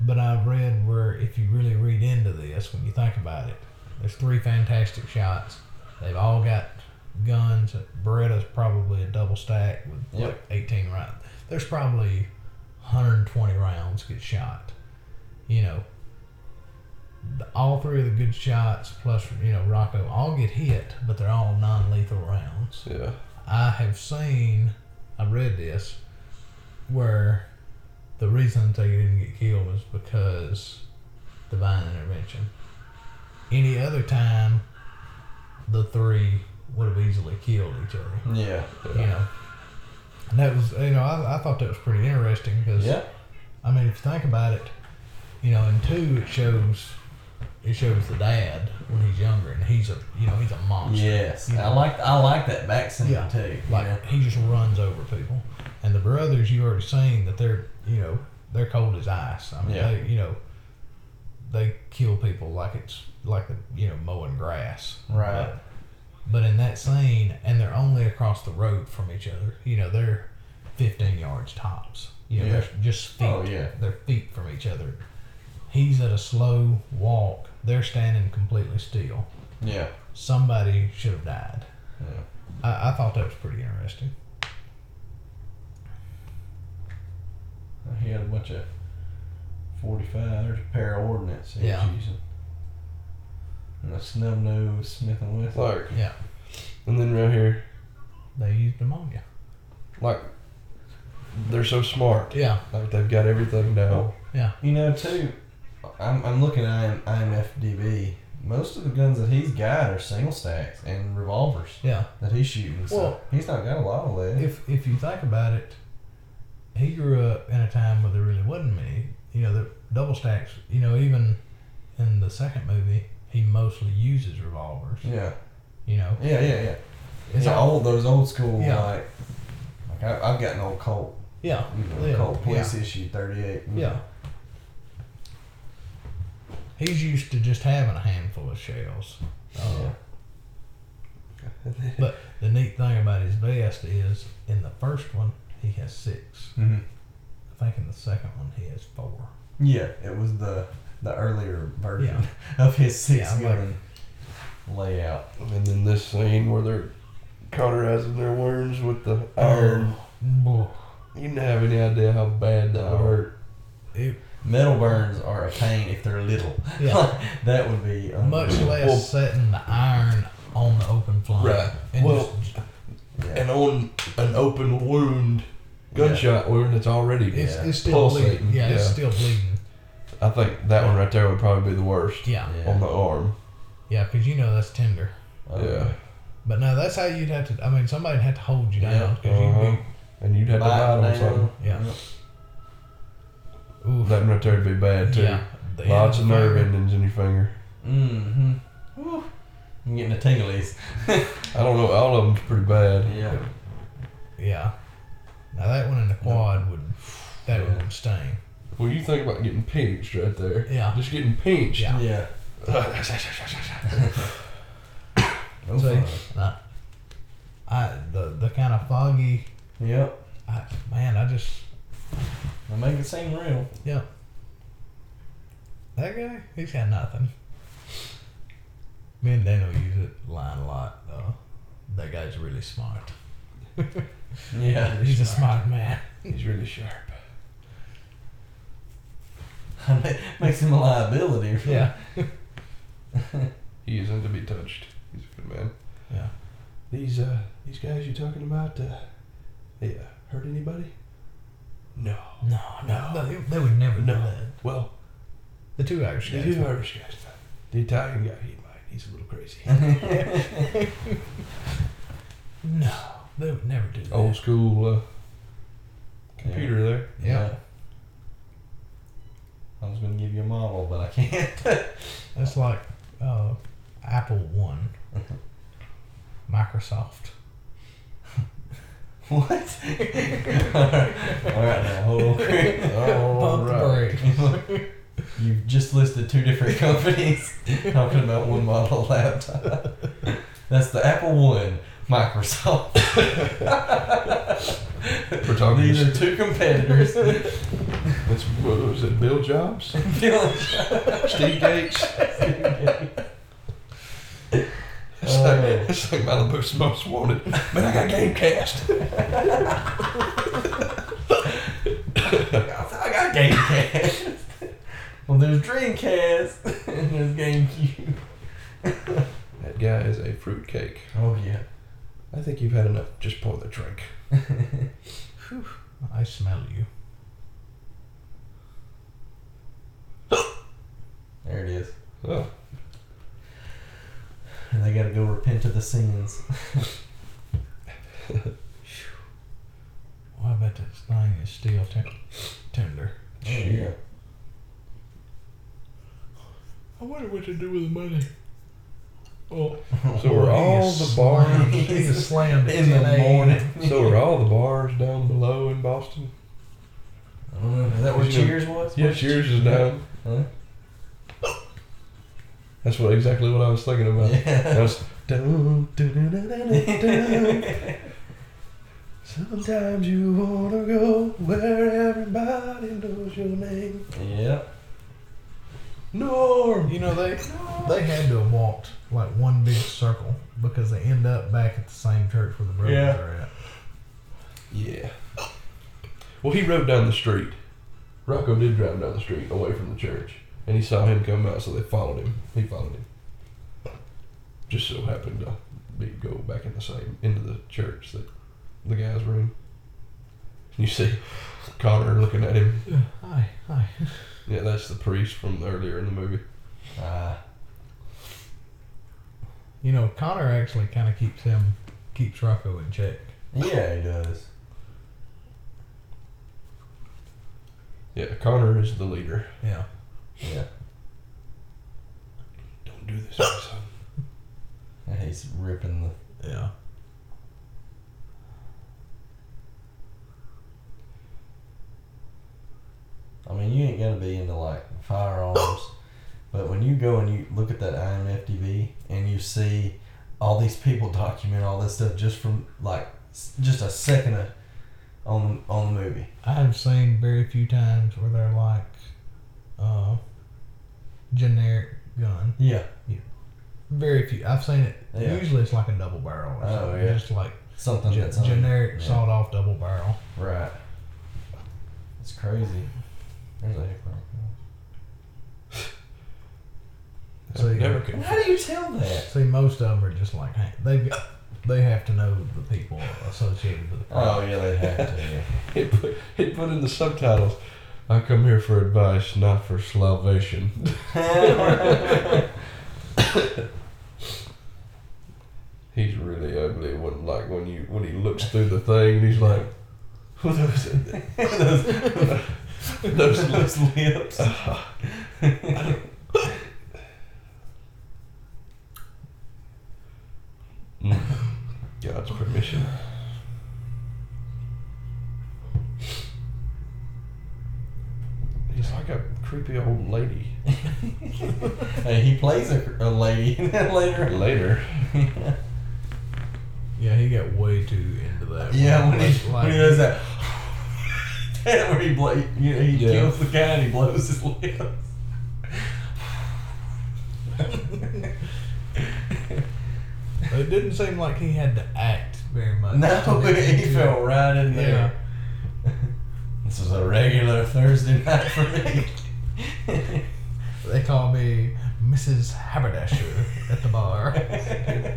[SPEAKER 3] But I've read where if you really read into this, when you think about it, there's three fantastic shots. They've all got guns. Beretta's probably a double stack with like 18 rounds. There's probably 120 rounds get shot. You know, the, all three of the good shots plus you know Rocco all get hit, but they're all non-lethal rounds.
[SPEAKER 2] Yeah.
[SPEAKER 3] I have seen, I read this, where the reason they didn't get killed was because divine intervention. Any other time, the three would have easily killed each other.
[SPEAKER 1] Yeah.
[SPEAKER 3] You know, and that was, you know, I, I thought that was pretty interesting because
[SPEAKER 1] Yeah.
[SPEAKER 3] I mean, if you think about it, you know, in two it shows it shows the dad when he's younger, and he's a you know he's a monster.
[SPEAKER 1] Yes.
[SPEAKER 3] You know?
[SPEAKER 1] I like I like that back scene
[SPEAKER 3] Yeah.
[SPEAKER 1] too. you
[SPEAKER 3] Like
[SPEAKER 1] know.
[SPEAKER 3] he just runs over people. And the brothers, you already seen that they're you know they're cold as ice. I mean,
[SPEAKER 1] Yeah.
[SPEAKER 3] they, you know, they kill people like it's like a, you know mowing grass.
[SPEAKER 1] Right.
[SPEAKER 3] But in that scene, and they're only across the road from each other. You know, they're fifteen yards tops. You know,
[SPEAKER 1] Yeah.
[SPEAKER 3] they're just feet.
[SPEAKER 1] Oh, yeah.
[SPEAKER 3] They're feet from each other. He's at a slow walk. They're standing completely still.
[SPEAKER 1] Yeah.
[SPEAKER 3] Somebody should have died.
[SPEAKER 1] Yeah.
[SPEAKER 3] I, I thought that was pretty interesting.
[SPEAKER 1] He had a bunch of forty five. There's a pair of ordnance he
[SPEAKER 3] Yeah.
[SPEAKER 1] was using. And a snub nose Smith and Wesson.
[SPEAKER 2] Like,
[SPEAKER 3] Yeah.
[SPEAKER 2] and then right here,
[SPEAKER 3] They used pneumonia.
[SPEAKER 2] like, they're so smart.
[SPEAKER 3] Yeah.
[SPEAKER 2] Like, they've got everything down.
[SPEAKER 1] You know, too, I'm, I'm looking at IM, IMFDB. Most of the guns that he's got are single stacks and revolvers
[SPEAKER 3] Yeah.
[SPEAKER 1] that he's shooting. So
[SPEAKER 3] Well-
[SPEAKER 1] he's not got a lot of lead.
[SPEAKER 3] If if you think about it, he grew up in a time where there really wasn't many. You know, the double stacks. You know, even in the second movie, he mostly uses revolvers.
[SPEAKER 1] yeah,
[SPEAKER 3] You know,
[SPEAKER 1] yeah, yeah, yeah.
[SPEAKER 3] It's
[SPEAKER 1] It's
[SPEAKER 3] all-
[SPEAKER 1] old those old school
[SPEAKER 3] Yeah.
[SPEAKER 1] like like I, I've got an old Colt,
[SPEAKER 3] yeah,
[SPEAKER 1] you know,
[SPEAKER 3] Yeah.
[SPEAKER 1] Colt police issue thirty eight.
[SPEAKER 3] yeah. He's used to just having a handful of shells. Uh, But the neat thing about his vest is, in the first one, he has six.
[SPEAKER 1] hmm
[SPEAKER 3] I think in the second one, he has four.
[SPEAKER 1] yeah. It was the the earlier version of his six
[SPEAKER 3] Yeah, I'm like-
[SPEAKER 1] gun layout.
[SPEAKER 2] And then this scene where they're cauterizing their wounds with the iron.
[SPEAKER 3] Boy.
[SPEAKER 2] You didn't have any idea how bad that
[SPEAKER 1] No.
[SPEAKER 2] hurt.
[SPEAKER 3] It,
[SPEAKER 1] Metal burns are a pain if they're little.
[SPEAKER 3] yeah.
[SPEAKER 1] that would be
[SPEAKER 3] Much
[SPEAKER 1] unbelievable.
[SPEAKER 3] less
[SPEAKER 2] Well-
[SPEAKER 3] setting the iron on the open flame.
[SPEAKER 2] Right.
[SPEAKER 3] And
[SPEAKER 2] Well-
[SPEAKER 3] just-
[SPEAKER 1] Yeah.
[SPEAKER 2] And on an open wound, gunshot wound that's already.
[SPEAKER 3] it's,
[SPEAKER 1] Yeah.
[SPEAKER 3] it's still
[SPEAKER 2] Pulsating,
[SPEAKER 3] bleeding. Yeah, it's
[SPEAKER 2] yeah.
[SPEAKER 3] still bleeding.
[SPEAKER 2] I think that one right there would probably be the worst
[SPEAKER 3] Yeah.
[SPEAKER 1] Yeah.
[SPEAKER 2] on the arm.
[SPEAKER 3] Yeah, because you know that's tender.
[SPEAKER 2] Yeah.
[SPEAKER 3] But no, that's how you'd have to. I mean, somebody'd have to hold you
[SPEAKER 1] Yeah.
[SPEAKER 3] down. 'cause you'd
[SPEAKER 2] Uh-huh.
[SPEAKER 3] be,
[SPEAKER 2] And you'd have to
[SPEAKER 1] Bite
[SPEAKER 2] bite on
[SPEAKER 1] down.
[SPEAKER 2] something.
[SPEAKER 3] Yeah. Ooh,
[SPEAKER 2] Uh-huh. That right there would be bad too.
[SPEAKER 1] Yeah.
[SPEAKER 3] the end
[SPEAKER 2] Lots of
[SPEAKER 3] the
[SPEAKER 2] nerve
[SPEAKER 3] finger.
[SPEAKER 2] endings in your finger.
[SPEAKER 1] Mm-hmm. Woo. I'm getting the tinglies.
[SPEAKER 2] I don't know. All of them's pretty bad.
[SPEAKER 1] Yeah.
[SPEAKER 3] Yeah. Now that one in the quad would that one would sting.
[SPEAKER 2] Well, you think about getting pinched right there.
[SPEAKER 3] Yeah.
[SPEAKER 2] Just getting pinched.
[SPEAKER 3] Yeah.
[SPEAKER 1] Yeah. No
[SPEAKER 3] See,
[SPEAKER 1] fun.
[SPEAKER 3] I, I the the kind of foggy.
[SPEAKER 1] Yep.
[SPEAKER 3] I, man, I just
[SPEAKER 1] I make it seem real.
[SPEAKER 3] yeah. That guy, he's got nothing. Me and Daniel use it line a lot though. That guy's really smart.
[SPEAKER 1] Yeah.
[SPEAKER 3] He's a smart man.
[SPEAKER 2] He's really sharp.
[SPEAKER 1] Makes him a liability. for-
[SPEAKER 3] Yeah.
[SPEAKER 2] He isn't to be touched. He's a good man.
[SPEAKER 3] Yeah.
[SPEAKER 2] These uh, these guys you talking about? Uh, they uh, hurt anybody? No.
[SPEAKER 3] No, no, no, they, they would never do
[SPEAKER 2] No.
[SPEAKER 3] that.
[SPEAKER 2] Well,
[SPEAKER 3] The two Irish
[SPEAKER 2] the
[SPEAKER 3] guys.
[SPEAKER 2] two
[SPEAKER 3] would.
[SPEAKER 2] Irish guys. The Italian guy, he might. He's a little crazy.
[SPEAKER 3] No, they would never do that.
[SPEAKER 2] Old school uh, computer there.
[SPEAKER 3] Yeah.
[SPEAKER 1] I was gonna give you a model, but I can't.
[SPEAKER 3] That's like uh, Apple One, Microsoft.
[SPEAKER 1] what? Alright. Alright now, hold on.
[SPEAKER 2] All
[SPEAKER 3] Pump the
[SPEAKER 2] right.
[SPEAKER 1] You've just listed two different companies talking about one model laptop. That's the Apple One, Microsoft.
[SPEAKER 2] We're talking.
[SPEAKER 1] These are two competitors.
[SPEAKER 2] That's, what was it? Bill Jobs, Steve Gates. It's
[SPEAKER 1] Oh.
[SPEAKER 2] like, it's like Malibu's most wanted. Man, I got Gamecast.
[SPEAKER 1] I got Gamecast. well, there's Dreamcast and there's GameCube.
[SPEAKER 2] That guy is a fruitcake.
[SPEAKER 1] Oh yeah.
[SPEAKER 2] I think you've had enough. Just pour the drink.
[SPEAKER 3] I smell you.
[SPEAKER 1] There it is.
[SPEAKER 2] Oh,
[SPEAKER 1] And they gotta go repent of the sins.
[SPEAKER 3] Well, I bet this thing is still ten- tender.
[SPEAKER 1] Oh, yeah.
[SPEAKER 3] I wonder what to do with the money. Oh,
[SPEAKER 2] so are all the bars?
[SPEAKER 3] He just slammed it
[SPEAKER 1] In the morning.
[SPEAKER 2] So are all the bars down below in Boston?
[SPEAKER 1] I don't know. Is that what
[SPEAKER 2] You know-
[SPEAKER 1] Cheers was?
[SPEAKER 2] Yes, yours is down.
[SPEAKER 1] Huh?
[SPEAKER 2] That's what exactly what I was thinking about.
[SPEAKER 1] Yeah.
[SPEAKER 2] That was, dun, dun, dun, dun, dun, dun, dun. Sometimes you wanna go where everybody knows your name.
[SPEAKER 1] Yeah.
[SPEAKER 2] Norm.
[SPEAKER 3] You know they they had to have walked like one big circle because they end up back at the same church where the brothers
[SPEAKER 1] Yeah.
[SPEAKER 3] are at.
[SPEAKER 2] Yeah. Well, he rode down the street. Rocco did drive down the street away from the church, and he saw him come out, so they followed him. He followed him. Just so happened to be go back in the same into the church that the guys were in. You see Connor looking at him.
[SPEAKER 3] Yeah, Hi, hi.
[SPEAKER 2] Yeah, that's the priest from earlier in the movie.
[SPEAKER 1] Uh,
[SPEAKER 3] You know Connor actually kind of keeps him keeps Rocco in check.
[SPEAKER 1] yeah, he does.
[SPEAKER 2] Yeah, Connor is the leader.
[SPEAKER 3] Yeah.
[SPEAKER 1] Yeah.
[SPEAKER 2] Don't do this, my son.
[SPEAKER 1] And he's ripping the.
[SPEAKER 3] Yeah.
[SPEAKER 1] I mean, you ain't gonna be into like firearms, but when you go and you look at that IMFDB and you see all these people document all this stuff just from like s- just a second of, on on the movie.
[SPEAKER 3] I've seen very few times where they're like uh generic gun.
[SPEAKER 1] Yeah.
[SPEAKER 3] Very few. I've seen it.
[SPEAKER 1] Yeah.
[SPEAKER 3] Usually it's like a double barrel. Or
[SPEAKER 1] Oh,
[SPEAKER 3] something.
[SPEAKER 1] yeah.
[SPEAKER 3] Just like
[SPEAKER 1] Something
[SPEAKER 3] ge-
[SPEAKER 1] that's on-
[SPEAKER 3] generic
[SPEAKER 1] yeah.
[SPEAKER 3] sawed off double barrel.
[SPEAKER 1] Right. It's crazy. There's a heck
[SPEAKER 3] So you-
[SPEAKER 2] Never can.
[SPEAKER 1] How do you tell that?
[SPEAKER 3] See, most of them are just like hey, they g- they have to know the people associated with the
[SPEAKER 1] Oh yeah, they have to.
[SPEAKER 2] It put, it put in the subtitles. I come here for advice, not for salvation. He's really ugly. When like when you when he looks through the thing, and he's like, "What was it?"
[SPEAKER 1] Those-
[SPEAKER 2] Those lips.
[SPEAKER 1] lips. Mm.
[SPEAKER 2] God's permission. He's like a creepy old lady.
[SPEAKER 1] Hey, he plays a, a lady later.
[SPEAKER 2] Later.
[SPEAKER 1] yeah,
[SPEAKER 3] Yeah, he got way too into that.
[SPEAKER 1] yeah,
[SPEAKER 3] one.
[SPEAKER 1] when he, when he does that, that where he blow, you know, he
[SPEAKER 2] Yeah.
[SPEAKER 1] kills the guy and he blows his lips.
[SPEAKER 3] it didn't seem like he had to act very much.
[SPEAKER 1] no,
[SPEAKER 3] to get
[SPEAKER 1] he
[SPEAKER 3] into
[SPEAKER 1] fell
[SPEAKER 3] it.
[SPEAKER 1] right in
[SPEAKER 3] Yeah.
[SPEAKER 1] there. This was a regular Thursday night for me.
[SPEAKER 3] They call me Mrs. Haberdasher at the bar.
[SPEAKER 1] this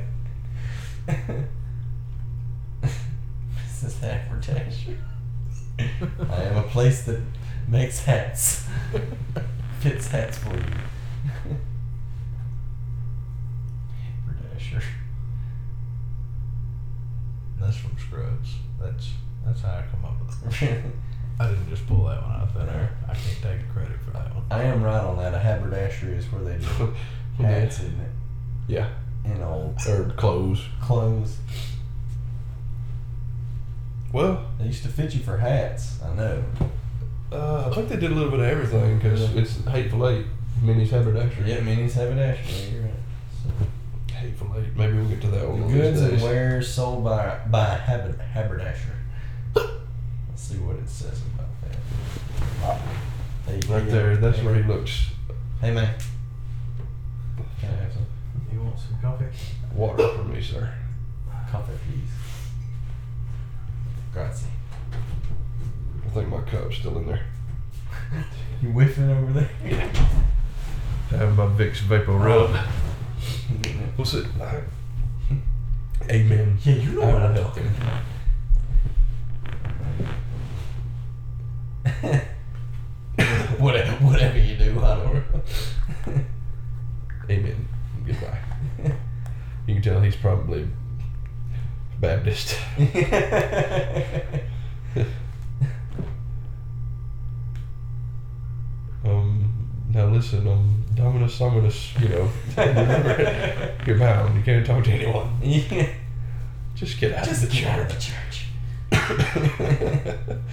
[SPEAKER 1] is advertising. I am a place that makes hats. Fits hats for you. Haberdasher.
[SPEAKER 3] That's from Scrubs. That's that's how I come up with it. I didn't just pull that one out of thin air. I can't take the credit for that one.
[SPEAKER 1] I am right on that. A haberdasher is where they do hats and,
[SPEAKER 2] yeah.
[SPEAKER 1] and old
[SPEAKER 2] Or clothes.
[SPEAKER 1] clothes.
[SPEAKER 2] Well,
[SPEAKER 1] They used to fit you for hats. I know.
[SPEAKER 2] uh, I think they did a little bit of everything because
[SPEAKER 1] Yeah.
[SPEAKER 2] it's Hateful Eight, Minnie's Haberdasher.
[SPEAKER 1] Yeah, minis haberdasher. yeah, You're right.
[SPEAKER 2] Hateful Eight. Maybe we'll get to that one. one of
[SPEAKER 1] Goods
[SPEAKER 2] these
[SPEAKER 1] and
[SPEAKER 2] days.
[SPEAKER 1] wares sold by by a haberd- haberdasher. Let's see what it says about that. There you
[SPEAKER 2] Right
[SPEAKER 1] go.
[SPEAKER 2] there. That's
[SPEAKER 1] Hey,
[SPEAKER 2] where he looks.
[SPEAKER 1] Hey man. Can I have some
[SPEAKER 3] You want some coffee?
[SPEAKER 2] Water for me, sir.
[SPEAKER 1] coffee, please? Grazie.
[SPEAKER 2] I think my cup's still in there.
[SPEAKER 1] You whiffing over there?
[SPEAKER 2] I have my Vicks Vapor Rub.
[SPEAKER 1] Um, You getting it?
[SPEAKER 2] What's it? Amen.
[SPEAKER 1] yeah, you know
[SPEAKER 2] I
[SPEAKER 1] what I'm
[SPEAKER 2] will.
[SPEAKER 1] talking about. whatever, whatever you do, I don't know.
[SPEAKER 2] Amen. Goodbye. You can tell he's probably Baptist. Um, now listen, um, Dominus Dominus, you know, remember, you're bound. You can't talk to anyone.
[SPEAKER 1] yeah.
[SPEAKER 2] Just get out
[SPEAKER 1] Just
[SPEAKER 2] of the
[SPEAKER 1] get out of
[SPEAKER 2] church.
[SPEAKER 1] the church.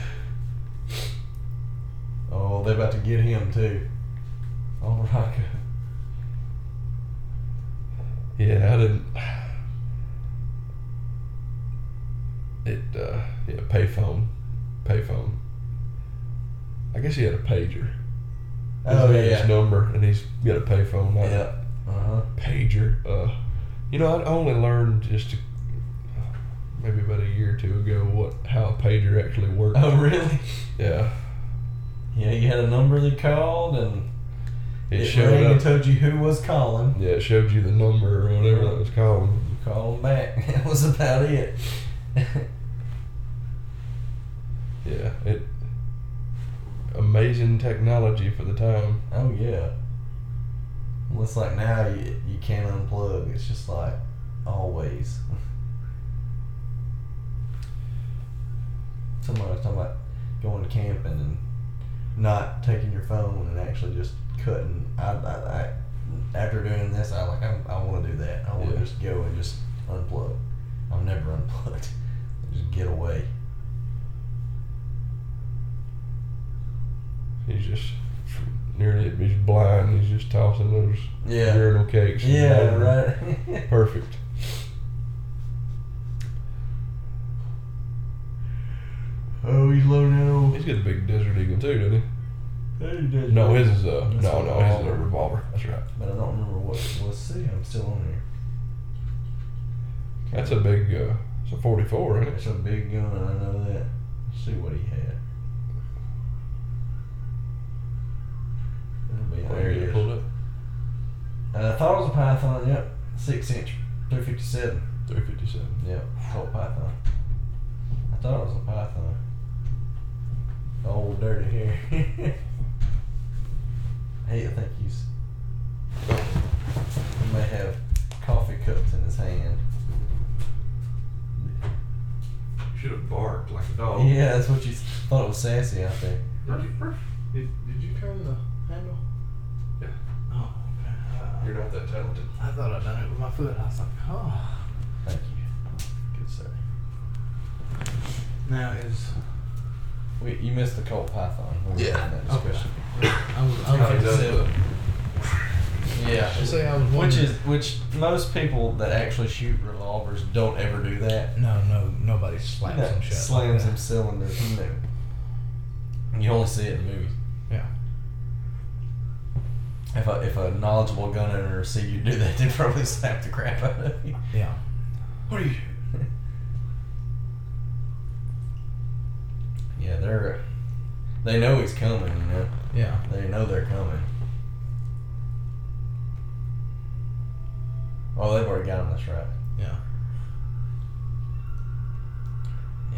[SPEAKER 1] Oh, they're about to get him too. Oh, Rocco.
[SPEAKER 2] yeah, I didn't. It, uh, yeah, payphone, payphone. I guess he had a pager.
[SPEAKER 1] Oh
[SPEAKER 2] He had His
[SPEAKER 1] yeah.
[SPEAKER 2] number, and he's got a payphone. Not
[SPEAKER 1] Yeah. Uh huh.
[SPEAKER 2] pager. Uh, you know, I only learned just a, maybe about a year or two ago what how a pager actually worked.
[SPEAKER 1] Oh really?
[SPEAKER 2] Yeah,
[SPEAKER 1] Yeah, you had a number that called and
[SPEAKER 2] it,
[SPEAKER 1] it,
[SPEAKER 2] showed
[SPEAKER 1] rang
[SPEAKER 2] up.
[SPEAKER 1] and told you who was calling.
[SPEAKER 2] yeah, it showed you the number or whatever that was called.
[SPEAKER 1] You called back. That was about it.
[SPEAKER 2] Yeah, it amazing technology for the time.
[SPEAKER 1] oh yeah. Well, it's like now you you can't unplug. It's just like always. Somebody was talking about going camping and not taking your phone and actually just cutting. I, I, I after doing this, I like I, I want to do that. I want to
[SPEAKER 2] Yeah.
[SPEAKER 1] just go and just unplug. I'm never unplugged. just get away.
[SPEAKER 2] He's just nearly he's blind. He's just tossing those urinal cakes. and
[SPEAKER 1] Yeah,
[SPEAKER 2] whatever.
[SPEAKER 1] right.
[SPEAKER 2] Perfect.
[SPEAKER 1] oh, he's low now.
[SPEAKER 2] He's got a big desert eagle too, doesn't
[SPEAKER 1] Hey, Dad.
[SPEAKER 2] he? No, his is a
[SPEAKER 1] That's
[SPEAKER 2] no,
[SPEAKER 1] a
[SPEAKER 2] no, his is a
[SPEAKER 1] revolver.
[SPEAKER 2] revolver. That's right.
[SPEAKER 1] But I don't remember what it was. See, I'm still on here.
[SPEAKER 2] That's a big. Uh, it's a forty-four, isn't it?
[SPEAKER 1] It's a big gun. I know that. Let's see what he had. It'll be there. He is.
[SPEAKER 2] Pulled up.
[SPEAKER 1] Uh, I thought it was a python. Yep, six inch, three fifty seven.
[SPEAKER 2] Three fifty-seven.
[SPEAKER 1] Yep, colt python. I thought it was a python. Old dirty hair. hey, I think he's. He may have coffee cups in his hand.
[SPEAKER 2] Should have barked like a
[SPEAKER 1] Oh. Yeah, that's what you s- thought it was sassy out there.
[SPEAKER 3] Did, did you turn the handle?
[SPEAKER 2] Yeah.
[SPEAKER 3] Oh, okay.
[SPEAKER 2] You're not that talented.
[SPEAKER 3] I thought I'd done it with my foot. I was like, oh,
[SPEAKER 1] Thank you.
[SPEAKER 3] good sir. Now is
[SPEAKER 1] We, you missed the Colt Python. We were
[SPEAKER 2] Yeah.
[SPEAKER 1] in that
[SPEAKER 3] Okay.
[SPEAKER 1] discussion.
[SPEAKER 3] I was I
[SPEAKER 2] Kinda
[SPEAKER 3] was
[SPEAKER 2] does,
[SPEAKER 1] so-
[SPEAKER 2] but-
[SPEAKER 1] Yeah.
[SPEAKER 3] to say I was
[SPEAKER 1] Which
[SPEAKER 3] wondering-
[SPEAKER 1] is which most people that actually shoot revolvers don't ever do that.
[SPEAKER 3] no no nobody slaps
[SPEAKER 1] No,
[SPEAKER 3] them shut
[SPEAKER 1] slams
[SPEAKER 3] like
[SPEAKER 1] them cylinders. No. You only see it in movies.
[SPEAKER 3] that. Yeah.
[SPEAKER 1] If a if a knowledgeable gun owner see you do that, they'd probably slap the crap out of you.
[SPEAKER 3] Yeah.
[SPEAKER 1] What are you? yeah, they're they know he's coming. You know,
[SPEAKER 3] Yeah.
[SPEAKER 1] they know they're coming. Oh, they've already got him. That's right.
[SPEAKER 3] Yeah.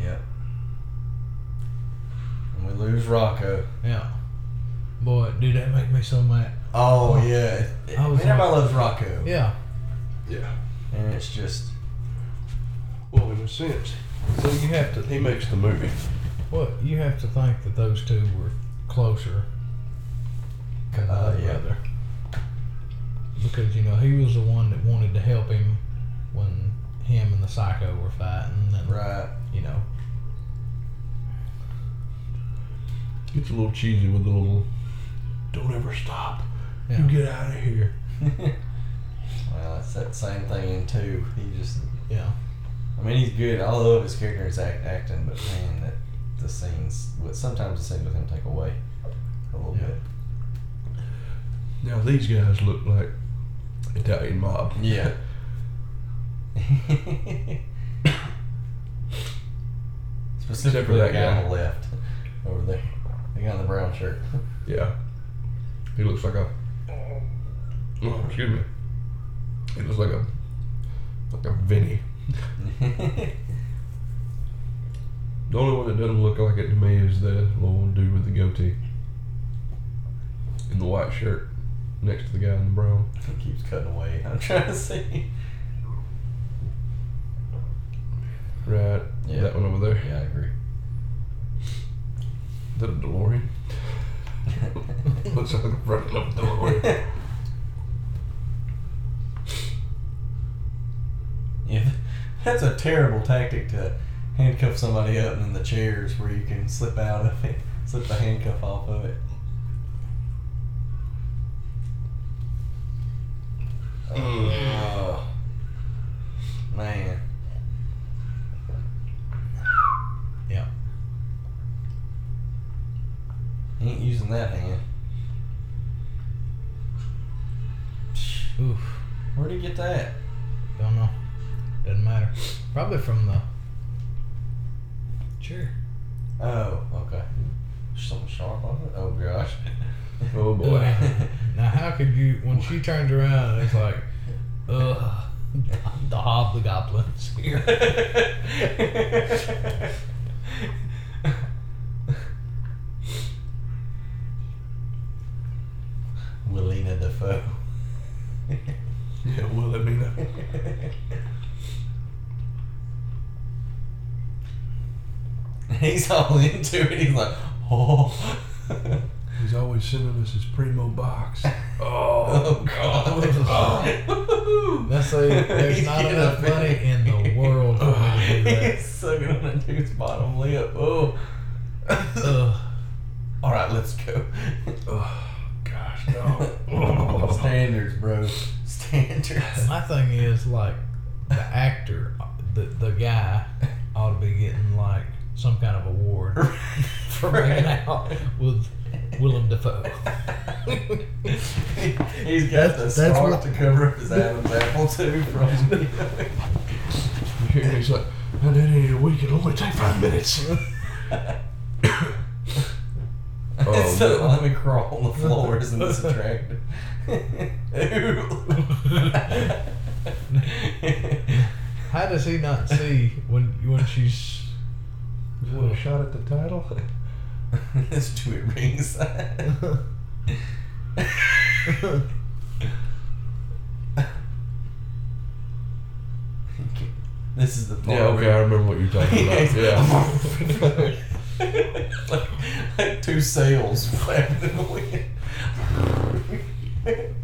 [SPEAKER 1] Yep. And we lose Rocco.
[SPEAKER 3] Yeah. Boy, dude, that make me so mad.
[SPEAKER 1] Oh, yeah.
[SPEAKER 3] I was
[SPEAKER 1] Everybody loves Rocco.
[SPEAKER 3] Yeah.
[SPEAKER 2] Yeah.
[SPEAKER 1] And it's just
[SPEAKER 2] Well, in a sense,
[SPEAKER 3] So you have to
[SPEAKER 2] he makes the movie.
[SPEAKER 3] Well, you have to think that those two were closer than the
[SPEAKER 1] Uh,
[SPEAKER 3] other
[SPEAKER 1] yeah.
[SPEAKER 3] brother. Because, you know, he was the one that wanted to help him when him and the psycho were fighting. And,
[SPEAKER 1] right.
[SPEAKER 3] You know,
[SPEAKER 2] Gets a little cheesy with the little "Don't ever stop,
[SPEAKER 3] yeah.
[SPEAKER 2] you get out of here."
[SPEAKER 1] Well, it's that same thing in two. He just,
[SPEAKER 3] yeah.
[SPEAKER 1] I mean, he's good. I love his character, his act, acting, but man, that the scenes. What sometimes the scenes with him take away a little
[SPEAKER 3] Yeah.
[SPEAKER 1] bit.
[SPEAKER 2] Now these guys look like Italian mob.
[SPEAKER 1] Yeah.
[SPEAKER 2] Except for
[SPEAKER 1] Specifically,
[SPEAKER 2] that
[SPEAKER 1] that guy
[SPEAKER 2] guy.
[SPEAKER 1] on the left over there. The guy in the brown shirt.
[SPEAKER 2] Yeah. He looks like a. Oh, excuse me. He looks like a like a Vinny. The only one that doesn't look like it to me is the little dude with the goatee in the white shirt next to the guy in the brown.
[SPEAKER 1] He keeps cutting away. I'm trying to see.
[SPEAKER 2] Right.
[SPEAKER 1] Yeah.
[SPEAKER 2] That one over there.
[SPEAKER 1] Yeah, I agree.
[SPEAKER 2] Is that a DeLorean? Looks like a front of a DeLorean.
[SPEAKER 1] yeah, that's a terrible tactic to handcuff somebody up in the chairs where you can slip out of it, slip the handcuff off of it. Oh, man.
[SPEAKER 3] Yeah.
[SPEAKER 1] He ain't using that hand.
[SPEAKER 3] Oof.
[SPEAKER 1] Where'd he get that?
[SPEAKER 3] Don't know. Doesn't matter. Probably from the. Sure.
[SPEAKER 1] Oh, okay. Something sharp on it? Oh, gosh.
[SPEAKER 2] Oh boy.
[SPEAKER 3] Now, how could you, when she turns around, it's like, ugh, the hobgoblins here.
[SPEAKER 1] Willina Defoe.
[SPEAKER 2] yeah, well, I mean, uh,
[SPEAKER 1] He's all into it. He's like, oh,
[SPEAKER 2] he's always sending us his primo box.
[SPEAKER 1] oh
[SPEAKER 2] Oh,
[SPEAKER 1] god.
[SPEAKER 3] Oh. Let's say there's
[SPEAKER 1] He's
[SPEAKER 3] not
[SPEAKER 1] getting
[SPEAKER 3] enough money
[SPEAKER 1] offended.
[SPEAKER 3] in the world for me to do that.
[SPEAKER 1] He's sucking on that dude's bottom lip. Oh.
[SPEAKER 3] Ugh.
[SPEAKER 1] All right, let's go.
[SPEAKER 2] Oh, gosh, no. Oh.
[SPEAKER 1] Standards, bro. Standards.
[SPEAKER 3] My thing is like the actor, the the guy ought to be getting like some kind of award for hanging out with Willem Dafoe.
[SPEAKER 1] He's got the
[SPEAKER 3] That's- that's
[SPEAKER 1] scarf
[SPEAKER 3] what-
[SPEAKER 1] to cover up his Adam's apple too from.
[SPEAKER 2] Here he's like, I did it in a week. It'll only take five minutes. Oh,
[SPEAKER 1] so
[SPEAKER 2] no.
[SPEAKER 1] let me crawl on the floor. Isn't this attractive? Ooh.
[SPEAKER 3] How does he not see when when she's
[SPEAKER 2] You want a shot at the title?
[SPEAKER 1] Let's do it ringside. this is the part.
[SPEAKER 2] Yeah, okay, I
[SPEAKER 1] where-
[SPEAKER 2] remember what you're talking about. Yeah.
[SPEAKER 1] like, like two sails flapping in the wind.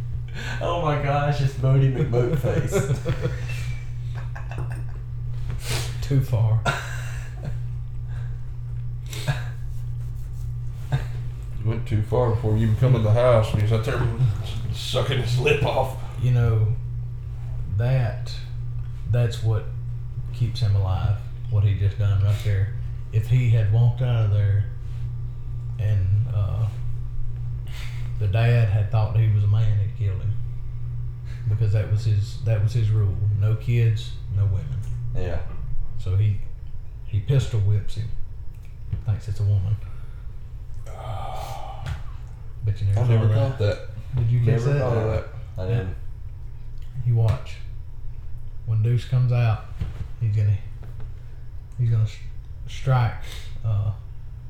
[SPEAKER 1] oh my gosh, it's Bodie McBoatface.
[SPEAKER 3] Too far.
[SPEAKER 2] You went too far before you even come in the house, and he's out there sucking his lip off.
[SPEAKER 3] You know, that that's what keeps him alive. What he just done right there. If he had walked out of there, and uh, the dad had thought he was a man, it killed him. Because that was his that was his rule: no kids, no women.
[SPEAKER 1] yeah.
[SPEAKER 3] So he he pistol whips him. Thinks it's a woman. But you never,
[SPEAKER 2] I
[SPEAKER 3] saw
[SPEAKER 2] never
[SPEAKER 3] that.
[SPEAKER 2] thought that.
[SPEAKER 3] Did you catch
[SPEAKER 2] Never
[SPEAKER 3] that?
[SPEAKER 2] thought of that.
[SPEAKER 1] I did.
[SPEAKER 3] You watch. When Deuce comes out, he's gonna he's gonna s- strike uh,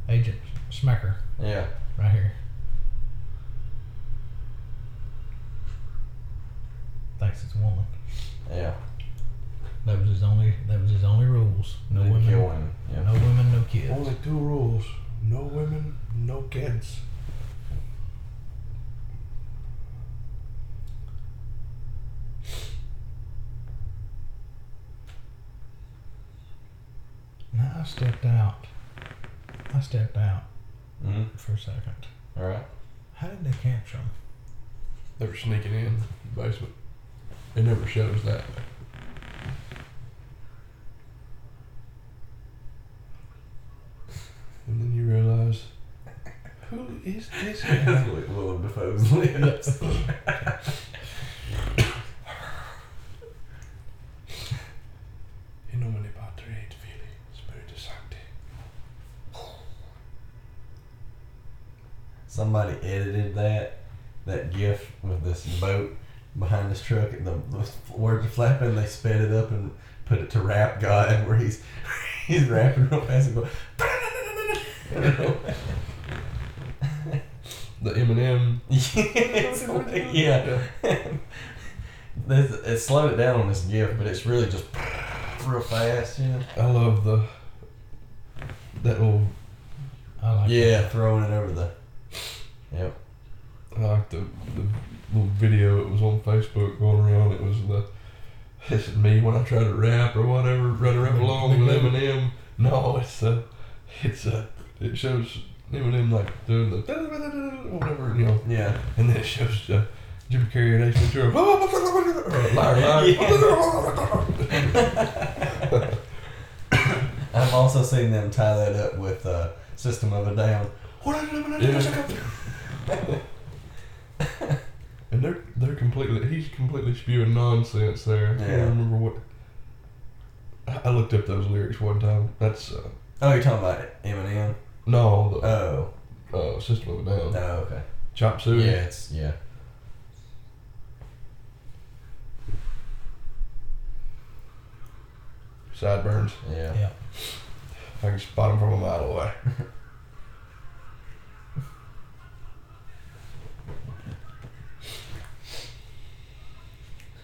[SPEAKER 3] Agent Smacker
[SPEAKER 1] Yeah.
[SPEAKER 3] right here. Thinks it's a woman.
[SPEAKER 1] Yeah.
[SPEAKER 3] That was his only. That was his only rules. No
[SPEAKER 1] Didn't
[SPEAKER 3] women.
[SPEAKER 1] kill him. Yeah.
[SPEAKER 3] No women. No kids.
[SPEAKER 2] Only two rules: no women, no kids.
[SPEAKER 3] Now I stepped out. I stepped out
[SPEAKER 1] hmm
[SPEAKER 3] for a second.
[SPEAKER 1] All right.
[SPEAKER 3] How did they capture him?
[SPEAKER 2] They were sneaking in the basement. It never shows that. And then you realize, who is this guy?
[SPEAKER 1] Look, Willem Dafoe's lips.
[SPEAKER 2] In nomine Patri et Filii Spiritus Sancti.
[SPEAKER 1] Somebody edited that that gif with this boat behind this truck and the, the words are flapping. They sped it up and put it to rap God where he's he's rapping real fast and going.
[SPEAKER 2] The Eminem.
[SPEAKER 1] Yes, yeah. This, it slowed it down on this gif, but it's really just real fast, you know.
[SPEAKER 2] I love the that little.
[SPEAKER 3] I like
[SPEAKER 1] Yeah, throwing it over the. Yep.
[SPEAKER 2] I like the the little video. It was on Facebook going around. It was the this is me when I try to rap or whatever, running up along with Eminem. No, it's a it's a it shows Eminem like doing the whatever you know,
[SPEAKER 1] Yeah.
[SPEAKER 2] and then it shows uh, Jim Carrey and Ace Ventura. Liar, liar.
[SPEAKER 1] I've also seen them tie that up with uh, System of a Down.
[SPEAKER 2] And they're they're completely he's completely spewing nonsense there. I
[SPEAKER 1] Yeah.
[SPEAKER 2] can't remember what. I I looked up those lyrics one time. That's uh,
[SPEAKER 1] Oh, you're talking about Eminem?
[SPEAKER 2] no the
[SPEAKER 1] Oh.
[SPEAKER 2] uh, System of a
[SPEAKER 1] Oh,
[SPEAKER 2] Down.
[SPEAKER 1] okay.
[SPEAKER 2] Chop suey.
[SPEAKER 1] Yeah, it's, yeah.
[SPEAKER 2] Sideburns.
[SPEAKER 1] Yeah.
[SPEAKER 3] Yeah.
[SPEAKER 2] I can spot them from a mile away.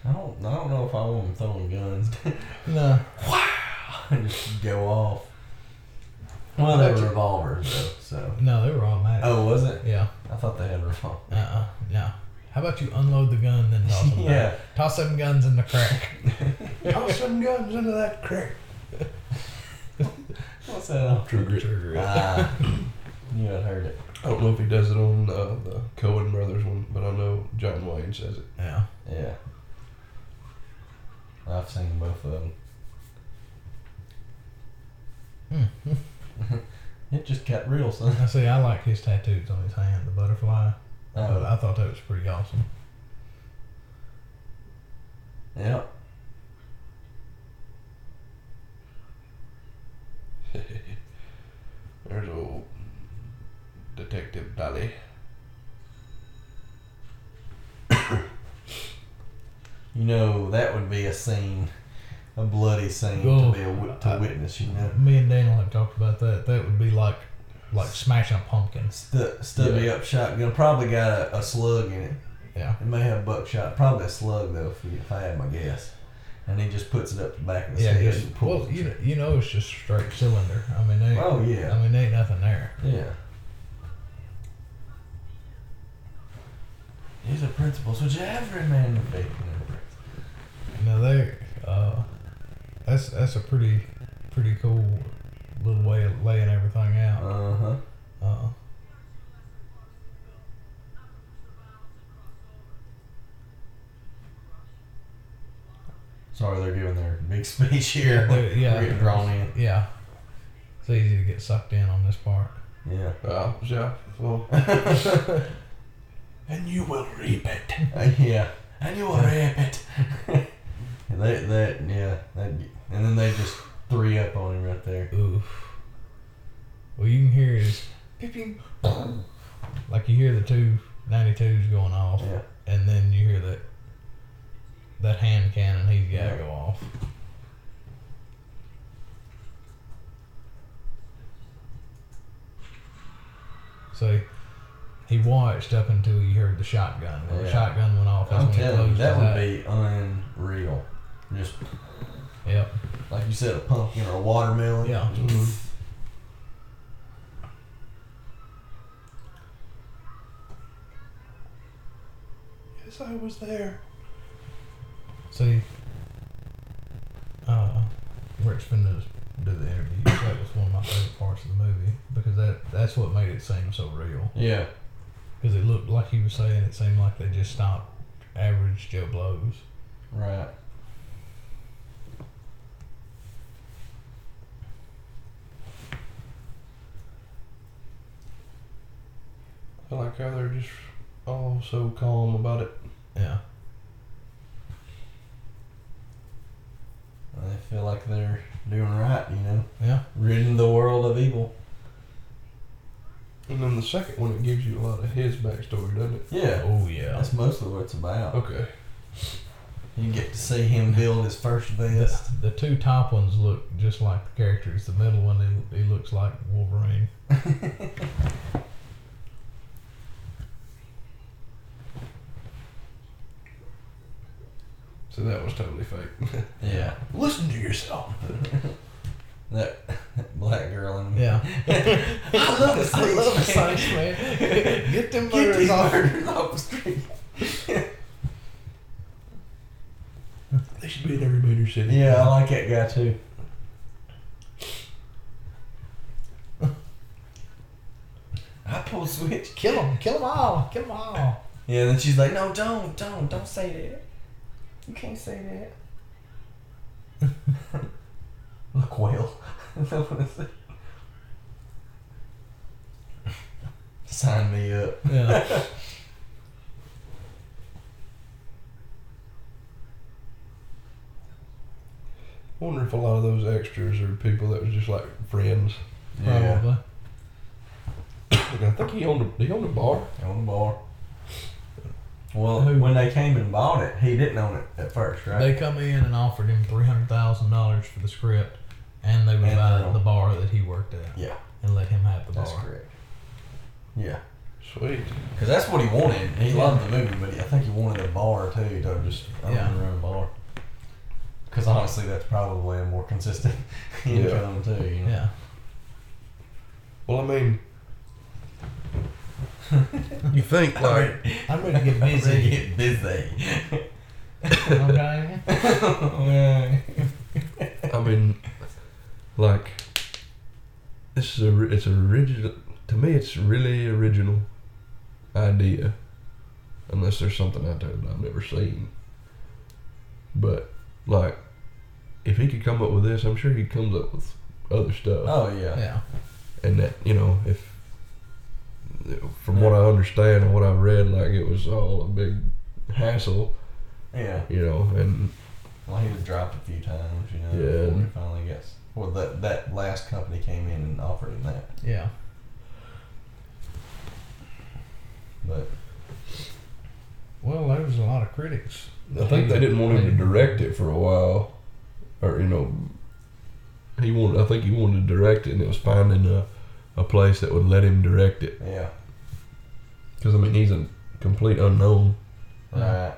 [SPEAKER 1] I don't, I don't know if I want them throwing guns.
[SPEAKER 3] No.
[SPEAKER 1] just go off. Well, they were revolvers, though, so.
[SPEAKER 3] No, they were automatic.
[SPEAKER 1] Oh, was it?
[SPEAKER 3] Yeah.
[SPEAKER 1] I thought they had revolvers.
[SPEAKER 3] Uh. uh No. How about you unload the gun then toss them?
[SPEAKER 1] Yeah.
[SPEAKER 3] Toss them guns in the crack.
[SPEAKER 2] Toss some guns into that crack.
[SPEAKER 1] What's that on?
[SPEAKER 2] True grit.
[SPEAKER 1] Ah. Knew I'd heard it.
[SPEAKER 2] I don't know if he does it on uh, the Cohen Brothers one, but I know John Wayne says it.
[SPEAKER 3] Yeah.
[SPEAKER 1] Yeah. I've seen both of them.
[SPEAKER 3] Hmm.
[SPEAKER 1] It just got real, son.
[SPEAKER 3] I see. I like his tattoos on his hand, the butterfly. But
[SPEAKER 1] Oh,
[SPEAKER 3] I thought that was pretty awesome.
[SPEAKER 1] yeah.
[SPEAKER 2] There's old Detective Dolly.
[SPEAKER 1] You know, that would be a scene, a bloody scene to
[SPEAKER 3] Oh,
[SPEAKER 1] be a wit- to
[SPEAKER 3] I-
[SPEAKER 1] witness. You know,
[SPEAKER 3] Me and Daniel have talked about that. That would be like, like smashing a pumpkin.
[SPEAKER 1] Stu stubby
[SPEAKER 2] Yeah.
[SPEAKER 1] up shotgun probably got a, a slug in it.
[SPEAKER 3] Yeah.
[SPEAKER 1] It may have buckshot, probably a slug though, if, you, if I had my guess. And he just puts it up the back of his
[SPEAKER 3] Yeah.
[SPEAKER 1] head
[SPEAKER 3] Just,
[SPEAKER 1] and pulls.
[SPEAKER 3] well,
[SPEAKER 1] it.
[SPEAKER 3] you know, you know, it's just straight cylinder. I mean, they,
[SPEAKER 1] Oh yeah,
[SPEAKER 3] I mean, there ain't nothing there.
[SPEAKER 1] yeah. These are principles which every man of faith can embrace.
[SPEAKER 3] Now they, uh, that's that's a pretty pretty cool little way of laying everything out.
[SPEAKER 1] Uh huh.
[SPEAKER 3] Uh,
[SPEAKER 1] Sorry, they're giving their big speech here.
[SPEAKER 3] Yeah, they- yeah.
[SPEAKER 1] We're getting drawn in.
[SPEAKER 3] yeah, it's easy to get sucked in on this part.
[SPEAKER 1] Yeah.
[SPEAKER 2] Uh, yeah. Well,
[SPEAKER 1] and you will reap it. Uh, yeah. And you will reap it. and they, that, yeah, that, and then they just three up on him right there.
[SPEAKER 3] Oof. Well, you can hear his peeping, like you hear the two 92s going off,
[SPEAKER 1] Yeah.
[SPEAKER 3] and then you hear that that hand cannon he's got
[SPEAKER 1] Yeah.
[SPEAKER 3] to go off. So he watched up until he heard the shotgun. When
[SPEAKER 1] Oh, Yeah.
[SPEAKER 3] the shotgun went off, that's
[SPEAKER 1] I'm
[SPEAKER 3] when he
[SPEAKER 1] telling you,
[SPEAKER 3] closed
[SPEAKER 1] that
[SPEAKER 3] his
[SPEAKER 1] would
[SPEAKER 3] eye.
[SPEAKER 1] be unreal. Just
[SPEAKER 3] Yep.
[SPEAKER 1] like you said, a pumpkin or a watermelon.
[SPEAKER 3] Yeah. Mm-hmm.
[SPEAKER 2] Mhm. yes, I was there.
[SPEAKER 3] See, uh, where it's been to do the interviews, that was one of my favorite parts of the movie because that that's what made it seem so real.
[SPEAKER 1] Yeah.
[SPEAKER 3] Because it looked like you were saying it seemed like they just stopped average Joe blows.
[SPEAKER 1] Right.
[SPEAKER 2] I like how they're just all so calm about it.
[SPEAKER 3] Yeah,
[SPEAKER 1] They feel like they're doing right, you know,
[SPEAKER 3] yeah,
[SPEAKER 1] ridding the world of evil.
[SPEAKER 2] And then the second one, it gives you a lot of his backstory, doesn't it?
[SPEAKER 1] Yeah.
[SPEAKER 3] oh yeah.
[SPEAKER 1] That's mostly what it's about.
[SPEAKER 2] Okay.
[SPEAKER 1] You get to see him build his first
[SPEAKER 3] The,
[SPEAKER 1] vest.
[SPEAKER 3] the two top ones look just like the characters. The middle one, he, he looks like Wolverine.
[SPEAKER 2] So that was totally fake.
[SPEAKER 1] Yeah.
[SPEAKER 2] Listen to yourself.
[SPEAKER 1] That black girl in
[SPEAKER 3] Yeah,
[SPEAKER 1] I love the
[SPEAKER 3] I love
[SPEAKER 1] Saints, man.
[SPEAKER 3] Saints, man. Get them
[SPEAKER 1] Get
[SPEAKER 3] birds
[SPEAKER 1] these
[SPEAKER 3] off.
[SPEAKER 1] murders off the street.
[SPEAKER 2] They should be in every major city.
[SPEAKER 1] Yeah, I like that guy too. I pull a switch.
[SPEAKER 3] Kill them, kill them all, kill them all.
[SPEAKER 1] Yeah, and then she's like, "No, don't, don't, don't say that. You can't say that." Look, whale. Sign me up.
[SPEAKER 3] Yeah.
[SPEAKER 2] Wonder if a lot of those extras are people that was just like friends.
[SPEAKER 1] Oh,
[SPEAKER 3] Probably.
[SPEAKER 2] Like, I think he owned a he owned a bar.
[SPEAKER 1] On the bar. Well,
[SPEAKER 3] Who-
[SPEAKER 1] when they came and bought it, he didn't own it at first, right?
[SPEAKER 3] They come in and offered him three hundred thousand dollars for the script, and they would
[SPEAKER 1] And
[SPEAKER 3] buy
[SPEAKER 1] their own.
[SPEAKER 3] the bar that he worked at
[SPEAKER 1] yeah,
[SPEAKER 3] and let him have the
[SPEAKER 1] that's
[SPEAKER 3] bar.
[SPEAKER 1] correct. Yeah,
[SPEAKER 2] Sweet.
[SPEAKER 1] because that's what he wanted. He loved the movie, but I think he wanted a bar too to just own
[SPEAKER 3] Yeah.
[SPEAKER 1] their own bar. Because honestly, that's probably a more consistent
[SPEAKER 2] Yeah.
[SPEAKER 1] income too. You know?
[SPEAKER 3] Yeah,
[SPEAKER 2] Well, I mean, you think like
[SPEAKER 3] I'm ready to get
[SPEAKER 1] They
[SPEAKER 3] busy.
[SPEAKER 1] get busy.
[SPEAKER 3] okay.
[SPEAKER 2] I mean, like this is a ri- it's a original to me. It's really original idea, unless there's something out there that I've never seen. But like, if he could come up with this, I'm sure he comes up with other stuff.
[SPEAKER 1] oh yeah.
[SPEAKER 3] Yeah,
[SPEAKER 2] and that you know if from what I understand and what I've read, like it was all a big hassle,
[SPEAKER 1] yeah.
[SPEAKER 2] you know, and
[SPEAKER 1] Well, he was dropped a few times, you know.
[SPEAKER 2] Yeah.
[SPEAKER 1] Before he finally gets. Well, that that last company came in and offered him that,
[SPEAKER 3] yeah.
[SPEAKER 1] but
[SPEAKER 3] Well, there was a lot of critics.
[SPEAKER 2] I think they didn't want him to direct it for a while, or you know, he wanted. I think he wanted to direct it, and it was finding a a place that would let him direct it.
[SPEAKER 1] yeah.
[SPEAKER 2] Because I mean, he's a complete unknown.
[SPEAKER 1] Right.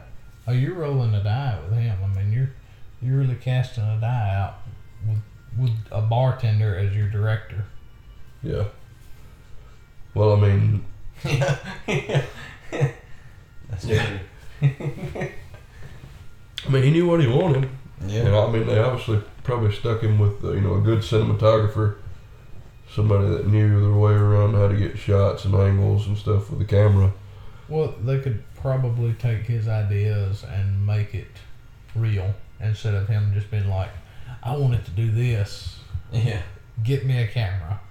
[SPEAKER 3] Oh, you're rolling a die with him. I mean, you're you're really casting a die out with with a bartender as your director.
[SPEAKER 2] Yeah. Well, I mean,
[SPEAKER 1] yeah. That's
[SPEAKER 2] Yeah.
[SPEAKER 1] true.
[SPEAKER 2] I mean, he knew what he wanted.
[SPEAKER 1] yeah.
[SPEAKER 2] And I mean, they obviously probably stuck him with uh, you know a good cinematographer, somebody that knew their way around how to get shots and angles and stuff with the camera.
[SPEAKER 3] Well, they could probably take his ideas and make it real instead of him just being like, I wanted to do this.
[SPEAKER 1] Yeah.
[SPEAKER 3] Get me a camera.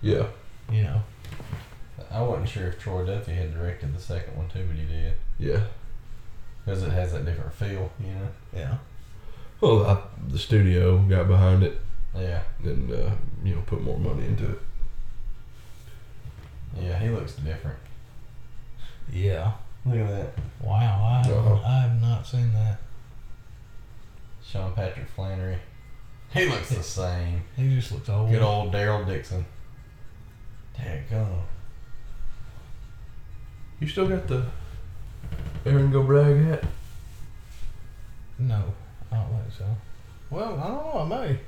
[SPEAKER 2] Yeah,
[SPEAKER 3] You know,
[SPEAKER 1] I wasn't sure if Troy Duffy had directed the second one too, but he did.
[SPEAKER 2] yeah.
[SPEAKER 1] Because it has that different feel, you know?
[SPEAKER 3] yeah.
[SPEAKER 2] Well, I, the studio got behind it
[SPEAKER 1] Yeah.
[SPEAKER 2] and uh, you know put more money into it.
[SPEAKER 1] Yeah, he looks different.
[SPEAKER 3] Yeah.
[SPEAKER 1] Look at that.
[SPEAKER 3] Wow, I,
[SPEAKER 2] Uh-huh.
[SPEAKER 3] I have not seen that.
[SPEAKER 1] Sean Patrick Flannery. He looks the same.
[SPEAKER 3] He just looks old.
[SPEAKER 1] Good old Daryl Dixon. Daggone.
[SPEAKER 2] You still got the Aaron Go Bragg hat?
[SPEAKER 3] No, I don't think so. Well, I don't know, I may.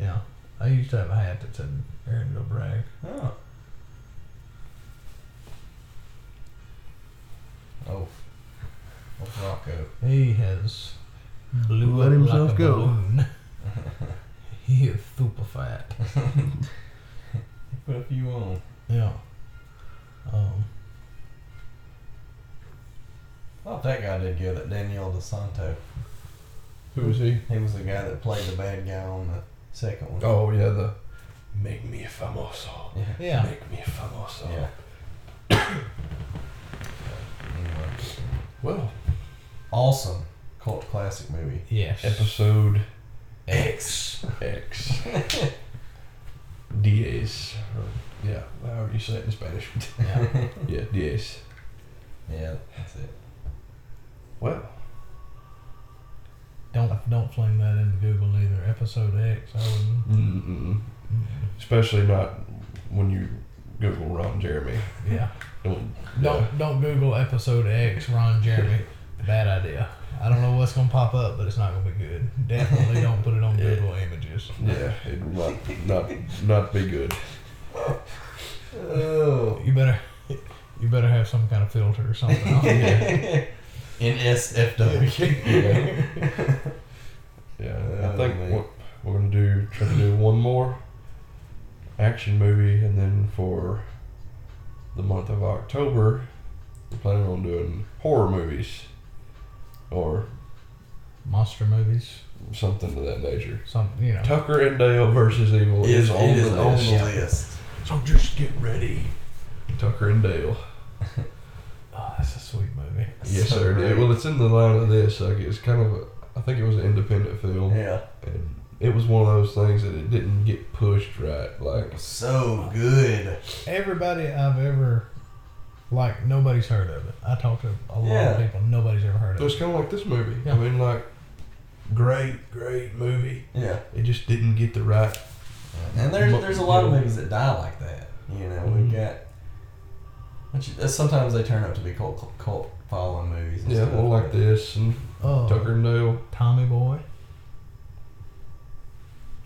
[SPEAKER 3] Yeah. I used to have a hat that said Aaron Bragg.
[SPEAKER 1] Oh. Oh. Oh, Rocco.
[SPEAKER 3] He has blew
[SPEAKER 2] Let
[SPEAKER 3] up
[SPEAKER 2] himself
[SPEAKER 3] like a
[SPEAKER 2] go.
[SPEAKER 3] balloon. he is super fat.
[SPEAKER 1] Put a few on.
[SPEAKER 3] Yeah. Um,
[SPEAKER 1] I thought that guy did good, that Daniel DeSanto.
[SPEAKER 2] Who was he?
[SPEAKER 1] He was the guy that played the bad guy on the second one.
[SPEAKER 2] Oh yeah, the Make Me a Famoso.
[SPEAKER 1] Yeah.
[SPEAKER 3] yeah.
[SPEAKER 2] Make Me a Famoso.
[SPEAKER 1] Yeah. anyway.
[SPEAKER 2] Well,
[SPEAKER 1] Awesome cult classic movie.
[SPEAKER 3] Yes.
[SPEAKER 2] episode
[SPEAKER 1] X.
[SPEAKER 2] X. Diez. or- Yeah, however you say it in Spanish.
[SPEAKER 3] Yeah.
[SPEAKER 2] yeah, Diez.
[SPEAKER 1] Yeah, that's it.
[SPEAKER 2] Well,
[SPEAKER 3] Don't don't fling that into Google either. Episode X. I wouldn't.
[SPEAKER 2] Mm. mm-mm. especially not when you Google Ron Jeremy.
[SPEAKER 3] Yeah.
[SPEAKER 2] Don't- yeah.
[SPEAKER 3] Don't don't Google episode X. Ron Jeremy. Bad idea. I don't know what's gonna pop up, but it's not gonna be good. Definitely don't put it on
[SPEAKER 2] Yeah.
[SPEAKER 3] Google Images.
[SPEAKER 2] Yeah, it will not, not, not be good.
[SPEAKER 1] Oh.
[SPEAKER 3] You better you better have some kind of filter or something. on it.
[SPEAKER 1] NSFW.
[SPEAKER 2] Yeah,
[SPEAKER 1] Oh,
[SPEAKER 2] I think
[SPEAKER 1] man.
[SPEAKER 2] what we're gonna do try to do one more action movie, and then for the month of October, we're planning on doing horror movies or
[SPEAKER 3] Monster movies.
[SPEAKER 2] something of that nature.
[SPEAKER 3] Some you know.
[SPEAKER 2] Tucker and Dale versus Evil is, on, the list.
[SPEAKER 1] list.
[SPEAKER 2] So just get ready. Tucker and Dale.
[SPEAKER 3] Oh, that's a sweet movie.
[SPEAKER 2] Yes,
[SPEAKER 1] So
[SPEAKER 2] sir.
[SPEAKER 1] great.
[SPEAKER 2] Well, it's in the line of this. Like it's kind of, a, I think it was an independent film,
[SPEAKER 1] Yeah.
[SPEAKER 2] and it was one of those things that it didn't get pushed right. Like
[SPEAKER 1] So good.
[SPEAKER 3] Everybody I've ever like nobody's heard of it. I talked to a lot
[SPEAKER 1] Yeah.
[SPEAKER 3] of people. Nobody's ever heard
[SPEAKER 2] It
[SPEAKER 3] of it.
[SPEAKER 2] was kind of like this movie.
[SPEAKER 3] Yeah.
[SPEAKER 2] I mean, like, great, great movie.
[SPEAKER 1] Yeah.
[SPEAKER 2] It just didn't get the right.
[SPEAKER 1] And there's there's a lot of movies that die like that. You know,
[SPEAKER 2] Mhm.
[SPEAKER 1] we've got. Which uh, sometimes they turn up to be cult cult following movies. And
[SPEAKER 2] Yeah,
[SPEAKER 1] stuff,
[SPEAKER 2] well, like
[SPEAKER 1] but-
[SPEAKER 2] this and
[SPEAKER 3] Oh,
[SPEAKER 2] Tucker and Dale.
[SPEAKER 3] Tommy Boy.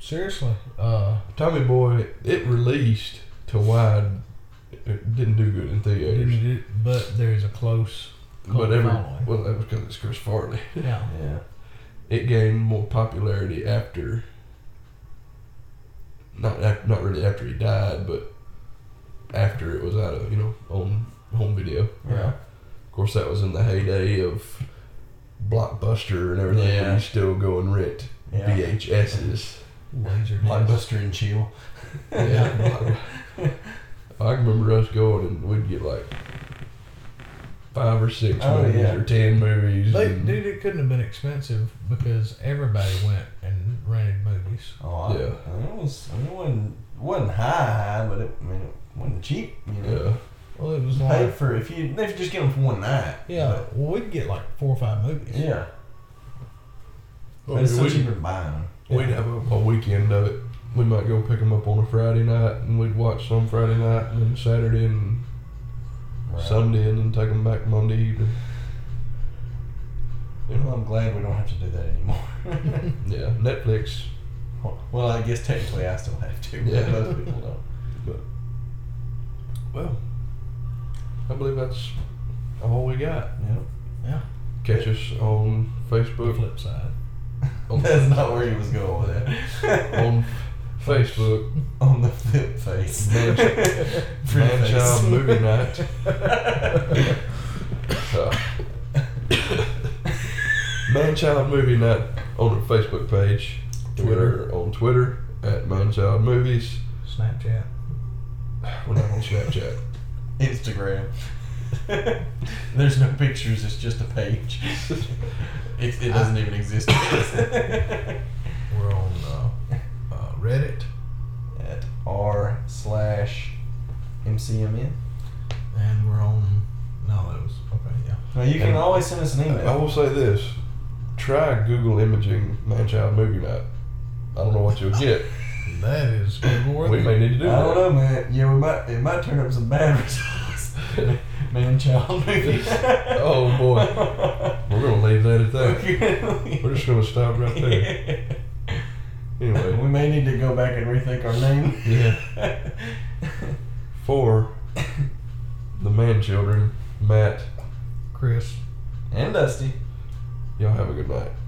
[SPEAKER 3] Seriously, uh,
[SPEAKER 2] Tommy Boy, it released to wide. It didn't do good in
[SPEAKER 3] didn't
[SPEAKER 2] theaters.
[SPEAKER 3] do- but there's a close.
[SPEAKER 2] But every,
[SPEAKER 3] following.
[SPEAKER 2] well, that was because it's Chris Farley.
[SPEAKER 3] Yeah,
[SPEAKER 1] Yeah.
[SPEAKER 2] It gained more popularity after. Not after, not really after he died, but after it was out of you know on home video.
[SPEAKER 1] Yeah.
[SPEAKER 2] Of course, that was in the heyday of Blockbuster and everything.
[SPEAKER 1] Yeah.
[SPEAKER 2] Where you still go and rent
[SPEAKER 1] Yeah.
[SPEAKER 2] VHSs.
[SPEAKER 3] laser disc.
[SPEAKER 1] Blockbuster and chill.
[SPEAKER 2] Yeah. Block- I can remember us going and we'd get like five or six
[SPEAKER 1] Oh,
[SPEAKER 2] movies
[SPEAKER 1] yeah.
[SPEAKER 2] or ten movies.
[SPEAKER 3] They,
[SPEAKER 2] and-
[SPEAKER 3] dude, it couldn't have been expensive because everybody went and rented movies.
[SPEAKER 1] Oh, I,
[SPEAKER 2] Yeah.
[SPEAKER 1] I mean, it was. I mean, it wasn't wasn't high high, but it, I mean, it wasn't cheap. You know.
[SPEAKER 2] yeah.
[SPEAKER 3] Well, it was
[SPEAKER 1] Paid
[SPEAKER 3] like
[SPEAKER 1] for if you if you just get them for one night.
[SPEAKER 3] yeah, well, we'd get like four or five
[SPEAKER 1] But,
[SPEAKER 3] movies.
[SPEAKER 1] yeah.
[SPEAKER 2] Well,
[SPEAKER 1] but it's so
[SPEAKER 2] we'd,
[SPEAKER 1] cheaper to buy them.
[SPEAKER 2] we'd have a, a weekend of it. We might go pick them up on a Friday night and we'd watch some Friday night and then Saturday and
[SPEAKER 1] Right.
[SPEAKER 2] Sunday and then take them back Monday evening.
[SPEAKER 1] Well, I'm glad we don't have to do that anymore.
[SPEAKER 2] Yeah, Netflix.
[SPEAKER 1] well, I guess technically I still have to. But
[SPEAKER 2] Yeah.
[SPEAKER 1] Most people don't.
[SPEAKER 2] Well, I believe that's all we got.
[SPEAKER 1] Yep.
[SPEAKER 3] Yeah.
[SPEAKER 2] Catch us on
[SPEAKER 3] The
[SPEAKER 2] Facebook.
[SPEAKER 3] flip side.
[SPEAKER 2] On,
[SPEAKER 1] That's not where he was going with that.
[SPEAKER 2] on Facebook.
[SPEAKER 1] On the flip face.
[SPEAKER 2] Man-
[SPEAKER 1] Pretty
[SPEAKER 2] Man
[SPEAKER 1] face.
[SPEAKER 2] Child Movie Night. Uh, Man Child Movie Night on our Facebook page.
[SPEAKER 3] Twitter.
[SPEAKER 2] We're on Twitter at Man Child Movies.
[SPEAKER 3] Snapchat.
[SPEAKER 2] We're not on Snapchat.
[SPEAKER 1] Instagram. There's no pictures, it's just a page. It, it doesn't even exist.
[SPEAKER 2] We're on uh, uh, Reddit.
[SPEAKER 1] At r slash mcmn.
[SPEAKER 3] And we're on. No, that was. Okay, yeah.
[SPEAKER 1] Now you can
[SPEAKER 2] And-
[SPEAKER 1] always send us an
[SPEAKER 2] I
[SPEAKER 1] email.
[SPEAKER 2] will say this: try Google imaging Man Child Movie Night. I don't know what you'll get.
[SPEAKER 3] That is Google
[SPEAKER 2] We
[SPEAKER 3] worthy.
[SPEAKER 2] may need
[SPEAKER 1] I don't
[SPEAKER 2] to do that.
[SPEAKER 1] know, man. Yeah, we might. It might turn up some bad results. man, child movie.
[SPEAKER 2] Oh, boy. We're gonna leave that at that.
[SPEAKER 1] Okay.
[SPEAKER 2] We're just gonna stop right there.
[SPEAKER 1] We
[SPEAKER 2] Anyway,
[SPEAKER 1] may need to go back and rethink our name.
[SPEAKER 2] Yeah. for the man children, Matt,
[SPEAKER 3] Chris.
[SPEAKER 1] and Dusty.
[SPEAKER 2] y'all have a good night.